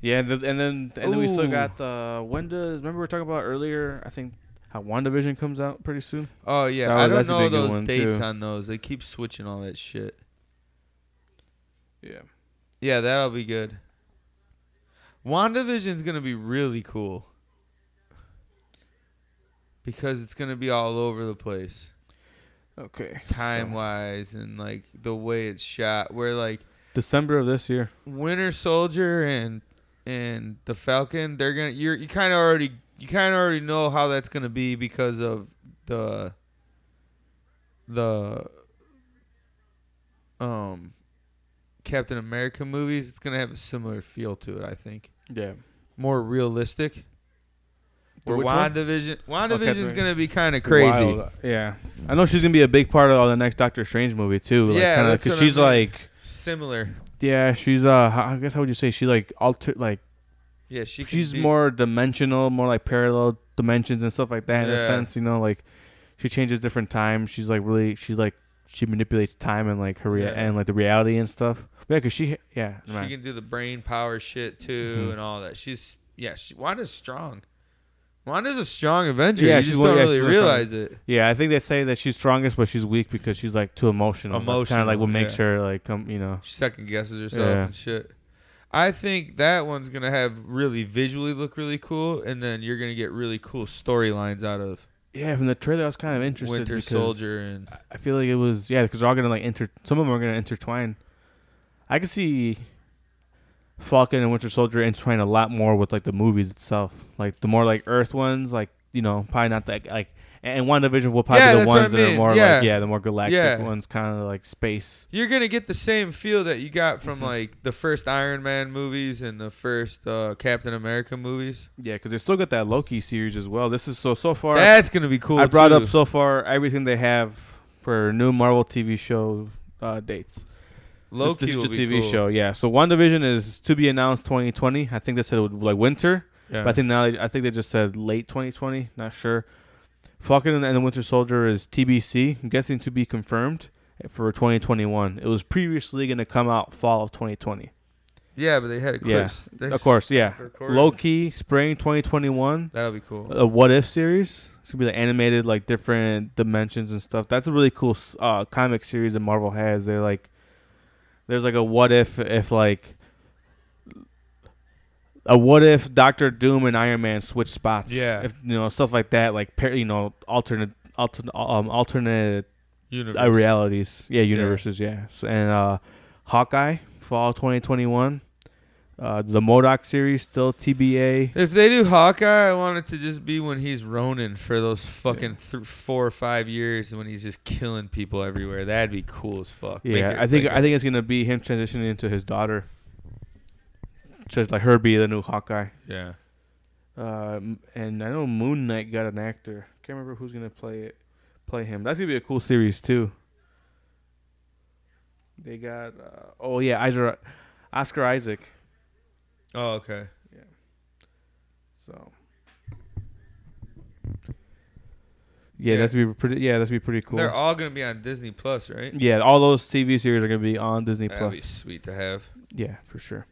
Yeah, and, th- and then and then we still
Ooh.
got uh, when does remember we were talking about earlier? I think how WandaVision comes out pretty soon.
Oh yeah,
That
I
was-
don't
that's a
know
big good
those
one,
dates
too.
on those. They keep switching all that shit.
Yeah.
Yeah, that'll be good. WandaVision's going to be really cool. Because it's going to be all over the place,
Okay.
time wise, and like the way it's shot. Where like
December of this year.
Winter Soldier and and the Falcon, they're gonna you're you kind of already you kind of already know how that's gonna be because of the the um Captain America movies. It's gonna have a similar feel to it, I think,
Yeah.
more realistic.
The
Where
which one? Oh,
WandaVision,
Captain-
WandaVision's gonna be kind of crazy.
Wild. Yeah. I know she's gonna be a big part of all the next Doctor Strange movie too. Like,
Yeah,
kinda,
that's
'cause
what I
she's
mean.
like,
Similar,
yeah, she's uh, how- I guess how would you say she like alter like.
yeah. She can
she's
be-
more dimensional, more like parallel dimensions and stuff like that in a
Yeah.
sense, you know, like she changes different times. She's like really she like she manipulates time and like her rea-
Yeah.
and like the reality and stuff. Yeah, cuz she yeah,
She
right.
can do the brain power shit too
Mhm.
and all that. She's yeah, she, Wanda's strong. Wanda's a strong Avenger.
Yeah,
you
she's
just
one-
don't
yeah,
really
she's really
realize it.
yeah, I think they say that she's strongest but she's weak because she's like too emotional. That's kind of like
Emotional,
what makes
yeah.
her like come, you know.
She second guesses herself
Yeah.
and shit. I think that one's gonna have really visually look really cool, and then you're gonna get really cool storylines out of
Yeah, from the trailer I was kind of interested
Winter
because
Soldier and
I- I feel like it was yeah, cuz they're all going to like inter some of them are going to intertwine. I could see Falcon and Winter Soldier intertwine a lot more with like the movies itself. Like the more like Earth ones, like you know, probably not that like. And WandaVision will probably be
Yeah,
the
that's what I
ones that are
mean.
more
Yeah.
like yeah, the more galactic
Yeah.
ones, kind of like space.
you're gonna get the same feel that you got
Mm-hmm.
from like the first Iron Man movies and the first uh, Captain America movies.
Yeah, because they still got that Loki series as well. This is so so far.
That's gonna be cool.
I brought up
too.
so far everything they have for new Marvel TV show uh, dates. this,
Loki
this is
will
just
be
TV
cool.
show, yeah. So WandaVision is to be announced 2020. I think they said it would like winter.
Yeah.
But I think now they, I think they just said late 2020. Not sure. Falcon and the Winter Soldier is TBC. I'm guessing to be confirmed for 2021. It was previously going to come out fall of 2020.
Yeah, but they had a
Yeah,
quiz. They
Of course, yeah.
recorded.
Low key spring 2021.
That'll be cool.
A what if series. It's gonna be like animated, like different dimensions and stuff. That's a really cool s- uh, comic series that Marvel has. They're like, there's like a what if if like a what if Doctor Doom and Iron Man switch spots.
Yeah.
if you know stuff like that, like par- you know alternate alternate um, alternate
Universe.
uh, realities. Yeah, universes. Yeah, So, and uh, Hawkeye fall 2021. Uh, the Modoc series still TBA.
If they do Hawkeye, I want it to just be when he's Ronin for those fucking th- four or five years when he's just killing people everywhere. That'd be cool as fuck. Make
Yeah,
it
I think
like a-
I think it's gonna be him transitioning into his daughter, just like her be the new Hawkeye.
Yeah.
Um, and I know Moon Knight got an actor. Can't remember who's gonna play it, play him. That's gonna be a cool series too. They got uh, oh yeah, Isaac, Oscar Isaac.
Oh, okay.
So yeah, that's gonna be pretty. Yeah, that's gonna be pretty cool.
They're all gonna be on Disney Plus, right?
yeah, all those TV series are gonna be on Disney
That'd
Plus.
be sweet to have.
Yeah, for sure.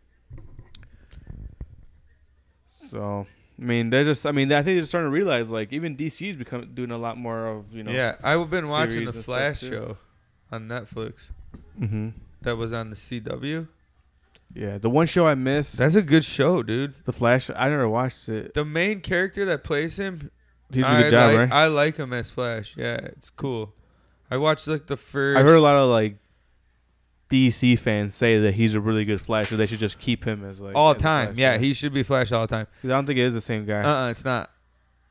So, I mean, they're just. I mean, I think they're starting to realize like even DC's become doing a lot more of you know.
yeah, I've been watching
series
the
and stuff,
Flash
too.
show on Netflix.
hmm
That was on the CW.
Yeah, the one show I missed,
That's a good show, dude.
the Flash. I never watched it.
The main character that plays him,
He did a
I
good job,
like,
right?
I like him as Flash. Yeah, it's cool. I watched like the first.
I heard a lot of like DC fans say that he's a really good Flash, so they should just keep him as like
all
as a
time.
Flash,
Yeah, he should be Flash all the time.
'Cause I don't think it is the same guy.
Uh, uh it's not.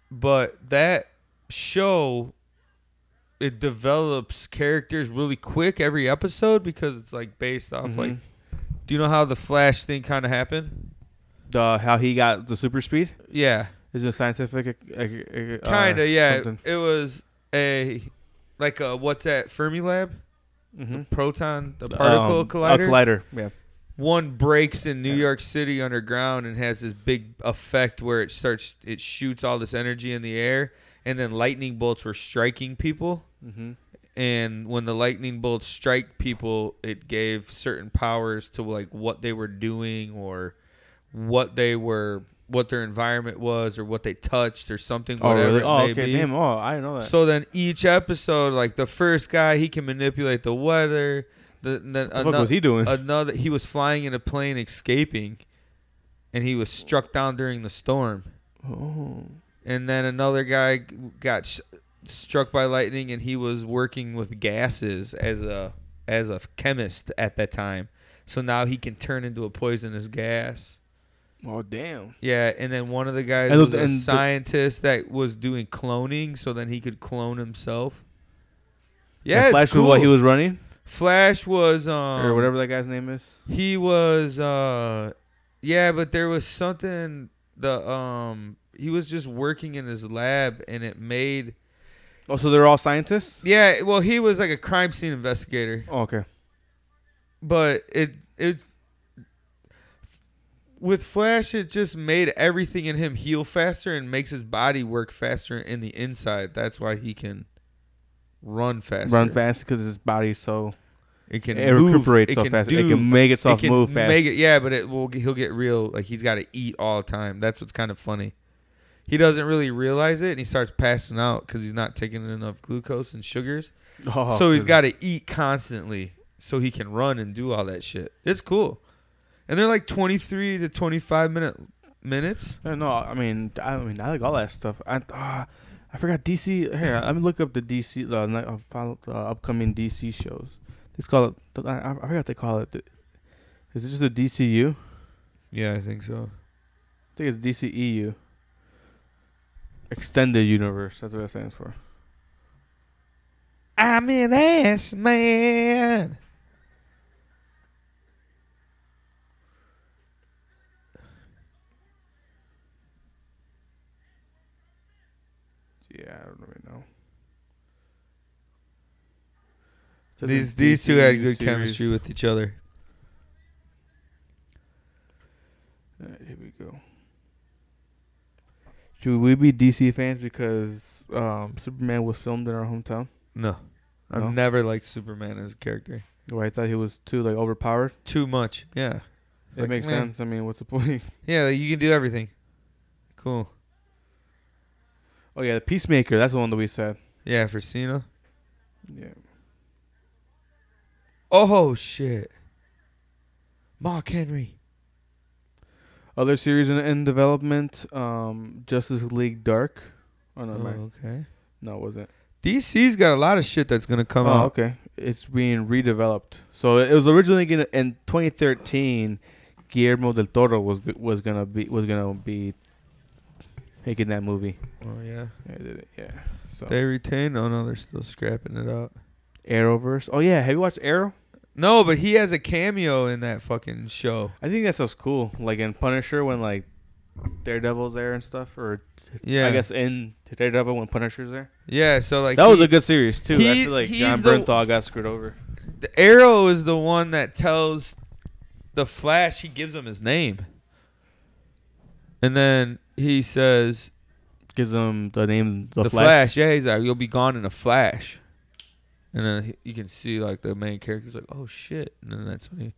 But that show, it develops characters really quick every episode because it's like based off
Mhm.
like. Do you know how the Flash thing kind of happened?
the how he got the super speed
Yeah,
is it scientific? uh, uh, uh,
kind of. yeah,
something?
it was a like a what's that Fermilab, the
Mhm.
proton, the particle
Um,
collider.
A collider. Yeah.
one breaks in New
Yeah.
York City underground and has this big effect where it starts it shoots all this energy in the air and then lightning bolts were striking people
Mm-hmm.
and when the lightning bolts strike people it gave certain powers to like what they were doing or what they were what their environment was or what they touched or something
Oh,
whatever
really?
it
Oh,
may
okay.
be.
Damn. Oh, I didn't know that.
So then each episode, like the first guy, he can manipulate the weather. The, then
what the
ano-
fuck was he doing?
another, he was flying in a plane, escaping, and he was struck down during the storm.
oh.
And then another guy g- got sh- struck by lightning, and he was working with gases as a as a chemist at that time. So now he can turn into a poisonous gas.
Oh, damn.
Yeah, and then one of the guys
And look,
was a
and the-
scientist that was doing cloning, so then he could clone himself.
And
Yeah,
Flash
it's cool.
was what he was running
Flash was um,
or whatever that guy's name is.
He was uh, yeah, but there was something the um he was just working in his lab and it made
Oh, so they're all scientists.
yeah. Well, he was like a crime scene investigator.
Oh, okay.
but it it with Flash, it just made everything in him heal faster and makes his body work faster in the inside. That's why he can run faster.
Run fast because his body's so
It
it
can move,
recuperates
it
so
can
fast.
Do,
it can make itself
it can
move fast.
Make it, yeah, but it will. He'll get real. Like he's got to eat all the time. That's what's kind of funny. He doesn't really realize it, and he starts passing out because he's not taking enough glucose and sugars.
Oh,
so he's
'cause-
got to eat constantly so he can run and do all that shit. It's cool. And they're like 23 to 25 minute minutes.
I don't know. I mean, I mean, I like all that stuff. I ah, I forgot DC. Here, let me look up the DC. The ni- uh, follow- uh, upcoming DC shows. It's called. I, I forgot what they call it. Is it just a DCU?
Yeah, I think so.
I think it's DCEU. Extended Universe. That's what it stands for.
I'm an ass man.
Yeah, I don't really know. So
These
the
these two had
DCEU
good
E series-
chemistry with each other.
Alright, here we go. Should we be DC fans because um, Superman was filmed in our hometown?
No. I've
No?
never liked Superman as a character.
Or I thought he was too like overpowered.
Too much. Yeah.
It
Like,
makes
man.
sense. I mean, what's the point?
Yeah, like, you can do everything. Cool.
Oh yeah, the Peacemaker. That's the one that we said.
Yeah, for Cena.
Yeah.
Oh shit. Mark Henry.
Other series in, in development: um, Justice League Dark. Oh no,
Oh,
never mind.
okay.
no, it wasn't.
DC's got a lot of shit that's gonna come
oh,
out.
okay. It's being redeveloped. So it was originally gonna in 2013. Guillermo del Toro was g- was gonna be was gonna be making that movie.
Oh yeah.
Yeah, did it. yeah. So
They retained. Oh no, they're still scrapping it out.
Arrowverse. Oh yeah, have you watched Arrow?
No, but he has a cameo in that fucking show.
I think that's what's cool. Like in Punisher, when like Daredevil's there and stuff, or
Yeah.
I guess in Daredevil when Punisher's there.
Yeah, so like
That was
he-
a good series too. I
he-
feel like
he's
John
the-
Bernthal got screwed over.
the Arrow is the one that tells the Flash he gives him his name. And then he says
Gives him the name the,
the, Flash.
Flash.
Yeah, he's like, you'll be gone in a flash. And then he- you can see like the main character's like, oh shit. And then that's when he,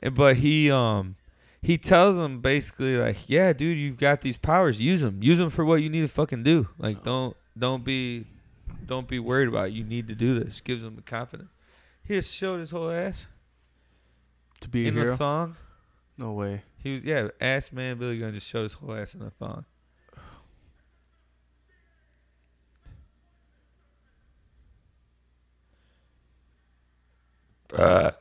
and, but he um he tells him basically like, yeah, dude, you've got these powers. Use them. Use them for what you need to fucking do. Like don't don't be don't be worried about. It. You need to do this. Gives him the confidence. He just showed his whole ass
to be a
in
hero.
a thong.
no way.
He was yeah, ass man Billy Gunn just showed his whole ass in a thong. Ah,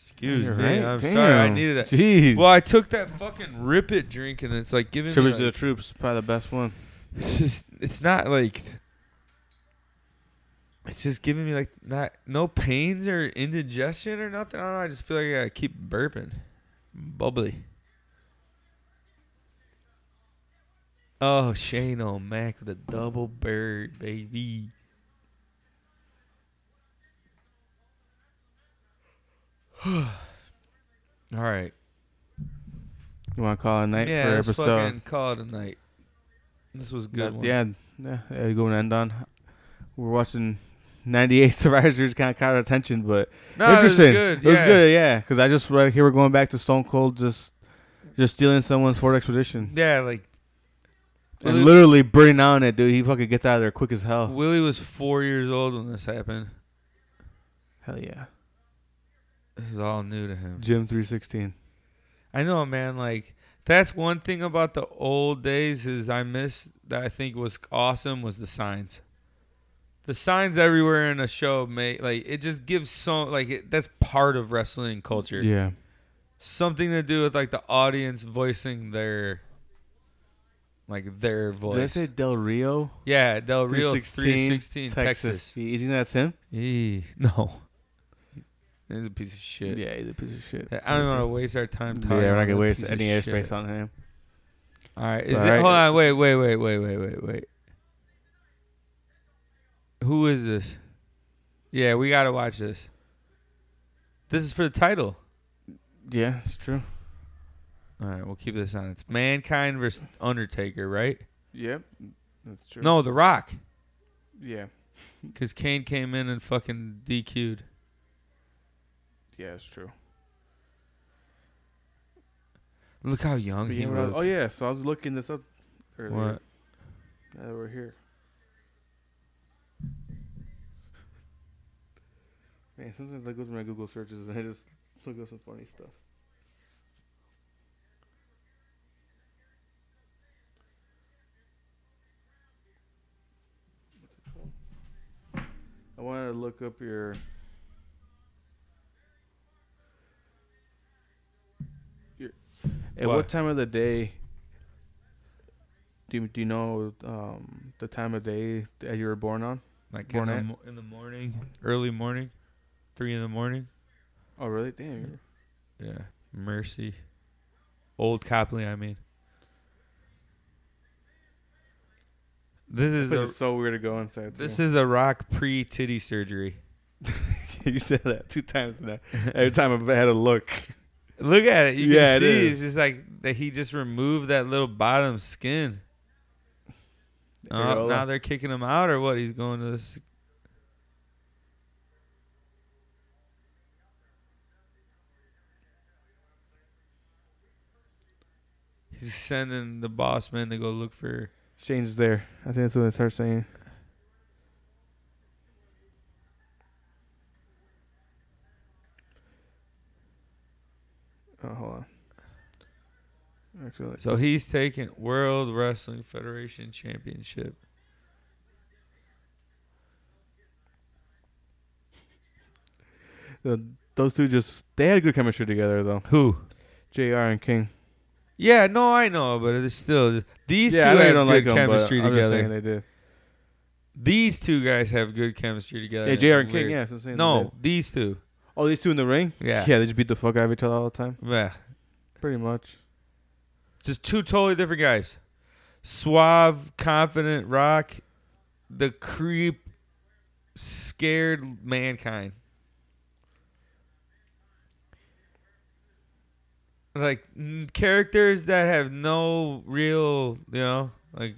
excuse
You're
me.
right.
I'm
Damn.
sorry. I needed that.
Jeez.
Well, I took that fucking rip it drink and it's like giving me
Tribute to the
like,
troops, probably the best one.
it's just it's not like it's just giving me like not no pains or indigestion or nothing. I don't know. I just feel like I gotta keep burping, bubbly. Oh, Shane O'Mac with a double bird, baby. All right.
You want to call it a night
yeah,
for
let's
episode?
fucking call it a night. This was a good.
That-
one.
Yeah, yeah. yeah, you going to end on. We're watching 98 Survivor Series kind of caught our attention, but
No,
interesting.
It was good.
It was
yeah.
good, yeah. Because I just read here we're going back to Stone Cold just just stealing someone's Ford Expedition
Yeah, like
and
Willie,
literally burning down it, dude. He fucking gets out of there quick as hell.
Willie was four years old when this happened.
Hell yeah,
This is all new to him.
Jim 316.
I know, man. Like that's one thing about the old days is I miss that I think was awesome was the signs. The signs everywhere in a show, mate. Like it just gives so like it, that's part of wrestling culture.
Yeah,
Something to do with like the audience voicing their like their
did I
voice.
say Del Rio?
yeah, Del Rio
316,
316 Texas.
You you think that's him?
Eee, no. He's a piece of shit.
Yeah, he's a piece of shit.
I don't want to waste our time
Yeah,
talking.
we're not
about
gonna
that
waste
piece of
any airspace
shit.
on him.
All right. Is
All
it,
right.
Hold on. Wait, wait, wait, wait, wait, wait, wait. Who is this? Yeah, we got to watch this. This is for the title.
Yeah, it's true.
All right, we'll keep this on. It's Mankind versus Undertaker, right?
Yep, that's true.
No, The Rock.
Yeah,
Because Kane came in and fucking DQ'd.
yeah, it's true.
Look how young he
oh
was.
yeah, so I was looking this up earlier.
What?
Now that we're here. Man, sometimes I go to my Google searches and I just look up some funny stuff. What's it called? I wanted to look up your your at what
What?
time of the day do you, do you know um, the time of day that you were born on?
Like in
Born
the,
at-
mo- in the morning, early morning, three in the morning.
Oh, really? Damn. you're-
Yeah. Mercy. Old Copley, I mean. This is
This place
the,
is so weird to go inside.
this is the Rock pre titty surgery.
you said that two times now. Every time I had a look.
Look at it. You
Yeah, it
can see
is.
it's just like that he just removed that little bottom skin. Oh,
Areola.
now they're kicking him out or what? He's going to this. He's sending the boss man to go look for
Shane's there. I think that's what it starts saying. Oh, hold on. Actually,
So he's taking World Wrestling Federation Championship.
th- those two just they had good chemistry together though.
Who?
Jr. and King.
Yeah, no, I know, but it's still these
yeah, I know
two
you
have
don't
good
like 'em, but
chemistry
I'm just saying
together.
They did.
These two guys have good chemistry together.
Yeah,
It's
Jr. and King.
weird.
Yeah, that's what I'm saying they did.
No, these two.
Oh, these two in the ring?
Yeah.
Yeah, they just beat the fuck out of each other all the time.
Yeah.
Pretty much.
Just two totally different guys. Suave, confident rock, the creep, scared mankind. Like n- characters that have no real, you know, like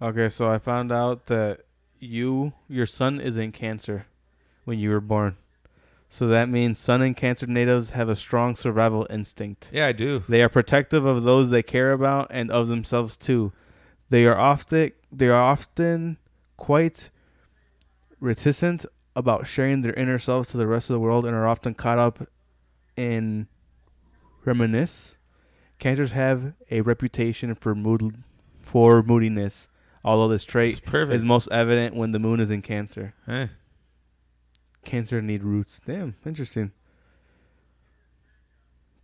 Okay, so I found out that you, your son, is in Cancer when you were born. So that means Sun and Cancer natives have a strong survival instinct.
yeah, I do.
They are protective of those they care about and of themselves too. They are often they are often quite reticent about sharing their inner selves to the rest of the world and are often caught up in reminisce. Cancers have a reputation for mood for moodiness, although this
It's
trait
perfect.
is most evident when the moon is in Cancer.
Eh.
Cancer need roots. Damn, interesting.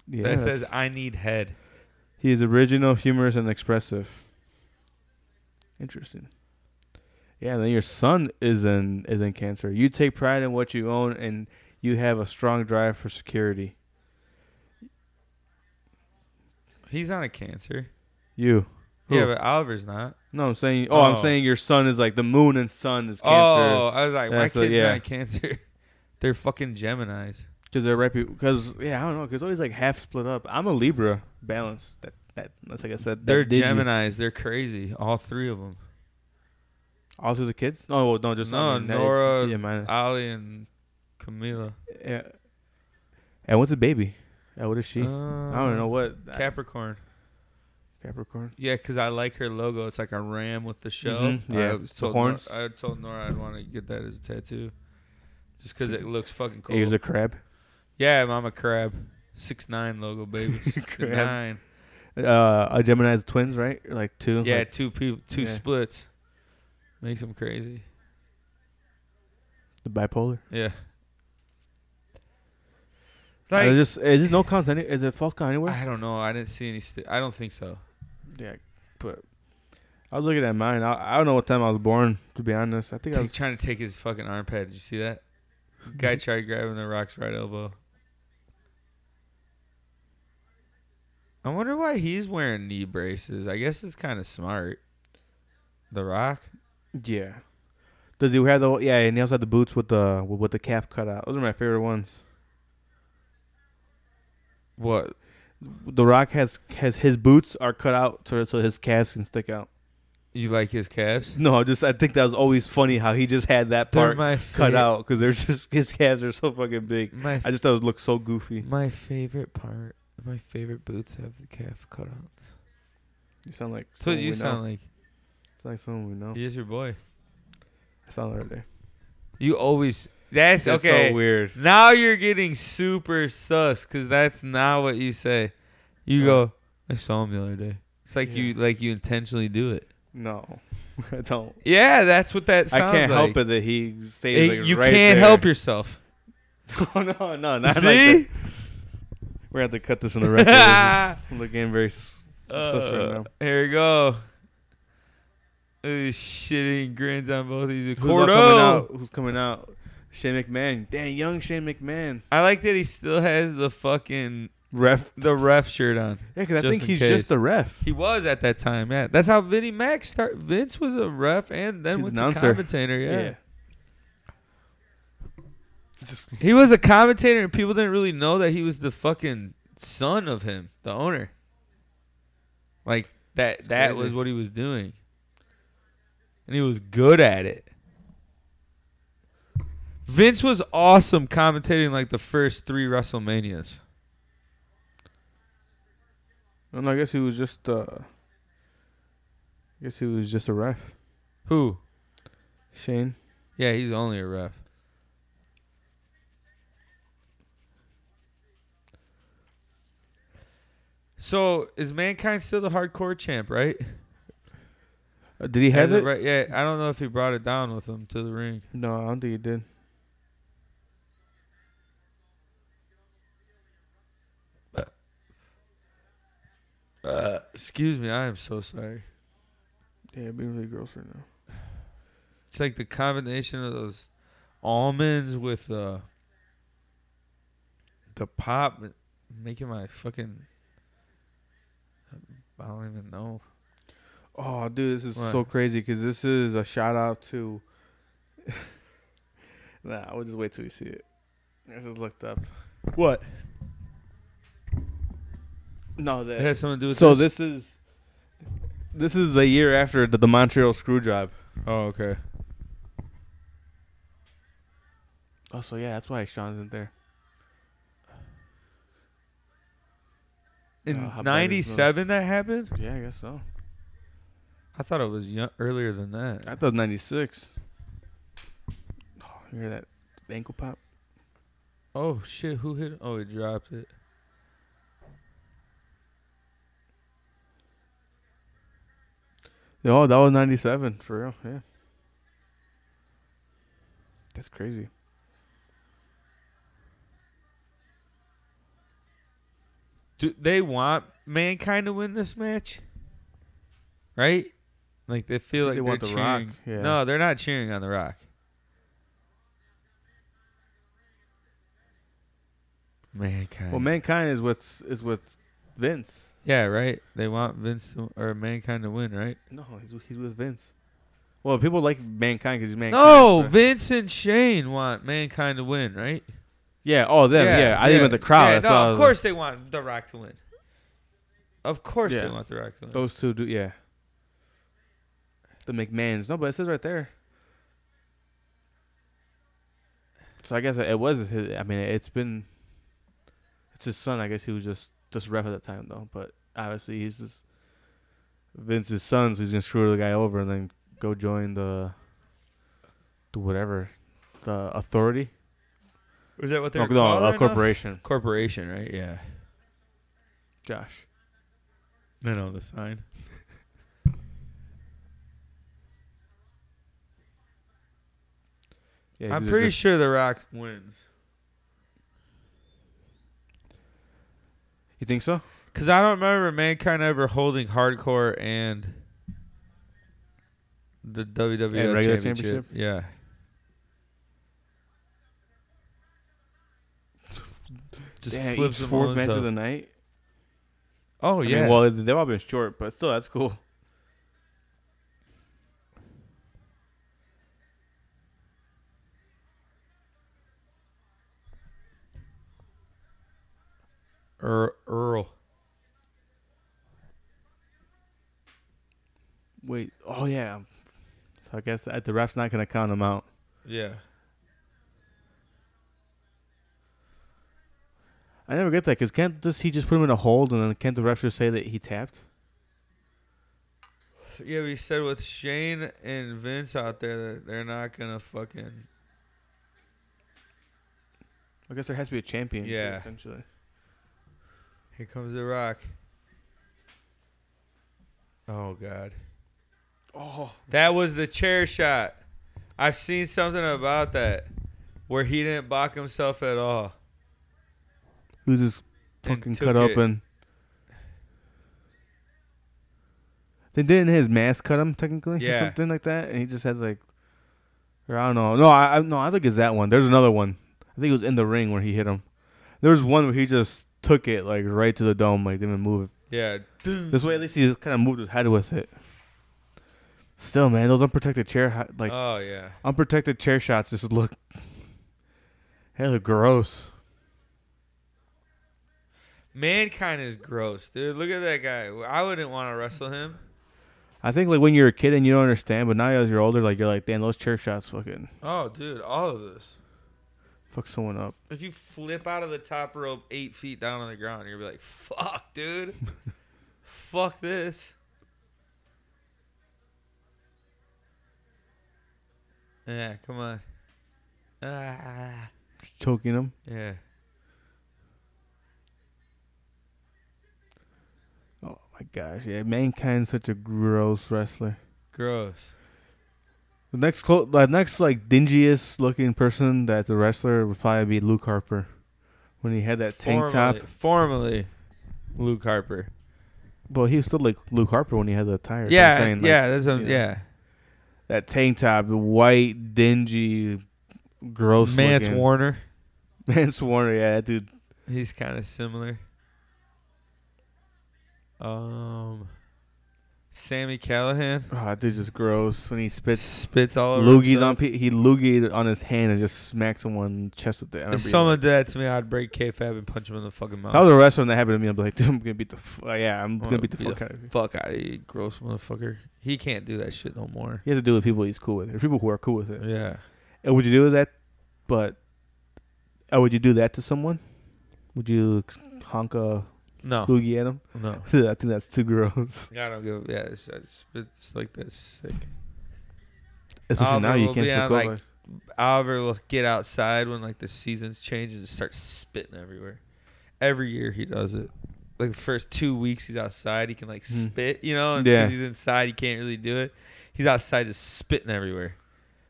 Yeah,
That
that's-
says I need head.
He is original, humorous, and expressive. Interesting. Yeah, and then your son is in is in cancer. You take pride in what you own, and you have a strong drive for security.
He's not a cancer.
You. Who?
Yeah, but Oliver's not.
No, I'm saying. Oh,
Oh.
I'm saying your son is like the moon and sun is
Oh,
cancer
I was like, my
That's
kid's
what- yeah.
not a cancer. They're fucking Geminis.
because they're repu because yeah I don't know because always like half split up. I'm a Libra, balanced. That that that's like I said. that
They're
digi.
Geminis. They're crazy. All three of them.
All through the kids. No, well, no, just I
No,
mean, that-
Nora-
Yeah, mine.
Ollie and Camila.
Yeah. And what's a baby? Yeah, what is
Uh,
she? I don't know what I-
Um, Capricorn.
Capricorn.
Yeah, because I like her logo. It's like a ram with the shell.
Mhm, yeah,
I
the
was told
horns.
Nora, I told Nora I'd want to get that as a tattoo, just because it looks fucking cool.
Here's a crab.
yeah, I'm a crab. Six nine logo, baby. Six
Crab.
nine.
Uh, a Gemini's twins, right? Or, Like two.
Yeah,
Like,
two people, two
yeah.
splits. Makes them crazy.
the bipolar.
Yeah.
Like,
Like, I,
just is this no cons? Any, is it false con anywhere?
don't know. I didn't see any. St- I don't think so.
yeah, but I was looking at mine. I, I don't know what time I was born. To be honest, I think I
Take,
was.
trying to take his fucking armpit. Did you see that? Guy tried grabbing the rock's right elbow. I wonder why he's wearing knee braces. I guess it's kind of smart. The Rock.
Yeah. Does he wear the? Yeah, and he also had the boots with the with the calf cut out. Those are my favorite ones.
What?
The Rock has has his boots are cut out so so his calves can stick out.
You like his calves?
No, just I think that was always funny how he just had that
They're
part
my
cut
fa-
out because they're just his calves are so fucking big.
My
I just thought it looked so goofy.
My favorite part, my favorite boots have the calf cutouts.
You sound like
That's what
someone
you
we
sound
know.
like.
It's like someone we know.
Here's your boy.
I sound right there.
You always. That's,
That's
okay.
so weird.
Now you're getting super sus because that's not what you say. You
Yeah.
go. I saw him the other day. It's like
Yeah.
you like you intentionally do it.
No, I don't.
Yeah, that's what that
I
sounds
can't
like.
help it that he stays
It-
like
you
right
can't
there.
help yourself.
oh, no, no, not
See?
like that. We're gonna have to cut this from the record. I'm looking very. s- sus right
Uh,
now.
here we go. Look at This shitting grins on both of these.
Who's all
Cordo.
coming out? Who's coming out? Shane McMahon. Dang, young Shane McMahon.
I like that he still has the fucking
Ref.
the ref shirt on.
Yeah, because I
Just
think
in
he's
case.
just a ref.
He was at that time, yeah. That's how Vinnie Mac start. Vince was a ref and then
He's
was
an
a
announcer.
commentator. Yeah. he was a commentator, and people didn't really know that he was the fucking son of him, the owner. Like that.
It's
that
crazy.
was what he was doing, and he was good at it. Vince was awesome commentating like the first three WrestleManias.
And I guess he was just. Uh, I guess he was just a ref.
Who?
Shane.
Yeah, he's only a ref. So is mankind still the hardcore champ, right?
Uh, did he have
As of
it?
right- yeah, I don't know if he brought it down with him to the ring.
No, I don't think he did.
Excuse me, I am so sorry.
Yeah, it'd be really gross right now.
It's like the combination of those almonds with uh, the pop making my fucking I don't even know.
Oh, dude, this is
What?
so crazy because this is a shout out to. nah, we'll just wait till we see it. This is looked up.
What?
No,
It has something to do with
so this is this is the year after the, the Montreal screw job.
Oh, okay.
Oh, so yeah, that's why Sean isn't there.
In Oh,
how about this, uh,
97 that happened?
Yeah, I guess so.
I thought it was yo- earlier than that.
I thought '96. Oh, you hear that ankle pop?
Oh shit, who hit? Oh, he dropped it.
No, that was '97 for real. Yeah, that's crazy.
Do they want mankind to win this match? Right? Like they feel like
They
they are
want The Rock,
cheering.
yeah.
No, they're not cheering on the Rock. Mankind.
Well, mankind is with is with Vince.
yeah, right. They want Vince to, or mankind to win, right?
No, he's he's with Vince. Well, people like mankind because he's mankind.
No,
but-
Vince and Shane want mankind to win, right?
yeah, oh them, yeah. I think
yeah.
meant the crowd.
Yeah,
that's why I
no, of
was
course they want The Rock to win. Of course
Yeah.
they want The Rock to win.
like, those two do. Yeah, the McMahon's. No, but it says right there. So I guess it was his. I mean, it's been. It's his son. I guess he was just just ref at that time though. But obviously he's just Vince's son, so he's gonna screw the guy over and then go join the. The whatever, the authority.
Is that what
No,
they're
no,
called
a
right now?
corporation.
Corporation, right? Yeah.
Josh.
No, no, the sign.
Yeah,
I'm
these are
pretty
just-
sure The Rock wins.
You think so?
Because I don't remember Mankind ever holding Hardcore and the WWE
And regular
championship.
championship?
Yeah. Just
Damn,
flips
each
them all
fourth
and
match of
stuff.
the night.
Oh,
I mean,
yeah.
well, they've all been short, but still, that's cool.
Ear- Earl.
Wait. Oh yeah. So I guess that the ref's not gonna count him out.
Yeah.
I never get that because can't this he just put him in a hold and then can't the ref just say that he tapped?
Yeah, we said with Shane and Vince out there that they're not gonna fucking.
I guess there has to be a champion. too,
Yeah.
essentially.
Here comes the Rock. Oh God,
Oh.
that was the chair shot. I've seen something about that where he didn't block himself at all.
Who's just
And
fucking
took
cut
it.
open? They didn't his mask cut him technically
Yeah.
or something like that, and he just has like, or I don't know. No, I, I no, I think it's that one. There's another one. I think it was in the ring where he hit him. There was one where he just took it like right to the dome, like didn't even move it.
Yeah,
This way, at least he kind of moved his head with it. Still, man, those unprotected chair ho- like
oh yeah.
unprotected chair shots just look. They look gross.
Mankind is gross, dude. Look at that guy. I wouldn't want to wrestle him.
I think like when you're a kid and you don't understand, but now as you're older, like you're like, damn, those chair shots fucking
Oh, dude, all of this.
fuck someone up.
If you flip out of the top rope eight feet down on the ground, you're gonna be like, "Fuck, dude, fuck this." Yeah, come on. Ah,
Choking them.
yeah.
Oh my gosh, yeah, mankind's such a gross wrestler.
Gross.
The next clo- the next like dingiest looking person that the wrestler would probably be Luke Harper, when he had that tank top.
Formerly, Luke Harper.
Well, he was still like Luke Harper when he had the attire. so I'm
yeah,
saying, like,
yeah, that's a,
yeah.
yeah.
that tank top, the white, dingy, gross.
Mance
looking.
Warner.
Mance Warner, yeah, that dude.
He's kind of similar. Um, Sammy Callahan
Ah, that dude just gross when he spits
spits all over
loogies
himself.
on. Pe- he loogied on his hand and just smacked someone in the chest with it. I remember
If
he-
someone did that to me, I'd break kayfabe and punch him in the fucking mouth.
if I was a wrestler and that happened to me, I'd be like, dude, I'm gonna beat the. F- uh, yeah, I'm
I'm
gonna beat the fuck out of you.
Fuck out of you, gross motherfucker. He can't do that shit no more.
He has to do with people he's cool with. There's people who are cool with it.
Yeah.
And would you do that? But uh, would you do that to someone? Would you honk a
No.
loogie at him?
No.
Dude, I think that's too gross.
I don't give. Yeah, it's, it's, it's like that's sick.
Especially now you
Oliver will
can't
be
speak
on, like,
over.
Oliver will get outside when like the seasons change and just start spitting everywhere. Every year he does it. Like the first two weeks he's outside, he can like
Hmm.
spit, you know, and
Yeah.
'cause he's inside, he can't really do it. He's outside just spitting everywhere.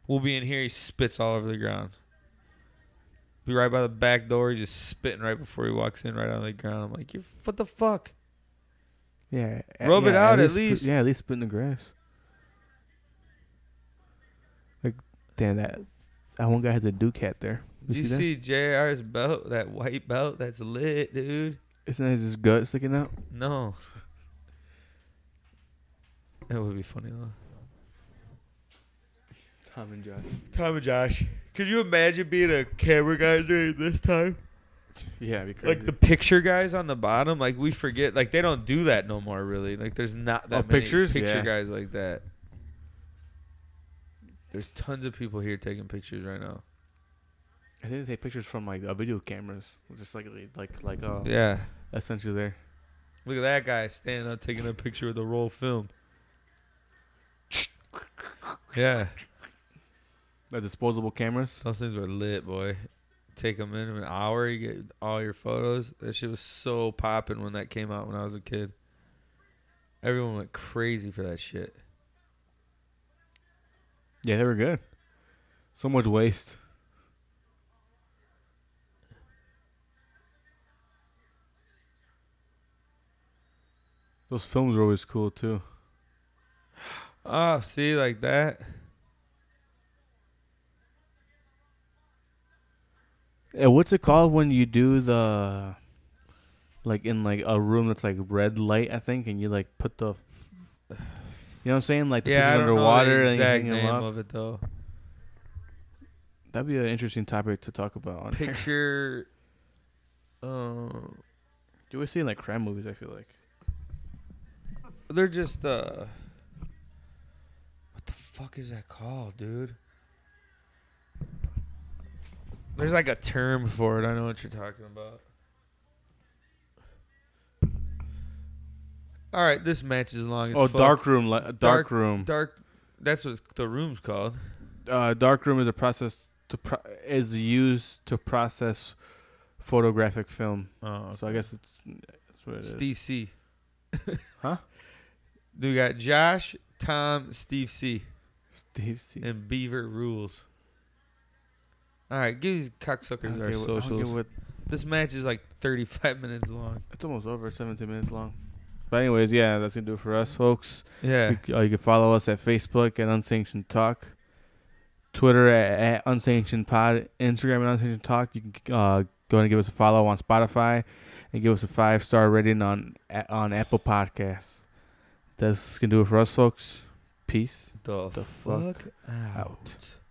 We'll be in here, he spits all over the ground. Be right by the back door, he's just spitting right before he walks in, right on the ground. I'm like, you what the fuck?
yeah, at-
Rub it
yeah,
out at
put-
least.
yeah, at least spit in the grass. Like, damn that! That one guy has a Duke hat there. You,
You,
see,
see JR's belt, that white belt that's lit, dude.
that? Isn't that his gut sticking out?
No. That would be funny though.
Tom and Josh.
Tom and Josh, could you imagine being a camera guy during this time?
Yeah, it'd be
Like the picture guys on the bottom, like we forget, like they don't do that no more. Really, like there's not that
Oh,
many
pictures?
picture
Yeah.
guys like that. There's tons of people here taking pictures right now.
I think they take pictures from like uh, video cameras, just like like like uh,
Yeah,
essentially there.
look at that guy standing up taking a picture of the roll film. Yeah.
The disposable cameras.
Those things were lit, boy. Take them in an hour, you get all your photos. That shit was so popping when that came out when I was a kid. Everyone went crazy for that shit.
Yeah, they were good. So much waste. Those films were always cool too.
Oh, see, like that.
Yeah, what's it called when you do the, like in like a room that's like red light, I think, and you like put the, f- you know what I'm saying, like the
yeah, I
pictures
don't
underwater
know
and
the
you
exact
hang 'em
name
up.
of it though.
That'd be an interesting topic to talk about. On here.
Picture. Um,
Do we see like crime movies? I feel like.
they're just uh. What the fuck is that called, dude? There's like a term for it. I know what you're talking about. All right, this match is long as
oh,
fuck.
dark room, li- dark,
Dark-
room.
dark. That's what the room's called.
uh, dark room is a process to pro- is used to process photographic film.
Oh,
So I guess it's that's what it is.
Steve C.
Huh?
We got Josh, Tom, Steve C,
Steve C.
and Beaver Rules. All right, give these cocksuckers our
Okay, well, I don't
socials.
get what-
This match is like 35 minutes long.
it's almost over. Seventeen minutes long. But anyways, yeah, that's gonna do it for us, folks.
Yeah.
You, c- uh, you can follow us at Facebook at Unsanctioned Talk, Twitter at, at Unsanctioned Pod, Instagram at Unsanctioned Talk. You can uh, go and give us a follow on Spotify and give us a five star rating on a- on Apple Podcasts. That's gonna do it for us, folks. Peace.
The,
The fuck
out.
out.